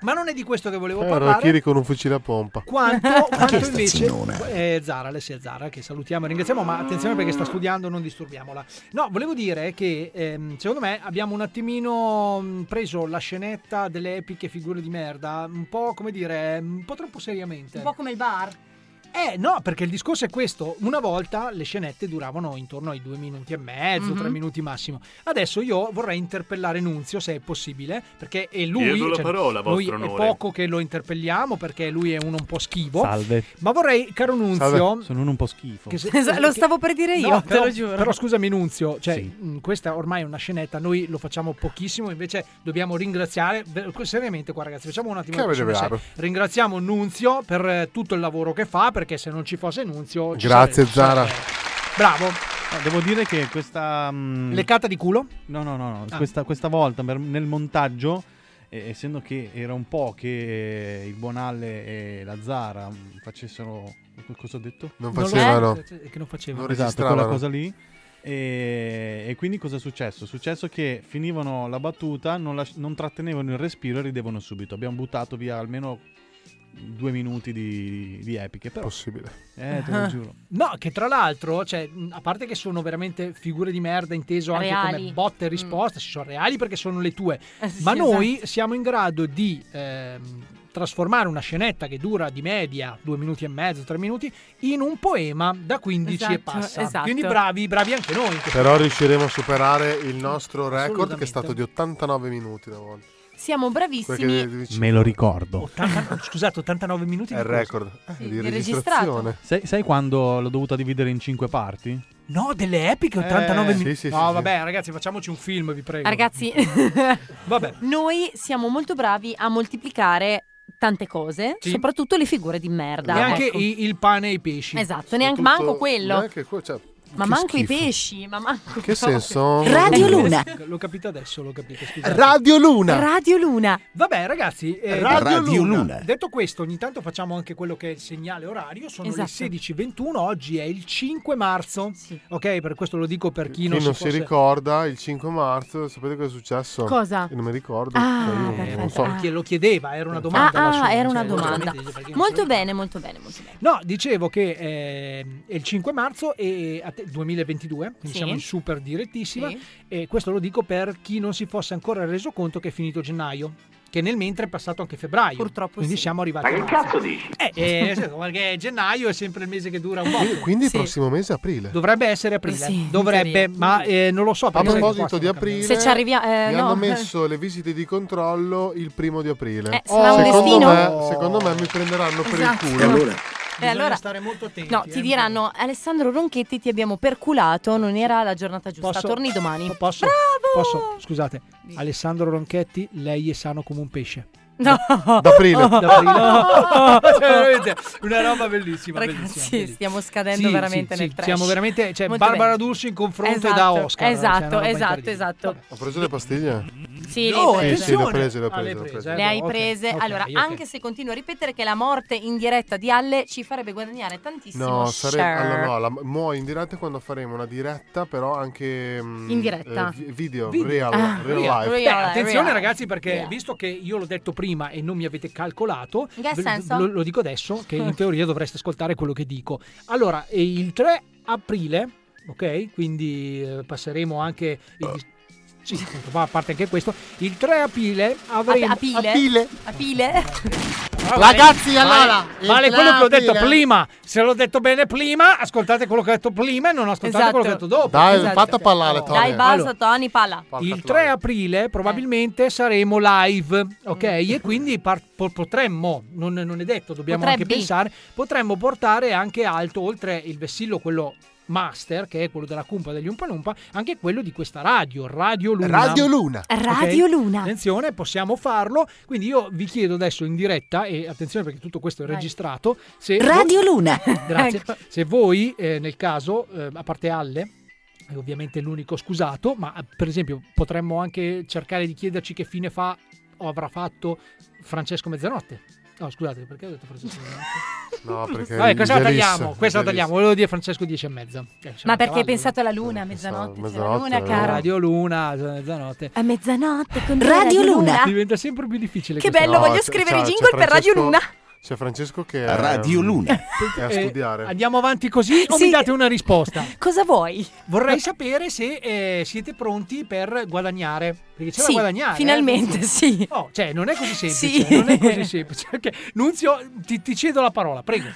S3: Ma non è di questo che volevo
S23: Eh,
S3: parlare.
S23: Arachiri con un fucile a pompa.
S3: Quanto, quanto
S23: sta
S3: invece
S23: zinnona?
S3: eh, Zara, Alessia Zara, che salutiamo e ringraziamo, ma attenzione perché sta studiando, non disturbiamola. No, volevo dire che ehm, secondo me abbiamo un attimino mh, preso la scenetta delle epiche figure di merda, un po' come dire, un po' troppo seriamente.
S24: Un po' come il bar.
S3: Eh no, perché il discorso è questo. Una volta le scenette duravano intorno ai due minuti e mezzo,
S24: Mhm.
S3: tre minuti massimo. Adesso io vorrei interpellare Nunzio, se è possibile, perché è lui... cioè,
S25: Chiedo la parola,
S3: lui
S25: vostro
S3: è
S25: onore.
S3: poco che lo interpelliamo, perché lui è uno un po' schivo.
S26: Salve.
S3: Ma vorrei, caro Nunzio...
S26: Sono uno un po' schifo.
S3: che se-
S10: Esatto, lo
S3: che-
S10: stavo per dire io,
S3: No,
S10: te
S3: però,
S10: lo giuro.
S3: Però scusami Nunzio, cioè,
S26: Sì.
S3: mh, questa ormai è una scenetta, noi lo facciamo pochissimo, invece dobbiamo ringraziare, ve- seriamente qua ragazzi, facciamo un attimo...
S23: Che
S3: una persona
S23: avete
S3: seria. Ringraziamo Nunzio per eh, tutto il lavoro che fa, perché se non ci fosse Nunzio... ci
S23: Grazie,
S3: sarebbe-
S23: Zara. Ah,
S3: Bravo.
S26: Devo dire che questa. mm,
S3: Leccata di culo?
S26: No, no, no, no.
S3: Ah.
S26: Questa, questa volta per- nel montaggio, eh, essendo che era un po' che eh, il Bonalle e la Zara mm, facessero
S9: Cosa ho detto?
S6: Non
S9: lo-
S6: facevano.
S3: Eh, cioè, che non facevano.
S6: Non
S9: esatto,
S6: registravano.
S9: quella cosa lì. E, e quindi cosa è successo? È successo che finivano la battuta, non, lasci- non trattenevano il respiro e ridevano subito. Abbiamo buttato via almeno due minuti di, di epiche. Però.
S6: Possibile.
S9: Eh,
S3: *laughs*
S9: te lo
S3: Ah.
S9: giuro.
S3: No, che tra l'altro, cioè, mh, a parte che sono veramente figure di merda, inteso anche
S16: Reali. Mm.
S3: come botte e risposta, ci sono reali perché sono le
S16: *laughs*
S3: tue,
S16: sì, esatto.
S3: ma noi siamo in grado di ehm, trasformare una scenetta che dura di media due minuti e mezzo, tre minuti, in un poema da 15 e
S16: Esatto,
S3: passa.
S16: esatto.
S3: Quindi bravi, bravi anche noi. in questo
S6: Però
S3: caso.
S6: riusciremo a superare il nostro record che
S3: Assolutamente.
S6: è stato di 89 minuti una volta.
S16: Siamo bravissimi.
S9: Me lo ricordo.
S3: Scusate, 89 minuti
S6: È
S3: di
S6: il
S3: cosa?
S6: record eh,
S16: Sì,
S6: di
S16: di
S6: registrazione.
S9: Sai, sai quando l'ho dovuta dividere in cinque parti?
S3: No, delle epiche 89
S9: Eh,
S3: minuti.
S9: sì, sì,
S3: no,
S9: sì,
S3: vabbè, ragazzi, facciamoci un film, vi prego.
S16: Ragazzi, *laughs*
S3: Vabbè.
S16: noi siamo molto bravi a moltiplicare tante cose,
S3: Sì.
S16: soprattutto le figure di merda.
S3: Neanche
S16: ecco.
S3: i- il pane e i pesci.
S16: Esatto, neanche manco quello.
S6: neanche
S16: ma
S9: cioè,
S3: che
S16: manco i
S3: schifo.
S16: pesci, ma manco
S6: Che senso?
S3: L'ho capito adesso, l'ho capito. Scusate.
S6: Radio Luna.
S16: Radio Luna.
S3: Vabbè, ragazzi, eh,
S6: Radio
S3: detto-
S6: Luna.
S3: Detto questo, ogni tanto facciamo anche quello che è il segnale orario. Sono
S16: Esatto.
S3: le 16.21, oggi è il 5 marzo. Ok, per questo lo dico per chi
S6: Chi
S3: non,
S6: non si
S3: fosse-
S6: ricorda, il 5 marzo, sapete cosa è successo?
S16: Cosa?
S6: Io non mi ricordo.
S16: Ah,
S6: Cioè, io non-
S16: perfetto.
S6: non so.
S16: Ah.
S3: Eh, Chi lo chiedeva, era una
S16: Ah,
S3: domanda. la
S16: ah,
S3: sua,
S16: era una
S3: cioè,
S16: domanda.
S3: veramente, perché non
S16: Molto bene, molto bene, molto bene.
S3: No, dicevo che ehm, è il 5 marzo e a te- 2022, quindi
S16: Sì.
S3: siamo in super direttissima
S16: Sì.
S3: e questo lo dico per chi non si fosse ancora reso conto che è finito gennaio, che nel mentre è passato anche febbraio. Purtroppo Quindi siamo arrivati a marzo.
S6: dici?
S3: Eh, eh,
S9: *laughs*
S3: nel senso, perché gennaio è sempre il mese che dura un po'.
S6: Quindi, quindi il prossimo mese è aprile.
S3: Dovrebbe essere aprile,
S6: Sì, in
S3: dovrebbe,
S6: teoria.
S3: ma eh, non lo so.
S6: A
S3: perché sai che qua
S6: proposito di
S3: stanno
S6: aprile,
S16: Se ci arrivia- eh,
S6: mi
S16: no. *laughs*
S6: hanno messo le visite di controllo il primo di aprile.
S16: Eh, sarà un
S6: secondo,
S16: destino?
S6: me, secondo me mi prenderanno per
S16: Esatto.
S6: il culo.
S16: E allora? E allora,
S3: eh,
S16: no, ti diranno Alessandro Ronchetti ti abbiamo perculato, non era la giornata giusta,
S3: Posso-
S16: torni domani.
S3: eh, Posso? Posso? Scusate, Alessandro Ronchetti, lei è sano come un pesce.
S16: No.
S6: D'aprile.
S3: D'aprile. Cioè, veramente, una roba bellissima. bellissima,
S16: Ragazzi,
S3: bellissima.
S16: stiamo scadendo
S3: Sì,
S16: veramente
S3: sì,
S16: nel
S3: sì,
S16: trash.
S3: Siamo veramente, cioè,
S16: Molto
S3: Barbara
S16: bene.
S3: Dulci in confronto
S16: Esatto,
S3: da Oscar. cioè, una
S16: Esatto,
S3: roba
S16: esatto,
S3: incredibile.
S16: esatto.
S6: Ho preso le pastiglie?
S16: Sì,
S3: No,
S16: le hai prese.
S6: eh, sì, le ho prese, le ho
S3: Ah, le
S6: prese. le ho
S3: prese,
S6: prese.
S3: eh,
S16: Le hai
S3: ok,
S16: prese.
S3: ok,
S16: allora,
S3: ok.
S16: anche se continuo a ripetere che la morte in diretta di Alle ci farebbe guadagnare tantissimo.
S6: No, sare-
S16: share.
S6: allora, no, la- muoio in diretta quando faremo una diretta, però anche mm,
S16: In diretta.
S6: eh, vi- video,
S16: Video.
S6: real,
S16: Ah,
S6: real
S16: real,
S6: life.
S16: real.
S3: Beh, Eh, attenzione
S16: real.
S3: ragazzi perché
S16: Real.
S3: visto che io l'ho detto prima e non mi avete calcolato,
S16: In che
S3: ve-
S16: senso?
S3: Lo, lo dico adesso
S16: *laughs*
S3: che in teoria dovreste ascoltare quello che dico. Allora, eh, il 3 aprile, ok? Quindi eh, passeremo anche il dis- sì, appunto, ma a parte anche questo, il 3 aprile avremo
S16: A pile? A pile?
S3: *laughs* Ah,
S16: Ragazzi,
S3: vale-
S16: allora,
S3: vale, vale
S16: il
S3: quello che ho detto
S16: aprile-
S3: prima. Se l'ho detto bene prima, ascoltate quello che ho detto prima e non ascoltate
S16: Esatto.
S3: quello che ho detto dopo.
S6: Dai, Esatto. fatta parlare, Tony.
S16: Dai, basta,
S3: Allora,
S16: Tony, palla.
S3: il 3 aprile probabilmente saremo live, ok? E quindi par- po- potremmo, non, non è detto, dobbiamo
S16: Potrebbe.
S3: anche pensare, potremmo portare anche alto, oltre il vessillo, quello master, che è quello della cumpa degli Umpalumpa, anche quello di questa radio, Radio Luna.
S6: Radio Luna.
S3: Radio
S16: Luna.
S3: Attenzione, possiamo farlo. Quindi io vi chiedo adesso in diretta, e attenzione perché tutto questo è
S16: Vai.
S3: registrato, se
S15: Radio
S3: voi-
S15: Luna.
S3: Grazie. Se voi, eh, nel caso, eh, a parte Alle, è ovviamente l'unico scusato, ma eh, per esempio potremmo anche cercare di chiederci che fine fa o avrà fatto Francesco Mezzanotte. No, scusate, perché ho detto Francesco Mezzanotte?
S6: *laughs* No, perché
S3: Vabbè, questa la
S6: il Gelis-
S3: tagliamo, questa la
S6: Gelis-
S3: tagliamo, volevo dire Francesco 10 e mezza. Eh, siamo
S16: Ma
S3: a
S16: perché hai
S3: cavallo.
S16: pensato alla luna a mezzanotte? C'è la
S6: mezzanotte,
S16: luna,
S6: eh.
S16: caro.
S3: Radio Luna, mezzanotte.
S16: A mezzanotte con
S15: Radio Luna.
S3: Diventa sempre più difficile.
S16: Che
S3: questa
S16: bello,
S3: cosa.
S16: voglio
S6: c'è-
S16: scrivere
S6: cioè, c'è-
S16: i
S6: c'è
S16: jingle per Radio
S6: Francesco-
S16: Luna.
S6: C'è Francesco che è,
S27: Radio Luna.
S6: *laughs* è a
S3: Eh,
S6: studiare.
S3: Andiamo avanti così o
S16: Sì.
S3: mi date una risposta?
S16: *laughs* Cosa vuoi?
S3: Vorrei sapere se eh, siete pronti per guadagnare. Perché c'è
S16: Sì,
S3: da guadagnare. eh,
S16: finalmente,
S3: attenzione.
S16: sì.
S3: No, cioè, non è così semplice. eh,
S16: Sì.
S3: Non è
S16: *laughs*
S3: così semplice. Ok, Nunzio, ti, ti cedo la parola, prego.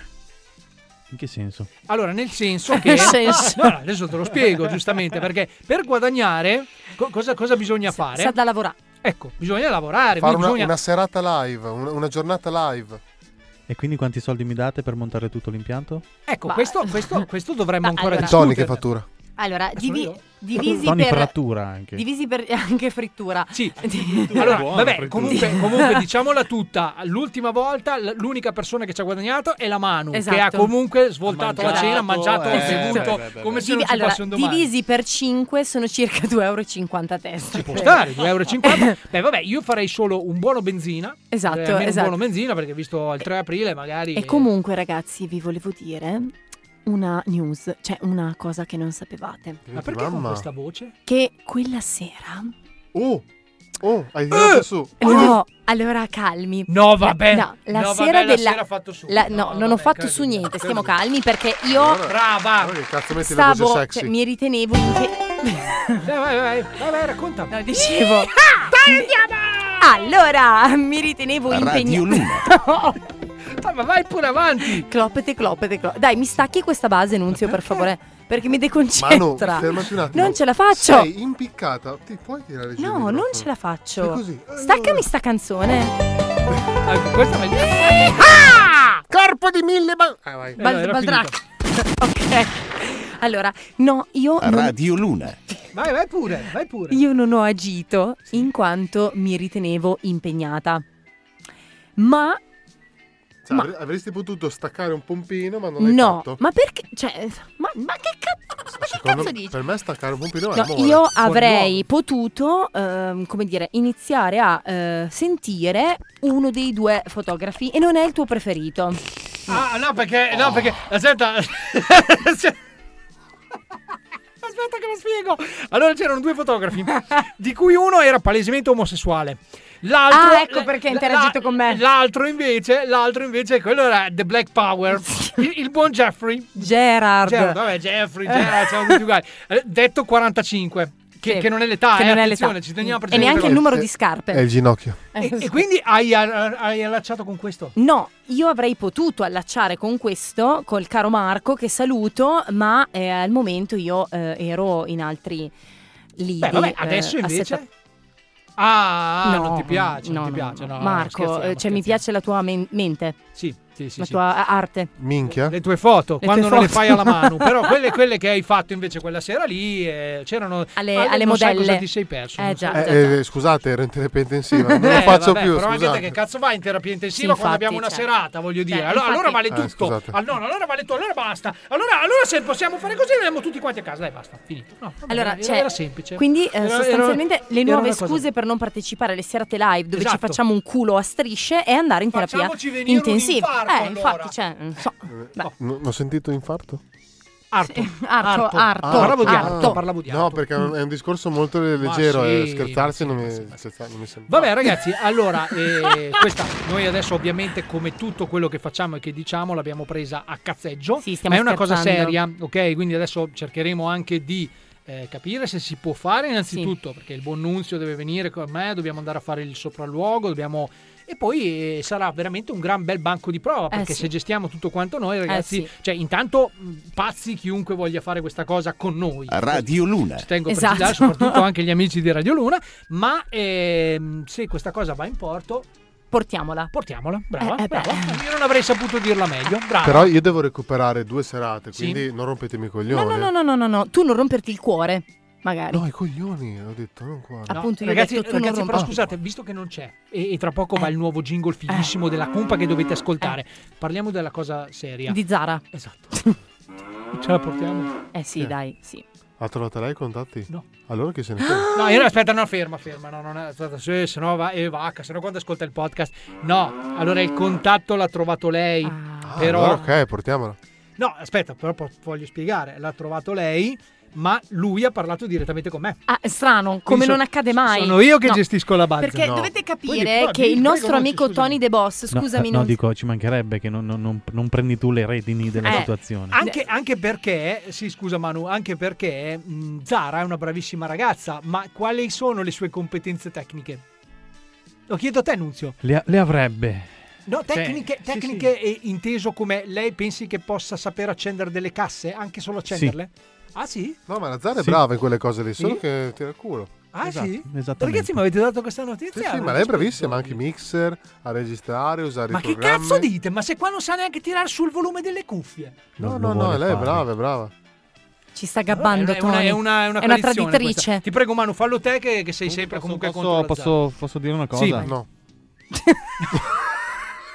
S9: In che senso?
S3: Allora, nel senso che. Ah,
S9: Nel senso.
S3: No, no, adesso te lo spiego, giustamente, perché per guadagnare, co- cosa, cosa bisogna fare?
S16: Sa da lavorare.
S3: Ecco, bisogna lavorare.
S6: Fare
S3: quindi
S6: una,
S3: bisogna...
S6: una serata live, una, una giornata live.
S9: E quindi quanti soldi mi date per montare tutto l'impianto?
S3: Ecco, questo, questo, questo dovremmo ancora
S6: È
S3: discutere.
S6: Tony che fattura.
S2: Allora, divi-
S9: io?
S2: divisi
S9: Tony
S2: per...
S9: frattura anche.
S16: *laughs*
S2: Divisi per anche frittura.
S3: Sì.
S9: Allora,
S3: Allora,
S9: buona
S3: vabbè,
S9: frittura. *laughs*
S3: comunque, comunque diciamola tutta. L'ultima volta l- l'unica persona che ci ha guadagnato è la Manu, che ha
S2: Esatto.
S3: comunque svoltato
S9: Ha
S3: la cena, ha mangiato,
S9: mangiato, eh,
S3: bevuto,
S9: beh, beh, beh,
S3: come se
S2: Divi-
S3: non ci
S2: allora,
S3: fosse un domani.
S2: divisi per 5 sono circa 2,50 euro a testa.
S3: Può stare,
S2: *laughs*
S3: 2,50 euro. Beh, vabbè, io farei solo un buono benzina.
S2: Esatto,
S3: eh, almeno
S2: esatto.
S3: un buono benzina, perché visto il 3 aprile magari...
S2: E comunque, ragazzi, vi volevo dire una news, cioè una cosa che non sapevate.
S3: Ma perché con questa voce?
S2: Che quella sera.
S6: Oh! Oh, hai tirato su.
S3: Eh,
S2: No, allora calmi.
S3: Oh. No, vabbè.
S2: No, la
S3: No,
S2: sera
S3: vabbè, la
S2: della.
S3: sera ha fatto su.
S2: la- no, non ho fatto su niente. Stiamo calmi perché io.
S3: Eh, Brava!
S6: Che cazzo metti la voce
S2: Stavo.
S6: sexy?
S2: cioè, mi ritenevo in che.
S3: Dai, *laughs* vai, vai, vai, vai, racconta. Ah,
S2: No,
S3: *laughs*
S2: dicevo. Allora, mi ritenevo
S27: Radio
S2: *laughs* impegnata.
S3: Ah, ma vai pure avanti.
S2: Clopete, clopete, clopete. Dai, mi stacchi questa base, Nunzio, per favore. Perché mi
S6: Manu,
S2: deconcentra.
S6: fermati un attimo.
S2: Non ce la faccio.
S6: Sei impiccata. Ti puoi tirare giù?
S2: No, non ce la faccio.
S6: Fai così. Eh,
S2: Staccami sta canzone.
S3: Ecco, questa me
S6: Corpo di mille ba- Ah, vai.
S2: Ah!
S3: Eh,
S2: Bal- Baldrac. *laughs* ok. Allora, no, io non,
S27: Radio Luna.
S3: Vai, vai pure, vai pure.
S2: io non ho agito in quanto mi ritenevo impegnata. Ma
S6: Cioè, avre- Avresti potuto staccare un pompino, ma non l'hai
S2: no,
S6: fatto.
S2: ma perché? Cioè, ma, ma che cazzo? Ma che
S6: Secondo-
S2: cazzo dici?
S6: Per me staccare un pompino è
S2: No,
S6: amore.
S2: io avrei potuto, ehm, come dire, iniziare a eh, sentire uno dei due fotografi e non è il tuo
S3: *laughs*
S2: preferito.
S3: Ah, no, perché...
S2: Oh.
S3: No, perché... Aspetta... *laughs* Aspetta che lo spiego. Allora c'erano
S2: *laughs*
S3: due fotografi, di cui uno era palesemente omosessuale. L'altro,
S2: Ah, ecco perché ha interagito
S3: con me. L'altro invece, l'altro invece, quello era The Black
S2: *laughs*
S3: Power. Il, il buon Jeffrey.
S2: Gerard.
S3: Gerard,
S2: *laughs*
S3: vabbè, Jeffrey, Gerard, siamo tutti uguali. Eh, Detto 45, che,
S2: Sì.
S3: che non è l'età,
S2: Che
S3: eh,
S2: non è
S3: attenzione,
S2: l'età. Mm.
S3: ci teniamo a
S2: E neanche
S3: precisare.
S2: il numero di scarpe.
S6: È il ginocchio.
S3: E, e quindi hai, hai allacciato con questo?
S2: No, io avrei potuto allacciare con questo, col caro Marco che saluto, ma eh, al momento io eh, ero in altri lidi.
S3: Beh, vabbè,
S2: eh,
S3: adesso invece-
S2: assetta-
S3: Ah,
S2: No,
S3: non ti piace,
S2: no,
S3: non ti
S2: no,
S3: piace. No, no,
S2: Marco, eh,
S3: scherziamo,
S2: cioè
S3: scherziamo.
S2: mi piace la tua men- mente.
S3: Sì, sì, sì,
S2: La
S3: sì.
S2: tua arte.
S6: Minchia.
S3: Le tue foto,
S2: Le
S3: quando
S2: tue
S3: non le
S2: foto.
S3: fai *laughs* alla
S2: *laughs*
S3: mano. Però quelle, quelle che hai fatto invece quella sera lì, eh, c'erano...
S2: Alle,
S3: ah,
S2: alle
S3: non sai
S2: modelle.
S3: cosa ti sei perso.
S2: Eh
S3: non
S2: già,
S3: sai.
S6: Eh,
S2: già,
S6: eh, scusate, ero in terapia
S3: *laughs*
S6: intensiva. Non lo
S3: Eh,
S6: faccio
S3: vabbè,
S6: più,
S3: Però anche te
S6: scusate.
S3: che cazzo vai in terapia intensiva
S2: Sì,
S3: quando
S2: infatti,
S3: abbiamo una
S2: cioè.
S3: serata, voglio dire.
S2: Cioè,
S3: allora, allora
S2: infatti-
S3: vale
S6: Eh,
S3: tutto.
S6: scusate.
S3: Ah, no, no, allora vale tutto, allora basta. Allora, allora se possiamo fare così andiamo tutti quanti a casa. Dai, basta, finito. No, vabbè,
S2: Allora,
S3: era,
S2: cioè,
S3: era semplice.
S2: Quindi eh,
S3: Era- era-
S2: sostanzialmente le
S3: era
S2: nuove
S3: una cosa-
S2: scuse per non partecipare alle serate live dove
S3: Esatto.
S2: ci facciamo un culo a strisce è andare in terapia
S3: Facciamoci venire un
S2: intensiva.
S3: infarto,
S2: eh,
S3: allora. oh,
S2: infatti, cioè, non so.
S6: Eh,
S2: Beh.
S6: Non ho sentito infarto?
S3: Arto.
S2: *laughs* Arto,
S3: Arto. Ah,
S2: Arto,
S3: Parlavo di
S2: Arto.
S3: Arto, parlavo di Arto.
S6: No, perché è un è un discorso molto leggero
S3: sì,
S6: e scherzarsi non mi, scherzare non mi sembra.
S3: Vabbè ragazzi, allora, eh, questa noi adesso ovviamente come tutto quello che facciamo e che diciamo l'abbiamo presa a cazzeggio,
S2: Sì, stiamo
S3: ma è una cosa
S2: scherzando.
S3: seria, ok? Quindi adesso cercheremo anche di eh, capire se si può fare innanzitutto, perché il buon Nunzio deve venire con me, dobbiamo andare a fare il sopralluogo, dobbiamo... E poi eh, sarà veramente un gran bel banco di prova, perché
S2: Eh, sì. Eh,
S3: se gestiamo tutto quanto noi ragazzi,
S2: sì.
S3: cioè intanto mh, pazzi chiunque voglia fare questa cosa con noi.
S27: Radio Luna.
S3: Ci tengo
S2: Esatto.
S3: a precisare, soprattutto anche gli amici di Radio Luna. Ma ehm, se questa cosa va in porto,
S2: Portiamola.
S3: portiamola. Brava,
S2: Eh, eh, beh.
S3: brava. Io non avrei saputo dirla meglio. Brava.
S6: Però io devo recuperare due serate,
S3: Sì.
S6: quindi non rompetemi i
S2: No,
S6: coglioni.
S2: no, no, no, no, no, no, tu non romperti il cuore, magari.
S6: No, i coglioni, ho detto, non qua.
S3: No,
S2: appunto, io ho
S3: ragazzi,
S2: detto, tu non Eh.
S3: ragazzi però
S2: romperti.
S3: scusate, visto che non c'è e, e tra poco va il nuovo jingle
S2: Eh.
S3: fighissimo della Cumpa che dovete ascoltare, parliamo della cosa seria.
S2: Di Zara.
S3: Esatto. *laughs* Ce la portiamo?
S2: Eh sì, dai, sì.
S6: Ha trovato lei i contatti?
S3: No.
S6: Allora chi se ne frega?
S3: No, io no, aspetta, no, ferma, ferma. No, non è, aspetta, se, se no va e vacca, se no quando ascolta il podcast. No, allora il contatto l'ha trovato lei.
S6: Ah,
S3: *gasps* però
S6: allora, ok, portiamola.
S3: No, aspetta, però po- voglio spiegare. L'ha trovato lei, ma lui ha parlato direttamente con me.
S2: Ah, è strano, come
S3: so-
S2: non accade mai.
S3: Sono io che
S2: No,
S3: gestisco la base.
S2: Perché
S3: No.
S2: dovete
S3: Quindi,
S2: capire
S3: poi,
S2: che
S3: vi
S2: il
S3: prego,
S2: nostro
S3: non ci-
S2: amico
S3: scusami.
S2: Tony De Boss,
S9: No,
S2: scusami,
S9: eh, no,
S2: non-
S9: dico, ci mancherebbe che non, non- non- non prendi tu le redini della
S2: Eh,
S9: situazione.
S3: Anche, anche perché, sì scusa Manu, anche perché mh, Zara è una bravissima ragazza, ma quali sono le sue competenze tecniche? Lo chiedo a te, Nunzio.
S9: Le, le avrebbe.
S3: No,
S9: Cioè,
S3: tecniche,
S9: sì,
S3: tecniche e inteso come lei pensi che possa saper accendere delle casse, anche solo accenderle? Ah sì?
S6: No, ma la Zara è
S9: Sì.
S6: brava in quelle cose lì, solo
S3: Sì.
S6: che tira il culo.
S3: Ah
S9: Esatto,
S3: sì?
S9: esattamente.
S3: Ragazzi, mi avete dato questa
S6: Sì,
S3: notizia?
S6: sì, ma lei è bravissima, anche i mixer, a registrare, usare
S3: Ma
S6: i
S3: che
S6: programmi.
S3: cazzo dite? Ma se qua non sa neanche tirare sul volume delle cuffie.
S6: No,
S9: Lo-
S6: no,
S9: lo
S6: no,
S9: vuole
S6: lei è
S9: fare.
S6: brava, è brava.
S2: Ci sta gabbando,
S3: è una,
S2: Tony.
S3: è una- è una coalizione
S2: traditrice.
S3: questa. Ti prego, Manu, fallo te che, che sei sempre comunque
S9: Posso,
S3: contro la
S9: posso, posso dire una cosa?
S3: Sì, vai. No.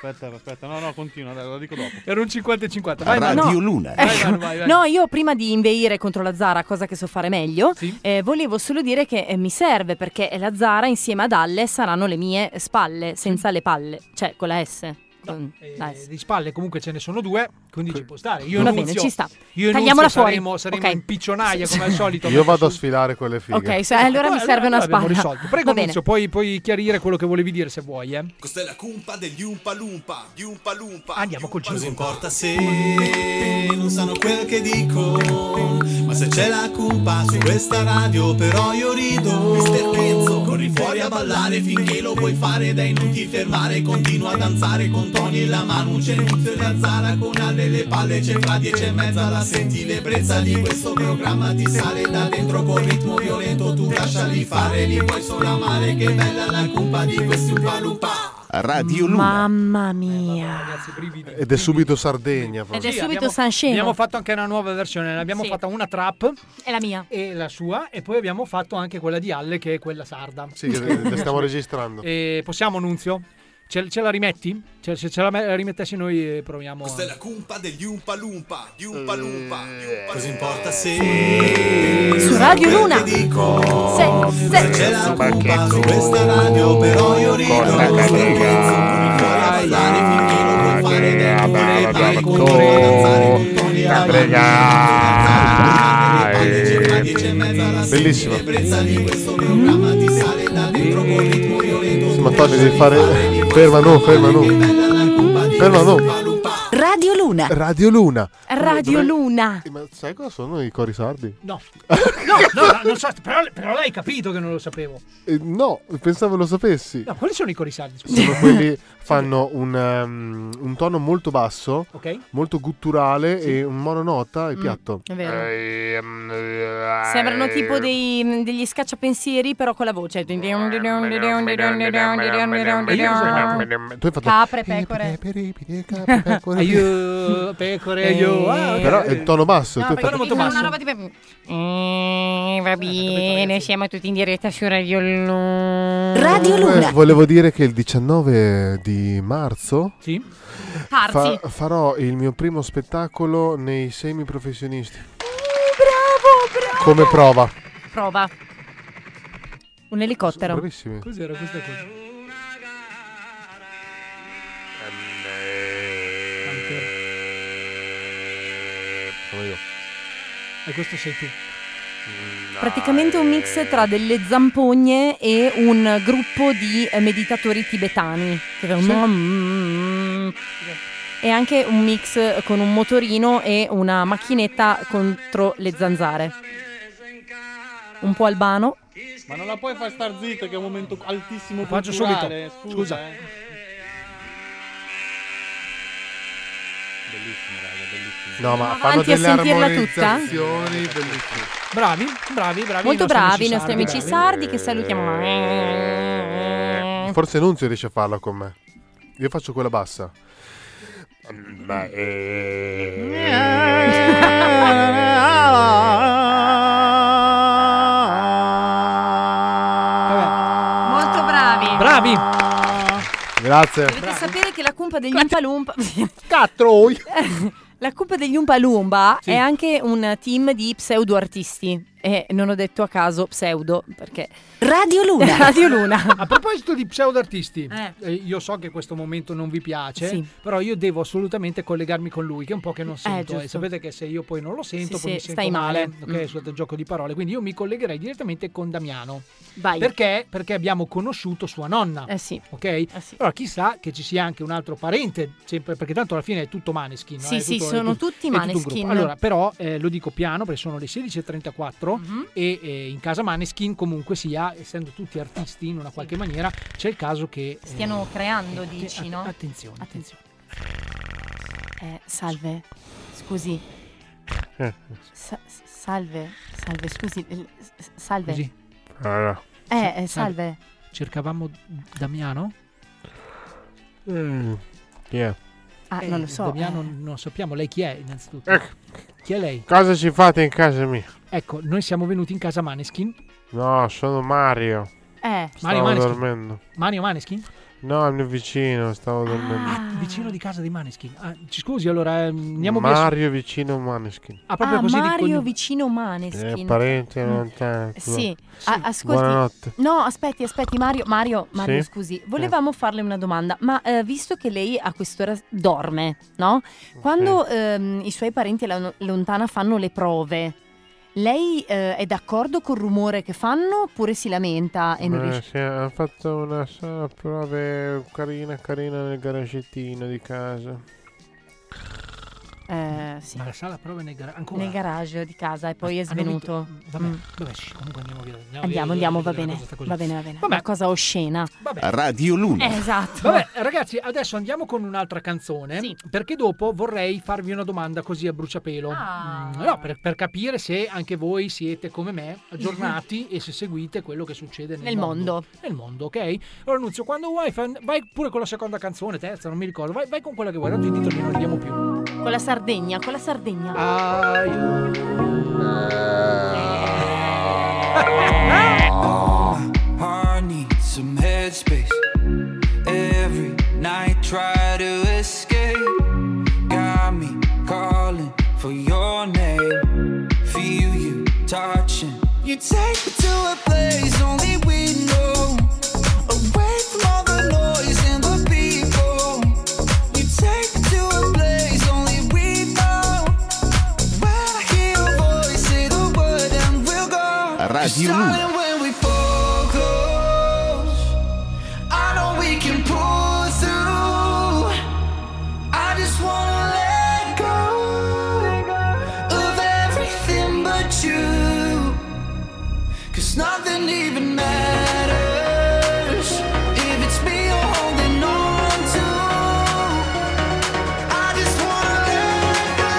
S9: aspetta, aspetta, no, no, continua, dai, lo dico dopo.
S3: Era un 50 e 50.
S2: Vai, vai. No. Eh,
S3: Vai, vai, vai, vai.
S2: No, io prima di inveire contro la Zara, cosa che so fare meglio, eh, volevo solo dire che eh, mi serve perché la Zara insieme ad Alle saranno le mie spalle, senza le palle, cioè con la S. Con la S.
S3: Di spalle comunque ce ne sono due, quindi ci può stare. Io
S2: Va
S3: Nunzio-
S2: bene, ci sta.
S3: Io e
S2: Tagliamola
S3: Nunzio
S2: fuori.
S3: saremo, saremo
S2: Ok.
S3: in piccionaia come al solito.
S6: Io vado a sfilare quelle fighe.
S2: Ok, so- eh, allora mi serve una
S3: abbiamo
S2: spalla.
S3: risolto. Prego,
S2: Va bene.
S3: Nunzio, puoi, puoi chiarire quello che volevi dire se vuoi. Eh.
S13: Questa è la cumpa degli Umpa Lumpa, gli Umpa Lumpa.
S3: Andiamo col
S13: Cosa importa se non sanno quel che dico? Ma se c'è la cumpa su questa radio, però io rido. Mister Penzo, corri fuori a ballare finché lo puoi fare ed è inutile fermare. Continua a danzare con Tony e la mano. C'è Nunzio e la Zara con alle le palle. C'è fra dieci e mezza la senti l'ebbrezza di questo programma. Ti sale da dentro col ritmo violento. Tu lasciali fare, li puoi solo amare. Che bella la cumpa di questi Umpa Lumpa.
S27: Radio
S13: Luna.
S2: Mamma mia.
S6: Ed è subito Sardegna. proprio.
S2: Sì, subito San Scemo.
S3: Abbiamo fatto anche una nuova versione, ne abbiamo fatta una trap.
S2: È la mia.
S3: E la sua, e poi abbiamo fatto anche quella di Alle, che è quella sarda.
S6: Sì, che
S3: *laughs*
S6: le stiamo registrando.
S3: E possiamo, Nunzio? Ce, ce la rimetti? Ce- se ce la me- rimettessi noi eh, proviamo.
S13: Questa è la cumpa degli Umpa Lumpa, gli Umpa Lumpa, Cosa importa se
S3: eh,
S2: Su Radio Luna.
S13: Se, c'è la cumpa su questa radio però io rido Con la
S6: Bellissimo.
S13: Sì,
S6: ma Tony devi fare. Ferma no, ferma no. Ferma no.
S28: Radio Luna.
S6: Radio Luna.
S2: Radio
S6: Dovrei-
S2: Luna.
S6: Eh, Ma sai cosa sono i cori sardi?
S3: No. No, no, no, non so, però, però l'hai capito che non lo sapevo.
S6: Eh, no, pensavo lo sapessi.
S3: No, quali sono i corisardi?
S6: Sono quelli fanno un, um, un tono molto basso,
S3: Ok.
S6: molto gutturale e un mononota e piatto.
S2: Mm, è vero.
S3: Eh.
S2: Sembrano tipo dei, mh, degli scacciapensieri, però con la voce.
S6: Tu hai fatto
S2: Capre, pecore.
S3: Aiù, pecore, aiù. Ah, ok.
S6: Però è il tono basso,
S2: No,
S6: tu
S2: perché
S6: fai-
S2: devi fare una roba tipo- "Mm, Eh, va bene, siamo tutti in diretta su Radio Luna.
S6: Eh, volevo dire che il 19 di marzo
S3: Sì.
S6: fa- farò il mio primo spettacolo nei semiprofessionisti. Come prova.
S2: Prova. Un elicottero.
S6: Bravissimi.
S3: Cos'era questa cosa?
S6: Sono io.
S3: E questo sei tu.
S2: Praticamente un mix tra delle zampogne e un gruppo di eh, meditatori tibetani. Che fa un- E anche un mix con un motorino e una macchinetta contro le zanzare. Un po' albano.
S9: Ma non la puoi far star zitta che è un momento altissimo
S3: Lo faccio
S9: culturale,
S3: subito.
S9: Scusa.
S3: Scusa.
S9: eh. Bellissimo, raga, bellissimo.
S6: No, ma
S2: Avanti a
S6: fanno delle
S2: sentirla tutta?
S6: armonizzazioni bellissime.
S3: Bravi, bravi, bravi.
S2: Molto
S3: i nostri
S2: bravi i
S3: amici
S2: nostri
S3: sardi,
S2: amici
S3: bravi.
S2: sardi che salutiamo.
S6: Forse Nunzio riesce a farla con me. Io faccio quella bassa.
S2: Molto bravi.
S3: Bravi.
S6: Grazie.
S2: Dovete sapere che la cumpa degli Umpa
S3: *laughs*
S2: Lumpa.
S6: Catroi.
S2: *laughs* La cumpa degli Umpa Lumpa
S6: Sì.
S2: è anche un team di pseudo artisti. E non ho detto a caso pseudo perché.
S28: Radio
S2: Luna. *laughs* Radio Luna.
S3: A proposito di pseudo-artisti, eh, io so che questo momento non vi piace,
S2: Sì. Eh,
S3: però io devo assolutamente collegarmi con lui, che è un po' che non sento.
S2: giusto.
S3: e sapete che se io poi non lo sento,
S2: Sì,
S3: poi
S2: sì,
S3: mi sento
S2: stai male.
S3: Ok,
S2: Mm.
S3: sotto il gioco di parole. Quindi io mi collegherei direttamente con Damiano.
S2: Vai.
S3: Perché? Perché abbiamo conosciuto sua nonna.
S2: Eh sì.
S3: Ok? Allora chissà che ci sia anche un altro parente, sempre, perché tanto alla fine è tutto Maneskin.
S2: Sì,
S3: eh, è
S2: sì,
S3: tutto- è
S2: sono
S3: tutto-
S2: tutti
S3: è tutto un
S2: Maneskin.
S3: gruppo. Allora, però eh, lo dico piano perché sono le 16.34
S2: Mhm.
S3: e eh, in casa Maneskin comunque sia, essendo tutti artisti in una qualche maniera, c'è il caso che... eh,
S2: Stiano creando, dici, no?
S3: Attenzione, attenzione.
S2: Eh, salve. Scusi.
S6: Eh.
S2: Sa- salve. Salve, scusi. eh, s- Salve.
S3: Così.
S2: Eh, eh, salve.
S3: Cercavamo Damiano?
S6: Mm. Chi è? Mm.
S2: Ah, non lo so.
S3: Damiano
S2: eh.
S3: non sappiamo lei chi è innanzitutto. Chi è lei?
S6: Cosa ci fate in casa mia?
S3: Ecco, noi siamo venuti in casa Maneskin.
S6: No, sono Mario.
S3: Eh, Mario
S6: Stavo
S3: Maneskin.
S6: dormendo.
S3: Mario Maneskin?
S6: No, il mio vicino,
S3: Ah,
S6: stavo dormendo.
S3: Vicino di casa dei Maneskin. Ah, ci scusi, allora ehm, andiamo via. su-
S6: Mario vicino Maneskin. Eh,
S3: Ah, proprio
S2: ah,
S3: così di
S2: Mario
S3: cognome.
S2: vicino Maneskin.
S6: È parente lontano.
S2: Sì, a- ascolti.
S6: Buonanotte.
S2: No, aspetti, aspetti, Mario. Mario, Mario,
S6: Sì?
S2: scusi, volevamo farle una domanda, ma eh, visto che lei a quest'ora dorme, no? Quando ehm, i suoi parenti alla lontana fanno le prove, lei eh, è d'accordo col rumore che fanno oppure si lamenta e non
S6: Eh,
S2: riesce?
S6: sì, hanno fatto una sola prova carina carina nel garagettino di casa.
S2: Eh, sì.
S3: Ma la sala prove nel, gar- ancora?
S2: Nel garage di casa e poi è
S3: Hanno
S2: svenuto.
S3: vinto- Vabbè,
S2: Mm.
S3: vabbè, sì, comunque andiamo via. Andiamo, via,
S2: Andiamo,
S3: via,
S2: andiamo,
S3: via,
S2: va
S3: la
S2: bene,
S3: cosa sta così.
S2: va bene, va bene. Una cosa oscena.
S1: Radio Luna.
S2: Eh, esatto.
S3: Vabbè, ragazzi, adesso andiamo con un'altra canzone. Perché dopo vorrei farvi una domanda così a bruciapelo. Mm, no, per, per capire se anche voi siete come me, aggiornati e se seguite quello che succede Mhm. nel,
S2: Nel mondo.
S3: Nel mondo, ok? Allora, Nunzio, quando vuoi, fa- vai pure con la seconda canzone, terza, non mi ricordo. Vai, vai con quella che vuoi, tanto i titoli non li diamo più.
S2: Con la Sardegna, con la Sardegna.
S10: Ah. I need some headspace. Every night try to escape. Got me calling for your name. Feel you touching.
S5: You take me to a place only we know. Away from all the noise and the people. You take me to a place only we know. When I hear a voice, say the word and we'll go.
S1: Radio
S5: It's starting when we fall close. I know we can pull through. I just wanna let go of everything but you. Cause nothing even matters if it's me you're holding on to. I just wanna let go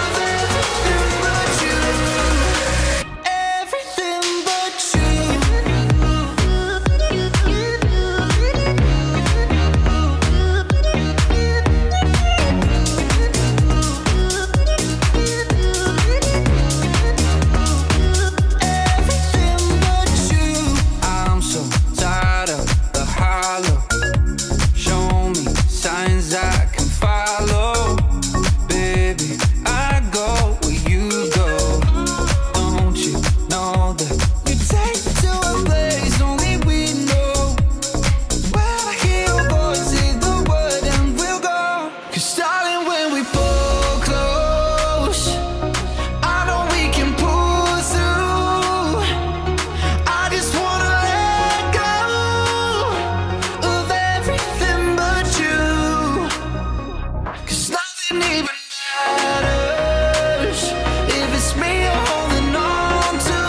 S5: of everything but you. Everything but you.
S10: I'm so tired of the hollow. Show me signs I can follow. Baby, I go where you go. Don't you know that?
S5: You take me to a place only we know. When I hear your voice, say the word and we'll go. 'Cause darling, when we pull close, I know we can pull through. I just wanna let go of everything but you. 'Cause nothing even matters if it's me you're holding on to.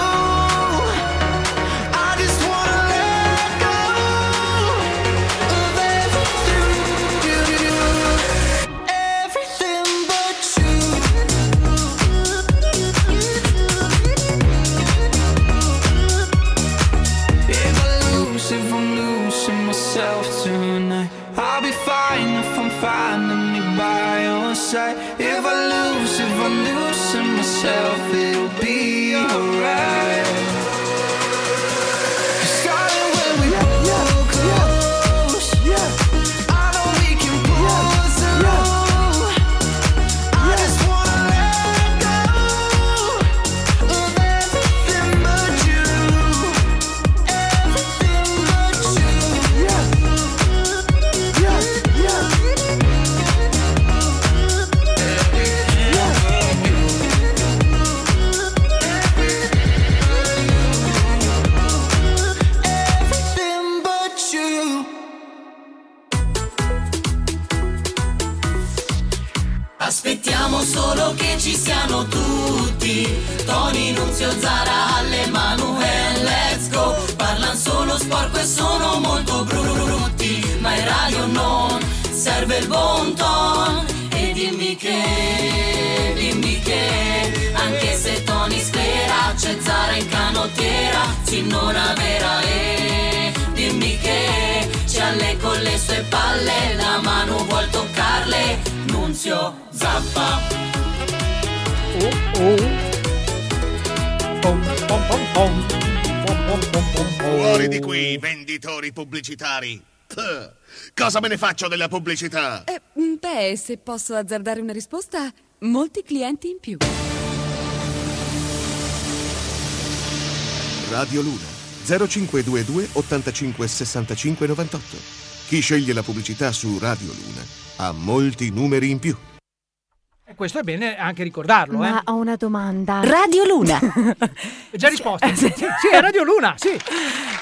S5: I just wanna let go of everything, everything but you.
S10: If I lose, if I'm losing myself tonight, I'll be fine if I'm finding me by your side. If I lose, if I'm losing myself, it'll be alright.
S5: Starting when we pull close, I know we can pull through. I just wanna let go of everything but you, everything but you. Everything but you.
S10: Aspettiamo solo che ci siano tutti Tony, Nunzio, Zara, Ale, Manuel, let's go Parlan solo sporco e sono molto brutti Ma in radio non serve il buon ton E dimmi che, dimmi che Anche se Tony sclera c'è Zara in canottiera Signora vera e dimmi che C'è Ale con le sue palle La mano vuol toccarle Nunzio, Zara
S11: zappa.
S8: Fuori di qui, venditori pubblicitari. Puh, Cosa me ne faccio della pubblicità?
S12: Eh, mm, beh, se posso azzardare una risposta, molti clienti in più.
S19: Radio Luna 0522 85 65 98. Chi sceglie la pubblicità su Radio Luna ha molti numeri in più.
S3: E questo è bene anche ricordarlo. eh.
S2: Ma ho una domanda.
S3: Radio Luna. *laughs* È già *laughs* risposto. Sì, sì, è Radio Luna, sì.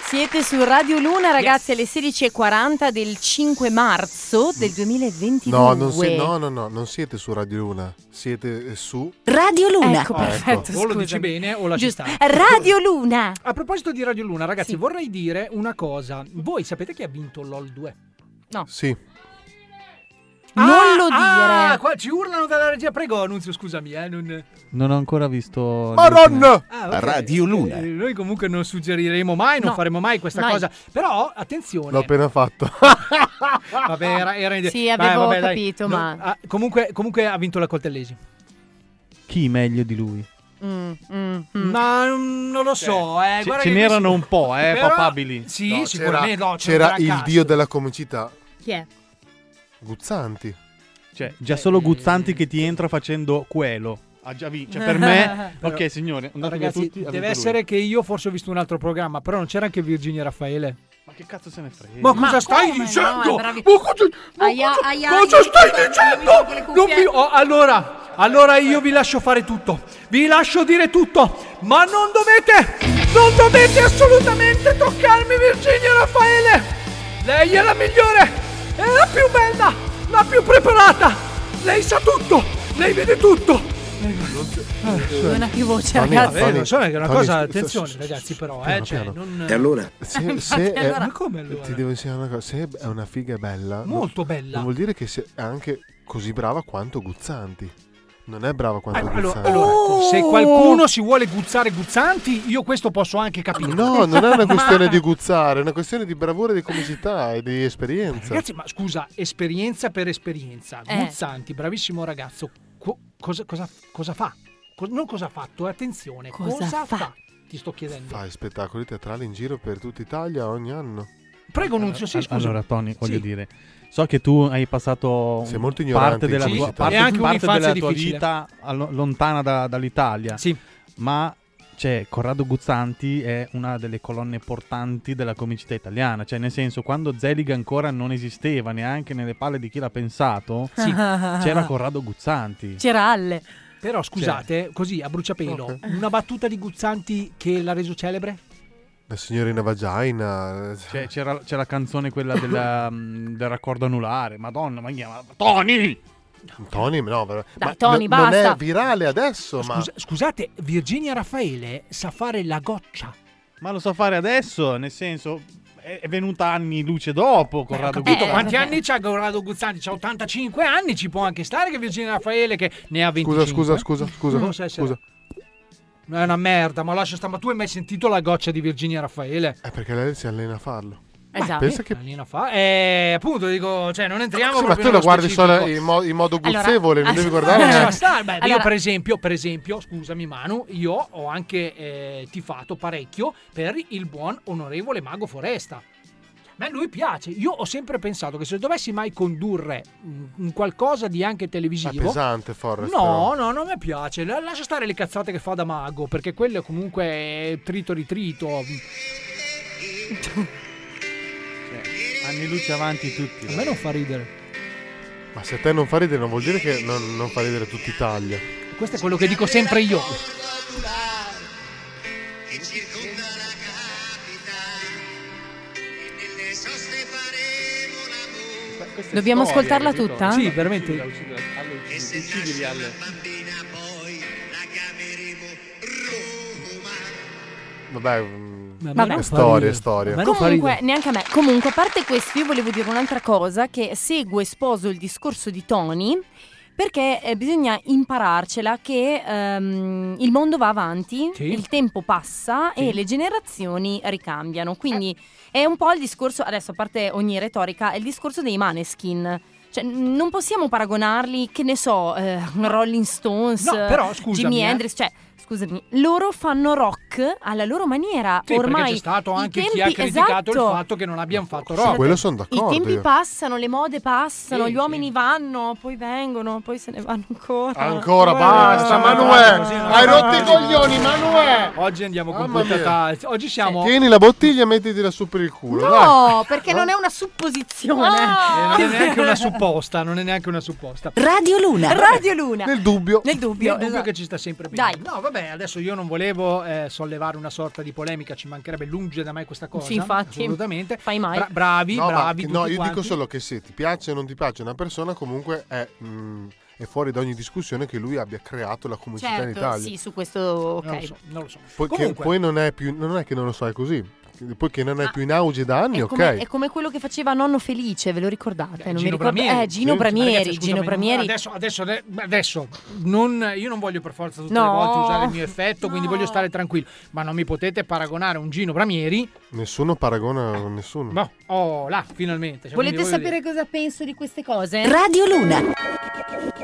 S2: Siete su Radio Luna, ragazzi, alle 16.40 del 5 marzo del 2022.
S6: No, non si- no, no, no, non siete su Radio Luna, siete eh, su
S2: Radio Luna. Ecco,
S6: Ah,
S2: perfetto,
S3: O lo dici
S2: scusami.
S3: bene o lasci
S2: Giusto.
S3: stare.
S2: Radio Luna.
S3: A proposito di Radio Luna, ragazzi, vorrei dire una cosa. Voi sapete chi ha vinto LOL 2?
S2: No.
S6: Sì.
S2: non lo
S3: ah,
S2: dire.
S3: qua ci urlano dalla regia. Prego, Annunzio, scusami. Eh, non...
S9: Non ho ancora visto.
S3: Maronna! Ah, ok.
S9: Radio Luna.
S3: Eh, Noi comunque non suggeriremo mai, non
S6: No.
S3: faremo mai questa
S6: Mai.
S3: cosa. Però, attenzione.
S6: L'ho appena fatto.
S3: Vabbè, era, era in-
S2: Sì,
S3: Vai,
S2: avevo
S3: vabbè, dai.
S2: capito,
S3: No,
S2: ma-
S3: ah, comunque, comunque ha vinto la Coltellesi.
S9: Chi meglio di lui?
S2: Mm, mm, mm.
S3: Ma mm, non lo so, eh.
S9: Ce,
S3: guarda
S9: ce
S3: che-
S9: n'erano un po', eh,
S3: Però-
S9: papabili.
S3: Sì,
S6: No,
S3: sicuramente.
S6: c'era,
S3: no,
S6: c'era
S3: un gran
S6: il
S3: cast.
S6: dio della comicità,
S2: Chi è?
S6: Guzzanti.
S9: Cioè, già solo Guzzanti che ti entra facendo quello. Ha già vinto. Cioè, per me. ok, signore, andate via
S3: Ragazzi,
S9: tutti. ha vinto
S3: deve
S9: lui.
S3: essere che io forse ho visto un altro programma, però non c'era anche Virginia Raffaele.
S9: Ma che cazzo se ne frega?
S3: Ma cosa stai
S9: come?
S3: dicendo?
S9: No, è
S3: ma
S9: bravi-
S3: cosa, ma
S9: Aia,
S3: cosa-
S9: aia,
S3: cosa
S9: aia,
S3: stai
S9: aia,
S3: dicendo?
S9: con le
S3: Non
S9: cuffiette.
S3: mi- oh, allora, allora io vi lascio fare tutto. Vi lascio dire tutto. Ma non dovete, non dovete assolutamente toccarmi Virginia Raffaele. Lei è la migliore, è la più bella, la più preparata. Lei sa tutto, lei vede tutto.
S10: Ah.
S2: Non ha più voce,
S6: Tony,
S2: ragazzi.
S6: Tony,
S3: non Eh, so, è una
S6: Tony,
S3: cosa,
S6: st-
S3: attenzione
S6: st-
S3: ragazzi però, eh,
S6: piano,
S3: cioè,
S6: piano.
S3: non...
S6: Eh,
S3: *laughs*
S6: Se,
S3: Infatti,
S6: se è,
S3: allora- Ma come allora?
S6: Ti devo insegnare una cosa. Se è una figa bella.
S3: Molto
S6: non-
S3: bella.
S6: Non vuol dire che sia anche così brava quanto Guzzanti. Non è brava quanto
S3: Allora,
S6: Guzzanti. Oh!
S3: allora, se qualcuno si vuole guzzare guzzanti, io questo posso anche capire.
S6: No, non è una
S3: *laughs*
S6: questione
S3: Ma-
S6: di guzzare, è una questione di bravura, di comicità e di esperienza.
S3: Ragazzi, ma scusa, esperienza per esperienza.
S6: Eh.
S3: Guzzanti, bravissimo ragazzo, co- cosa, cosa- cosa fa? Co- non cosa ha fatto, eh, attenzione. Cosa,
S6: Cosa
S3: fa?
S6: fa?
S3: Ti sto chiedendo.
S6: Fai spettacoli teatrali in giro per tutta Italia ogni anno.
S3: Prego, Nunzio, sì,
S9: Al-
S3: scusa.
S9: Allora, Tony, voglio
S3: Sì.
S9: dire, so che tu hai passato
S6: Sei
S9: un-
S6: molto ignorante
S9: parte
S6: in
S9: della
S6: questo
S9: tua,
S6: caso.
S9: parte,
S6: E anche
S9: parte
S6: un'infanzia
S9: della tua
S6: difficile.
S9: vita allo- lontana da- dall'Italia. Ma cioè, Corrado Guzzanti è una delle colonne portanti della comicità italiana. Cioè, nel senso, quando Zelig ancora non esisteva neanche nelle palle di chi l'ha pensato,
S2: Sì.
S9: c'era Corrado Guzzanti.
S2: C'era Alle.
S3: Però scusate, così a bruciapelo,
S6: Ok.
S3: una battuta di Guzzanti che l'ha reso celebre?
S6: La signorina vagina. eh,
S9: Cioè, c'era, c'è la canzone quella
S2: *coughs*
S9: della, mm, del raccordo anulare. Madonna, ma chiama Tony!
S6: Tony, no, però-
S3: Dai,
S6: ma
S3: Tony,
S6: no- non
S3: basta.
S6: è virale adesso, ma
S3: Scusa- scusate, Virginia Raffaele sa fare la goccia.
S9: Ma lo so fare adesso, nel senso, è, è venuta anni luce dopo
S6: Eh,
S9: Corrado
S3: Capito?
S9: Guzzanti.
S3: Quanti anni c'ha Corrado Guzzanti? C'ha 85 anni, ci può anche stare che Virginia Raffaele che ne ha 25.
S6: scusa, scusa, scusa,
S3: Non so se-
S6: scusa.
S3: No, È una merda, ma lascia stare. Ma tu hai mai sentito la goccia di Virginia Raffaele?
S6: è Eh, perché lei si allena a farlo.
S3: Esatto.
S6: Pensa che
S3: Alina fa. Eh, appunto, dico, cioè, non entriamo
S6: Sì, ma
S3: proprio
S6: tu lo
S3: nello
S6: guardi
S3: specifico.
S6: solo in, mo- in modo
S3: Allora-
S6: guzzevole, non devi guardare.
S3: Lascia
S6: neanche.
S3: stare, beh, io
S6: Allora-
S3: per esempio, per esempio, scusami Manu, io ho anche eh, tifato parecchio per il buon onorevole Mago Foresta. A me lui piace, io ho sempre pensato che se dovessi mai condurre mm, un qualcosa di anche
S6: È
S3: televisivo...
S6: pesante, Forrest.
S3: No, no, non mi piace. La- Lascia stare le cazzate che fa da mago, perché quello comunque è trito
S9: *laughs*
S3: ritrito. Cioè,
S9: Anni luce avanti tutti.
S3: A me non fa ridere.
S6: Ma se a te non fa ridere, non vuol dire che non, non fa ridere tutta Italia.
S3: Questo è quello che dico sempre io.
S2: Dobbiamo ascoltarla tutta?
S3: Sì, veramente.
S6: Vabbè, mm,
S2: Ma non
S6: è
S2: fa
S6: storia,
S3: ridere.
S6: è storia.
S2: Comunque, neanche a me. Comunque, a parte questo, io volevo dire un'altra cosa che seguo e sposo il discorso di Tony. Perché eh, bisogna impararcela che ehm, il mondo va avanti,
S12: Sì.
S2: il tempo passa
S12: Sì.
S2: e le generazioni ricambiano. Quindi è un po' il discorso, adesso a parte ogni retorica, è il discorso dei maneskin. Cioè, n- non possiamo paragonarli, che ne so, eh, Rolling Stones,
S29: No, però,
S2: eh,
S29: scusami,
S2: Jimi
S29: eh.
S2: Hendrix, cioè, scusami, loro fanno rock alla loro maniera.
S3: Sì,
S2: Ormai
S3: perché c'è stato
S2: i
S3: anche chi
S2: tempi-
S3: ha
S2: esatto.
S3: criticato il fatto che non abbiamo fatto
S2: Sì,
S3: rock.
S6: quello sono d'accordo.
S2: I tempi
S6: io.
S2: passano, le mode passano,
S3: Sì,
S2: gli uomini vanno, poi vengono, poi se ne vanno ancora.
S6: Ancora, basta, Manuè. Hai rotto i coglioni, Manuè.
S3: Oggi andiamo con
S6: Mamma mia.
S3: puntata. Oggi siamo.
S6: Tieni la bottiglia e mettitela su per il culo.
S2: No,
S6: dai.
S2: perché non è una supposizione.
S3: Eh,
S2: *laughs*
S3: non è neanche una supposta, non è neanche una supposta.
S28: Radio Luna.
S2: Radio Luna.
S6: Nel dubbio.
S2: Nel dubbio. esatto.
S3: che ci sta sempre bene.
S2: Dai.
S3: No, vabbè, adesso io non volevo eh, sollevare una sorta di polemica, ci mancherebbe lunge da me questa cosa.
S2: Sì, infatti.
S3: Assolutamente.
S2: Fai mai.
S3: Bra- bravi,
S6: No, ma-
S3: bravi.
S6: No,
S3: tutti
S6: io
S3: quanti.
S6: dico solo che se ti piace o non ti piace una persona, comunque è, mm, è fuori da ogni discussione che lui abbia creato la comicità in
S2: Certo,
S6: Italia.
S2: sì, su questo ok.
S3: Non lo so, non lo so.
S6: Poi, che-
S3: Comunque-
S6: poi non, è più, non è che non lo so, è così. Poiché non è più in auge da anni,
S2: È
S6: ok.
S2: come, è come quello che faceva Nonno Felice, ve lo ricordate? non mi
S6: Gino
S2: ricordo-
S6: Bramieri.
S2: Eh, Gino
S6: Sì.
S2: Bramieri.
S3: Ragazzi, scusami,
S2: Gino
S3: non-
S2: Bramieri.
S3: Adesso, adesso, eh, adesso non, io non voglio per forza tutte
S2: No.
S3: le volte usare il mio effetto, quindi voglio stare tranquillo. Ma non mi potete paragonare un Gino Bramieri.
S6: Nessuno paragona
S3: Eh.
S6: nessuno.
S3: No, oh là, finalmente. Cioè,
S16: Volete
S3: quindi voglio
S16: sapere cosa penso di queste cose?
S28: Radio Luna.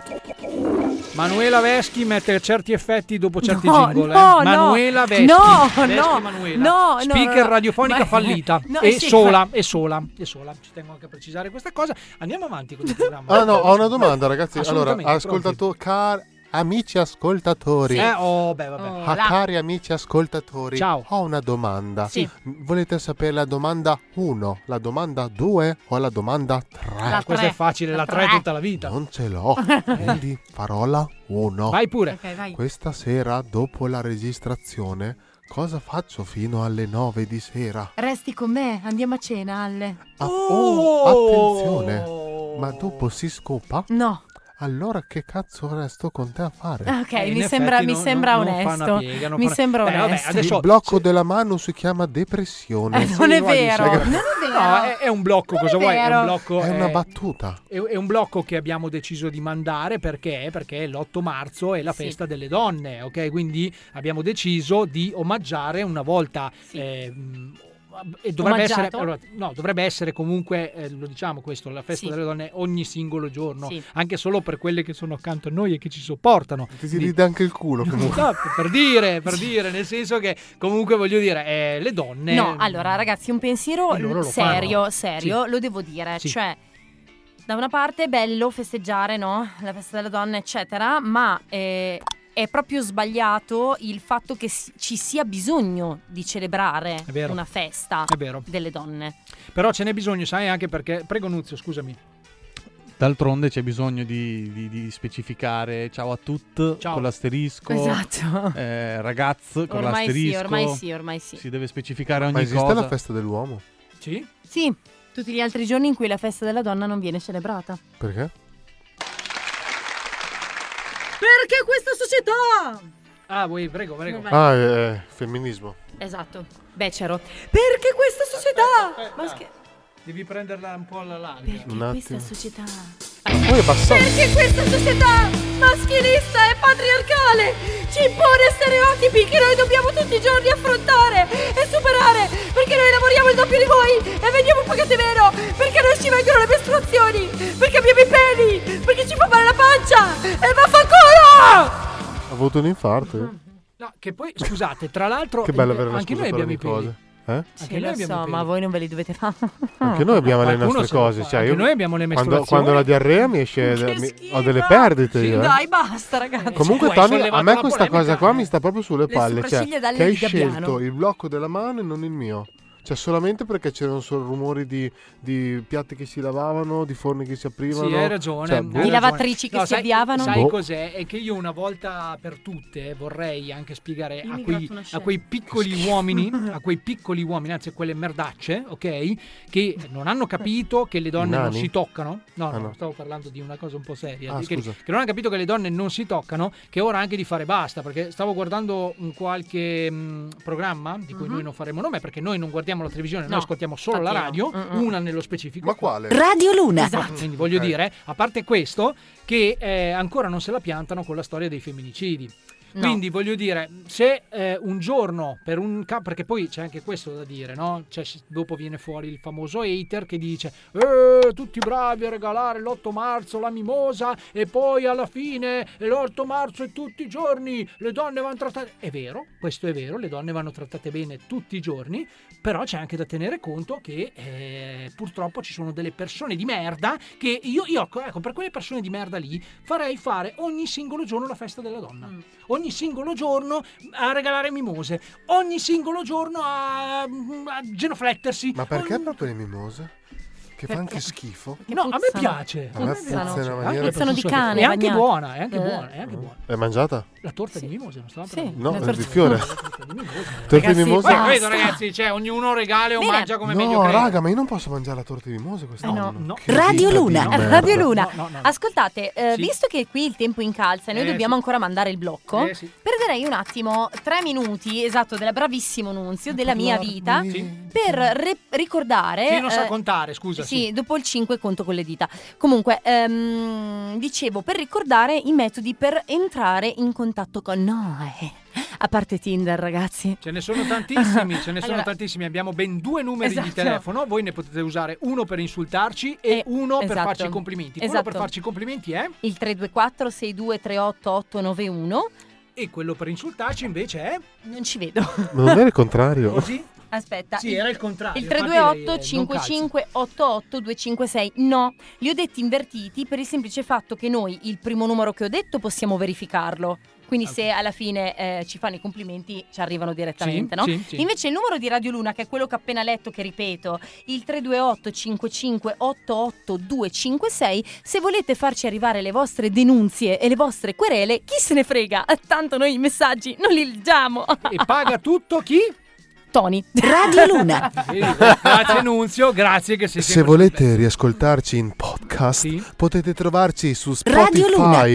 S3: dire, Manuela Veschi mette certi effetti dopo certi
S2: No,
S3: jingle. eh.
S2: no, no.
S3: Manuela Veschi.
S2: No,
S3: Veschi
S2: no,
S3: Manuela.
S2: no, no,
S3: Speaker
S2: no, no.
S3: radiofonica
S2: Ma-
S3: fallita.
S2: No, eh
S3: e
S2: sì,
S3: sola,
S2: fa-
S3: e sola, e sola. Ci tengo anche a precisare questa cosa. Andiamo avanti con il programma.
S6: Ah no, ho una domanda ragazzi. Allora,
S3: Assolutamente,
S6: ascoltato, car- amici ascoltatori.
S3: Eh, oh, beh, vabbè.
S6: Ah, cari amici ascoltatori,
S3: Ciao.
S6: ho una domanda.
S3: Sì.
S6: Volete sapere la domanda 1, la domanda 2 o la domanda 3?
S3: Ah, questa è facile, la 3 tutta la vita.
S6: Non ce l'ho,
S3: *laughs*
S6: quindi farò la 1.
S3: Vai pure.
S6: Ok, vai. Questa sera, dopo la registrazione, cosa faccio fino alle 9 di sera?
S2: Resti con me, andiamo a cena, Alle.
S6: Ah, oh, attenzione! Ma dopo si scopa?
S2: No.
S6: Allora che cazzo resto con te a fare?
S2: Ah, ok,
S3: Eh, in
S2: mi sembra,
S3: effetti
S2: mi
S3: non-
S2: sembra
S3: non- non fa
S2: onesto.
S3: una piega, non
S2: mi
S3: fa una-
S2: sembra
S3: Beh, vabbè,
S2: onesto.
S3: adesso-
S6: Il blocco della mano si chiama depressione.
S2: Eh, non è vero.
S3: cioè, No, è, è un blocco, cosa vuoi? È
S2: vero.
S3: un blocco.
S6: cioè,
S3: eh,
S6: È una battuta.
S3: È, è un blocco che abbiamo deciso di mandare perché? Perché l'8 marzo è la
S6: Sì.
S3: festa delle donne, ok? Quindi abbiamo deciso di omaggiare una volta. eh, mh, eh, e dovrebbe
S10: Omaggiato.
S3: essere, allora, no, dovrebbe essere comunque, eh, lo diciamo questo, la festa
S10: Sì.
S3: delle donne ogni singolo giorno,
S10: Sì.
S3: anche solo per quelle che sono accanto a noi e che ci sopportano.
S6: Ti si
S3: Quindi-
S6: ride anche
S3: *laughs*
S6: il culo comunque.
S3: No, per dire, per dire, nel senso che comunque voglio dire, eh, le donne...
S2: No, allora ragazzi, un pensiero
S3: E loro lo
S2: serio,
S3: fanno.
S2: serio,
S3: Sì.
S2: lo devo dire,
S3: Sì.
S2: cioè da una parte è bello festeggiare, no? La festa della donna, eccetera, ma eh, è proprio sbagliato il fatto che si- ci sia bisogno di celebrare
S3: È vero.
S2: una festa
S3: È vero.
S2: delle donne.
S3: Però ce n'è bisogno, sai, anche perché... Prego Nuzio, scusami.
S9: D'altronde c'è bisogno di, di- di specificare ciao a tutti con l'asterisco.
S2: Esatto.
S9: eh, ragazzo con
S2: Ormai sì,
S9: l'asterisco.
S2: ormai sì, ormai sì.
S9: Si deve specificare ogni
S6: Ma esiste
S9: cosa.
S6: la festa dell'uomo?
S3: Sì?
S2: Sì, tutti gli altri giorni in cui la festa della donna non viene celebrata.
S6: Perché?
S2: Perché questa società
S3: Ah, voi, prego, prego.
S6: Ah, eh, femminismo.
S2: Esatto, becero. Perché questa società? Ma scher-
S3: Devi prenderla un po' alla larga.
S6: Un attimo.
S2: società.
S6: Poi è passato.
S2: Perché questa società maschilista e patriarcale ci impone stereotipi che noi dobbiamo tutti i giorni affrontare e superare? Perché noi lavoriamo il doppio di voi e veniamo pagati meno? Perché non ci vengono le mestruazioni? Perché abbiamo i peli? Perché ci fa male la pancia? E vaffanculo!
S6: Ha avuto un infarto.
S2: Mm.
S6: io.
S3: No, che poi, scusate, tra l'altro...
S6: Che bello avere la
S3: Anche
S6: scusa
S3: noi
S6: per
S3: abbiamo i
S6: ogni
S3: peli.
S6: cosa. Eh?
S3: Anche noi abbiamo i peli.
S2: voi non ve li dovete fare. *laughs*
S6: Anche noi abbiamo le
S3: Qualcuno
S6: nostre
S3: se lo
S6: cose.
S3: fa.
S6: Cioè,
S3: Anche
S6: io
S3: noi abbiamo le
S6: quando,
S3: mestruazioni.
S6: quando la diarrea
S3: *laughs*
S6: mi esce, mi- ho delle perdite. io, eh.
S2: basta ragazzi.
S6: Comunque,
S3: tu cioè, hai
S6: Tony, a
S3: sollevato
S6: me
S3: la
S6: questa
S3: polemica,
S6: cosa qua mi sta proprio sulle
S2: Le
S6: palle. Cioè,
S2: sopracciglia dalle
S6: che hai
S2: dita
S6: scelto
S2: piano.
S6: il blocco della mano e non il mio. Cioè, solamente perché c'erano solo rumori di, di piatti che si lavavano, di forni che si aprivano.
S3: Sì, hai ragione.
S6: Cioè,
S3: hai
S6: boh.
S3: ragione.
S2: lavatrici che si
S3: sai-
S2: avviavano.
S3: Sai
S6: Boh.
S3: cos'è? È che io una volta per tutte vorrei anche spiegare
S10: Io
S3: a
S10: mi
S3: quei,
S10: gratto una
S3: a
S10: scena.
S3: quei piccoli uomini, a quei piccoli uomini, anzi a quelle merdacce, ok? Che non hanno capito che le donne non
S10: nani?
S3: si toccano. No,
S10: Ah,
S3: no,
S10: no.
S3: stavo parlando di una cosa un po' seria.
S10: Ah,
S3: di- che,
S10: scusa.
S3: che non hanno capito che le donne non si toccano, che è ora anche di fare basta. Perché stavo guardando un qualche mh, programma di cui noi non faremo nome, perché noi non guardiamo la televisione,
S10: Mhm. No,
S3: noi ascoltiamo solo la
S10: infatti
S3: radio,
S10: no. Mm, mm.
S3: una nello specifico.
S6: Ma quale?
S28: Radio Luna. Esatto.
S3: Quindi voglio
S10: Ok.
S3: dire, a parte questo, che eh, ancora non se la piantano con la storia dei femminicidi.
S10: No.
S3: Quindi voglio dire, se eh, un giorno, per un ca- perché poi c'è anche questo da dire, no? Cioè, si- dopo viene fuori il famoso hater che dice "Eh, tutti bravi a regalare l'8 marzo la mimosa e poi alla fine l'8 marzo e tutti i giorni le donne vanno trattate... È vero, questo è vero, le donne vanno trattate bene tutti i giorni, però c'è anche da tenere conto che eh, purtroppo ci sono delle persone di merda che io, io, ecco, ecco, per quelle persone di merda lì farei fare ogni singolo giorno la festa della donna. Ogni singolo giorno a regalare mimose. Ogni singolo giorno a, a genoflettersi.
S17: Ma perché proprio le mimose? Che fa anche schifo.
S3: Eh, No, a me piace.
S17: A me puzzano. puzza in una maniera
S3: Puzzano di cane. Eh. È anche buona, è anche buona, è anche buona.
S17: L'hai mangiata?
S3: La torta di mimose, non stava parlando.
S17: No, il fiore. Torte di mimosa.
S3: Poi vedo ragazzi, cioè ognuno regala o mangia come meglio
S17: No,
S3: crede.
S17: raga, ma io non posso mangiare la torta di mimose quest'anno. Che
S2: Radio
S17: vita di
S2: Luna,
S17: merda.
S2: Radio Luna.
S17: No, no, no.
S2: Ascoltate, eh,
S17: Sì.
S2: visto che qui il tempo incalza e noi
S17: Eh,
S2: dobbiamo
S17: sì.
S2: ancora mandare il blocco,
S17: Eh, sì.
S2: perderei un attimo tre minuti, esatto, della bravissimo Nunzio, della mia vita, per re- ricordare...
S3: Chi non sa
S2: eh,
S3: contare, scusa.
S2: Sì, dopo il 5 conto con le dita. Comunque, ehm, dicevo, per ricordare i metodi per entrare in contatto con noi. A parte Tinder, ragazzi.
S3: Ce ne sono tantissimi, ce ne sono
S2: Allora-
S3: tantissimi. Abbiamo ben due numeri di
S2: Esatto.
S3: telefono. Voi ne potete usare uno per insultarci e uno per
S2: esatto.
S3: farci i complimenti. Quello
S2: Esatto.
S3: per farci i complimenti è.
S2: Il 324 6238891
S3: E
S2: *laughs*
S3: quello per insultarci invece eh. è.
S2: Non ci vedo.
S17: Ma non era il contrario?
S3: Così?
S2: Aspetta.
S3: Sì, era il contrario,
S2: Il
S3: infatti lei, eh, non
S2: 328 55 88 256. No, li ho detti invertiti per il semplice fatto che noi il primo numero che ho detto possiamo verificarlo. Quindi se alla fine eh, ci fanno i complimenti ci arrivano direttamente,
S15: Sì,
S2: no?
S15: sì, sì.
S2: Invece il numero di Radio Luna, che è quello che ho appena letto, che ripeto, il 328 55 88 256, se volete farci arrivare le vostre denunzie e le vostre querele, chi se ne frega? Tanto noi i messaggi non li leggiamo.
S3: E paga tutto chi?
S2: Tony.
S3: Radio Luna. grazie Nunzio, grazie che sei
S17: Se
S3: sempre
S17: volete riascoltarci in podcast, potete trovarci su Spotify.
S3: Radio Luna.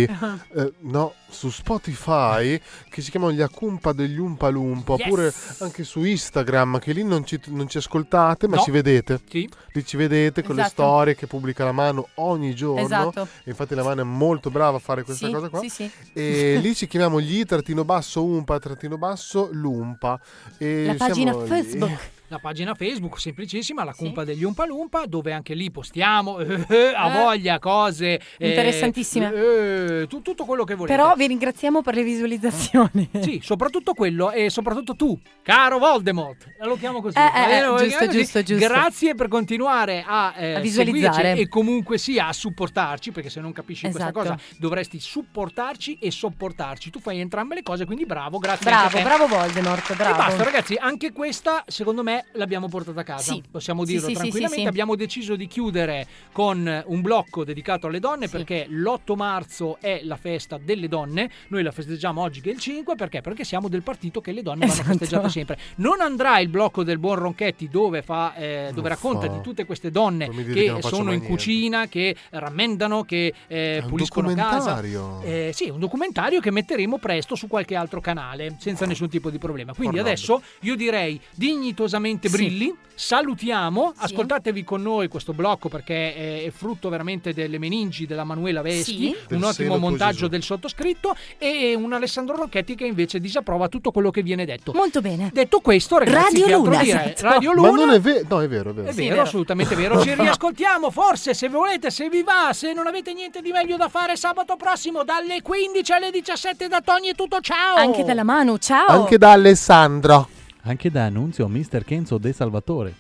S17: Eh, no, su Spotify, che si chiamano gli Acumpa degli Umpa Lumpa,
S3: Yes.
S17: oppure anche su Instagram, che lì non ci, non ci ascoltate, ma
S3: No.
S17: ci vedete.
S3: Sì.
S17: Lì ci vedete con le
S2: Esatto.
S17: storie che pubblica la mano ogni giorno.
S2: Esatto.
S17: E Infatti la mano è molto brava a fare questa
S2: Sì,
S17: cosa qua.
S2: sì, sì.
S17: E lì ci chiamiamo gli trattino basso umpa trattino basso lumpa. E
S3: La
S17: siamo
S3: pagina
S17: lì.
S3: Facebook. La pagina Facebook, semplicissima, la cumpa degli Umpa Lumpa, dove anche lì postiamo *laughs* eh, a
S2: Eh.
S3: voglia cose eh,
S2: Interessantissime.
S3: eh, tu- tutto quello che volete.
S2: Però vi ringraziamo per le visualizzazioni.
S3: *laughs* Sì, soprattutto quello e soprattutto tu, Uh, caro Voldemort. Lo chiamo così.
S2: Eh, eh,
S3: Eh, lo
S2: giusto,
S3: chiamo così.
S2: giusto, giusto.
S3: Grazie per continuare a, eh,
S2: A visualizzare.
S3: seguirci e comunque sia a supportarci, perché se non capisci
S2: Esatto.
S3: questa cosa dovresti supportarci e sopportarci. Tu fai entrambe le cose, quindi bravo, grazie. anche a
S2: Bravo,
S3: te.
S2: bravo Voldemort, bravo.
S3: E basta ragazzi, anche questa secondo me l'abbiamo portata a casa,
S2: Sì.
S3: possiamo
S2: Sì,
S3: dirlo
S2: sì, sì,
S3: tranquillamente,
S2: sì, sì.
S3: abbiamo deciso di chiudere con eh, un blocco dedicato alle donne perché l'8 marzo è la festa delle donne, noi la festeggiamo oggi che è il 5 perché? Perché siamo del partito che le donne
S2: Esatto.
S3: vanno festeggiate sempre. Non andrà il blocco del buon Ronchetti dove, fa, eh, dove racconta
S17: fa.
S3: di tutte queste donne
S17: Non mi
S3: che,
S17: dite che non faccio
S3: sono
S17: mai
S3: in
S17: niente.
S3: cucina, che rammendano, che eh,
S17: un
S3: puliscono casa.
S17: documentario.
S3: Eh, sì, un documentario che metteremo presto su qualche altro canale senza nessun tipo di problema. Quindi
S17: Orlando.
S3: adesso io direi dignitosamente
S17: Sì.
S3: brilli, salutiamo, ascoltatevi con noi questo blocco perché è- è frutto veramente delle meningi della Manuela Veschi,
S17: Sì. Del
S3: un ottimo
S17: seno
S3: montaggio
S17: Gesù.
S3: del sottoscritto e un Alessandro Rocchetti che invece disapprova tutto quello che viene detto.
S2: Molto bene.
S3: Detto questo, ragazzi, che altro dire?
S2: *laughs*
S3: Radio
S17: Ma
S3: Luna
S17: non è vero. No, è vero, è vero.
S3: è vero, assolutamente vero.
S17: *laughs*
S3: Ci riascoltiamo, forse, se volete, se vi va, se non avete niente di meglio da fare sabato prossimo dalle 15 alle 17 da Togni è tutto, ciao!
S2: Anche dalla mano, ciao.
S17: Anche da Alessandro.
S9: Anche da Annunzio Mr. Kenzo De Salvatore.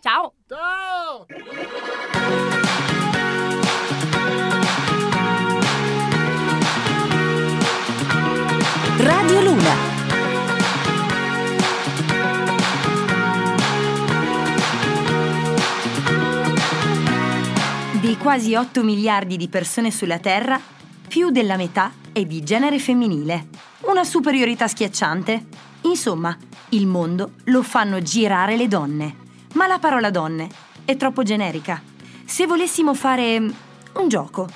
S2: Ciao.
S3: Ciao.
S28: Radio Luna.
S15: Dei quasi 8 miliardi di persone sulla Terra, più della metà è di genere femminile. Una superiorità schiacciante. Insomma, il mondo lo fanno girare le donne. Ma la parola donne è troppo generica. Se volessimo fare mm, un gioco,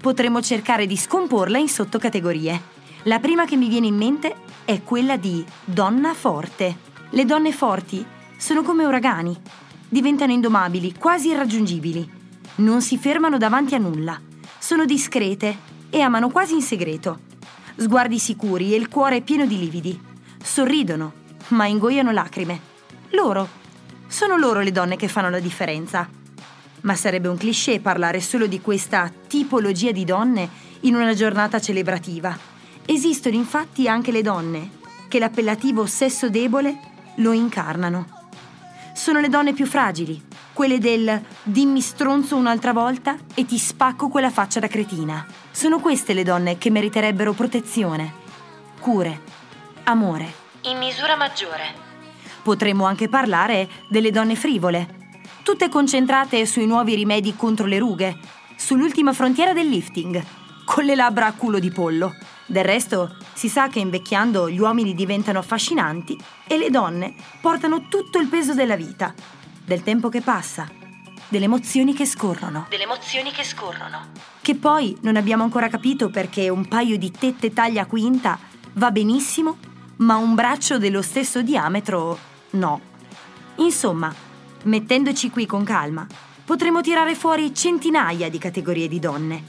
S15: potremmo cercare di scomporla in sottocategorie. La prima che mi viene in mente è quella di donna forte. Le donne forti sono come uragani, diventano indomabili, quasi irraggiungibili. Non si fermano davanti a nulla, sono discrete e amano quasi in segreto. Sguardi sicuri e il cuore pieno di lividi.
S2: Sorridono, ma ingoiano lacrime. Loro. Sono loro le donne che fanno la differenza. Ma sarebbe un cliché parlare solo di questa tipologia di donne in una giornata celebrativa. Esistono infatti anche le donne, che l'appellativo sesso debole lo incarnano. Sono le donne più fragili, quelle del dimmi stronzo un'altra volta e ti spacco quella faccia da cretina. Sono queste le donne che meriterebbero protezione, cure, amore.
S6: In misura maggiore.
S2: Potremmo anche parlare delle donne frivole, tutte concentrate sui nuovi rimedi contro le rughe, sull'ultima frontiera del lifting, con le labbra a culo di pollo. Del resto, si sa che invecchiando gli uomini diventano affascinanti e le donne portano tutto il peso della vita, del tempo che passa, delle emozioni che scorrono
S6: Delle emozioni che scorrono.
S2: che poi non abbiamo ancora capito perché un paio di tette taglia quinta va benissimo, ma un braccio dello stesso diametro no. Insomma, mettendoci qui con calma, potremmo tirare fuori centinaia di categorie di donne,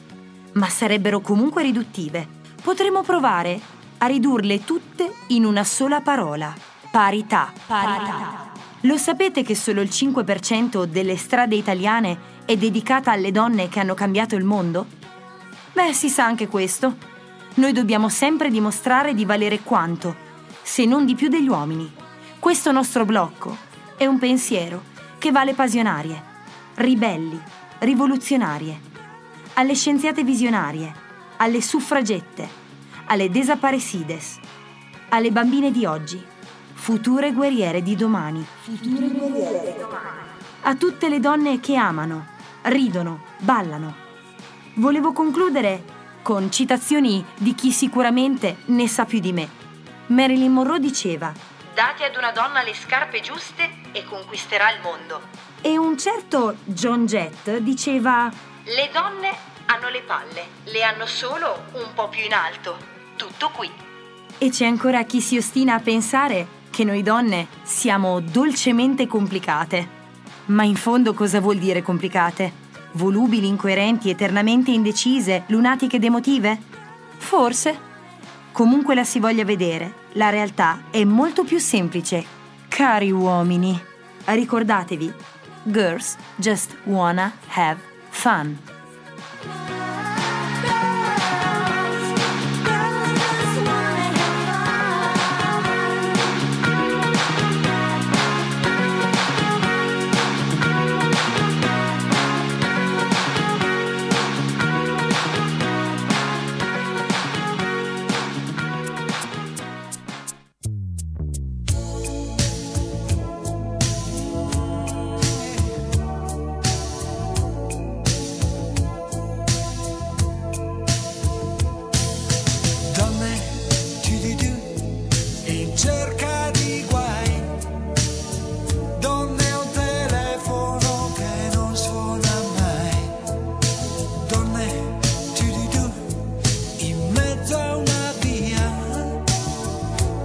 S2: ma sarebbero comunque riduttive. Potremmo provare a ridurle tutte in una sola parola, parità.
S6: Parità.
S2: Lo sapete che solo il 5% delle strade italiane è dedicata alle donne che hanno cambiato il mondo? Beh, si sa anche questo. Noi dobbiamo sempre dimostrare di valere quanto, se non di più degli uomini. Questo nostro blocco è un pensiero che vale pasionarie, ribelli, rivoluzionarie, alle scienziate visionarie, alle suffragette, alle desaparecides, alle bambine di oggi, future guerriere di domani.
S10: Future guerriere di
S2: a tutte le donne che amano, ridono, ballano. Volevo concludere con citazioni di chi sicuramente ne sa più di me. Marilyn Monroe diceva,
S6: Date ad una donna le scarpe giuste e conquisterà il mondo.
S2: e un certo John Jett diceva,
S6: Le donne hanno le palle, le hanno solo un po' più in alto. Tutto qui.
S2: e c'è ancora chi si ostina a pensare che noi donne siamo dolcemente complicate. Ma in fondo cosa vuol dire complicate? Volubili, incoerenti, eternamente indecise, lunatiche ed emotive? Forse. Comunque la si voglia vedere, la realtà è molto più semplice. Cari uomini, ricordatevi, girls just wanna have fun.
S5: Donne, giri giù in cerca di guai. Donne, un telefono che non suona mai. Donne, giri giù in mezzo a una via.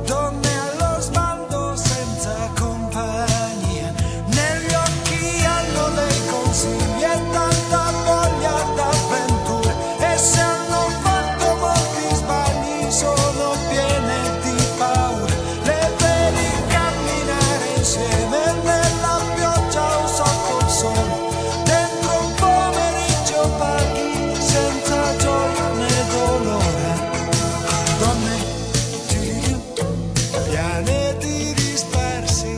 S5: Donne allo sbando senza compagnia. Negli occhi hanno dei consigli e tanta voglia d'avventura. E se hanno fatto molti sbagli sono piene di paura. Le vedi camminare insieme nella pioggia o sotto il sole. Dentro un pomeriggio paghi senza gioia né dolore. Donne pianeti dispersi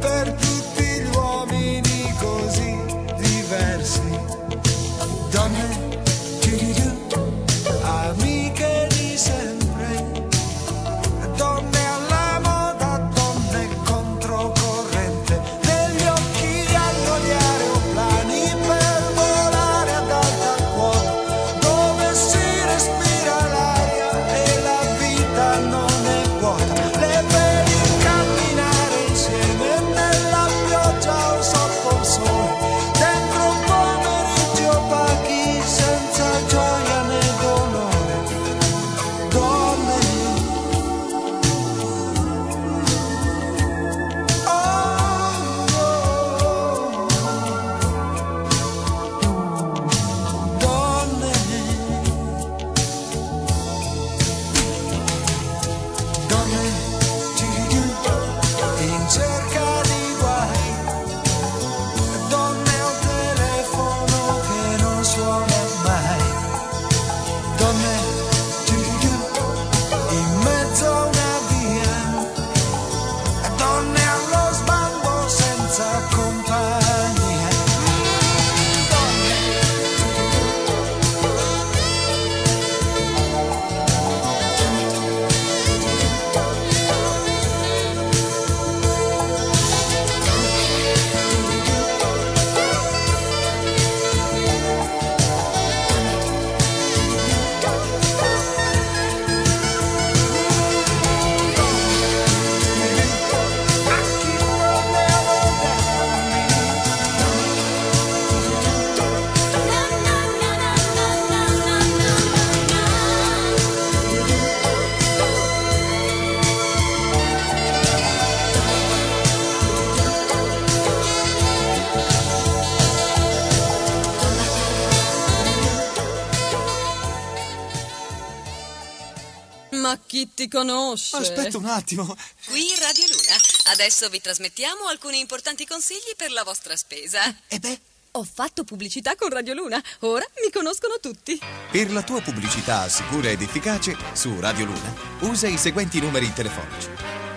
S5: per tutti gli uomini così diversi donne giurirù, amiche di sempre donne alla moda donne controcorrente negli occhi hanno gli aeroplani per volare ad alta quota dove si respira l'aria e la vita non è vuota. Le vedi camminare insieme nella pioggia o sotto il sole. Dentro un pomeriggio paghi senza gioia né dolore. Donne. Oh, oh, oh. Donne. Donne,
S10: Chi ti conosce?
S7: Aspetta un attimo.
S10: Qui Radio Luna. Adesso vi trasmettiamo alcuni importanti consigli per la vostra spesa.
S7: Eh
S10: E beh? Ho fatto pubblicità con Radio Luna. Ora mi conoscono tutti.
S27: Per la tua pubblicità sicura ed efficace su Radio Luna usa i seguenti numeri telefonici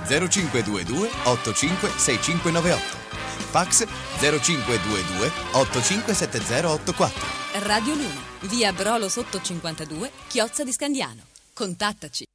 S27: 0522 856598 fax 0522 857084
S10: Radio Luna, via Brolo Sotto 52, Chiozza di Scandiano. Contattaci.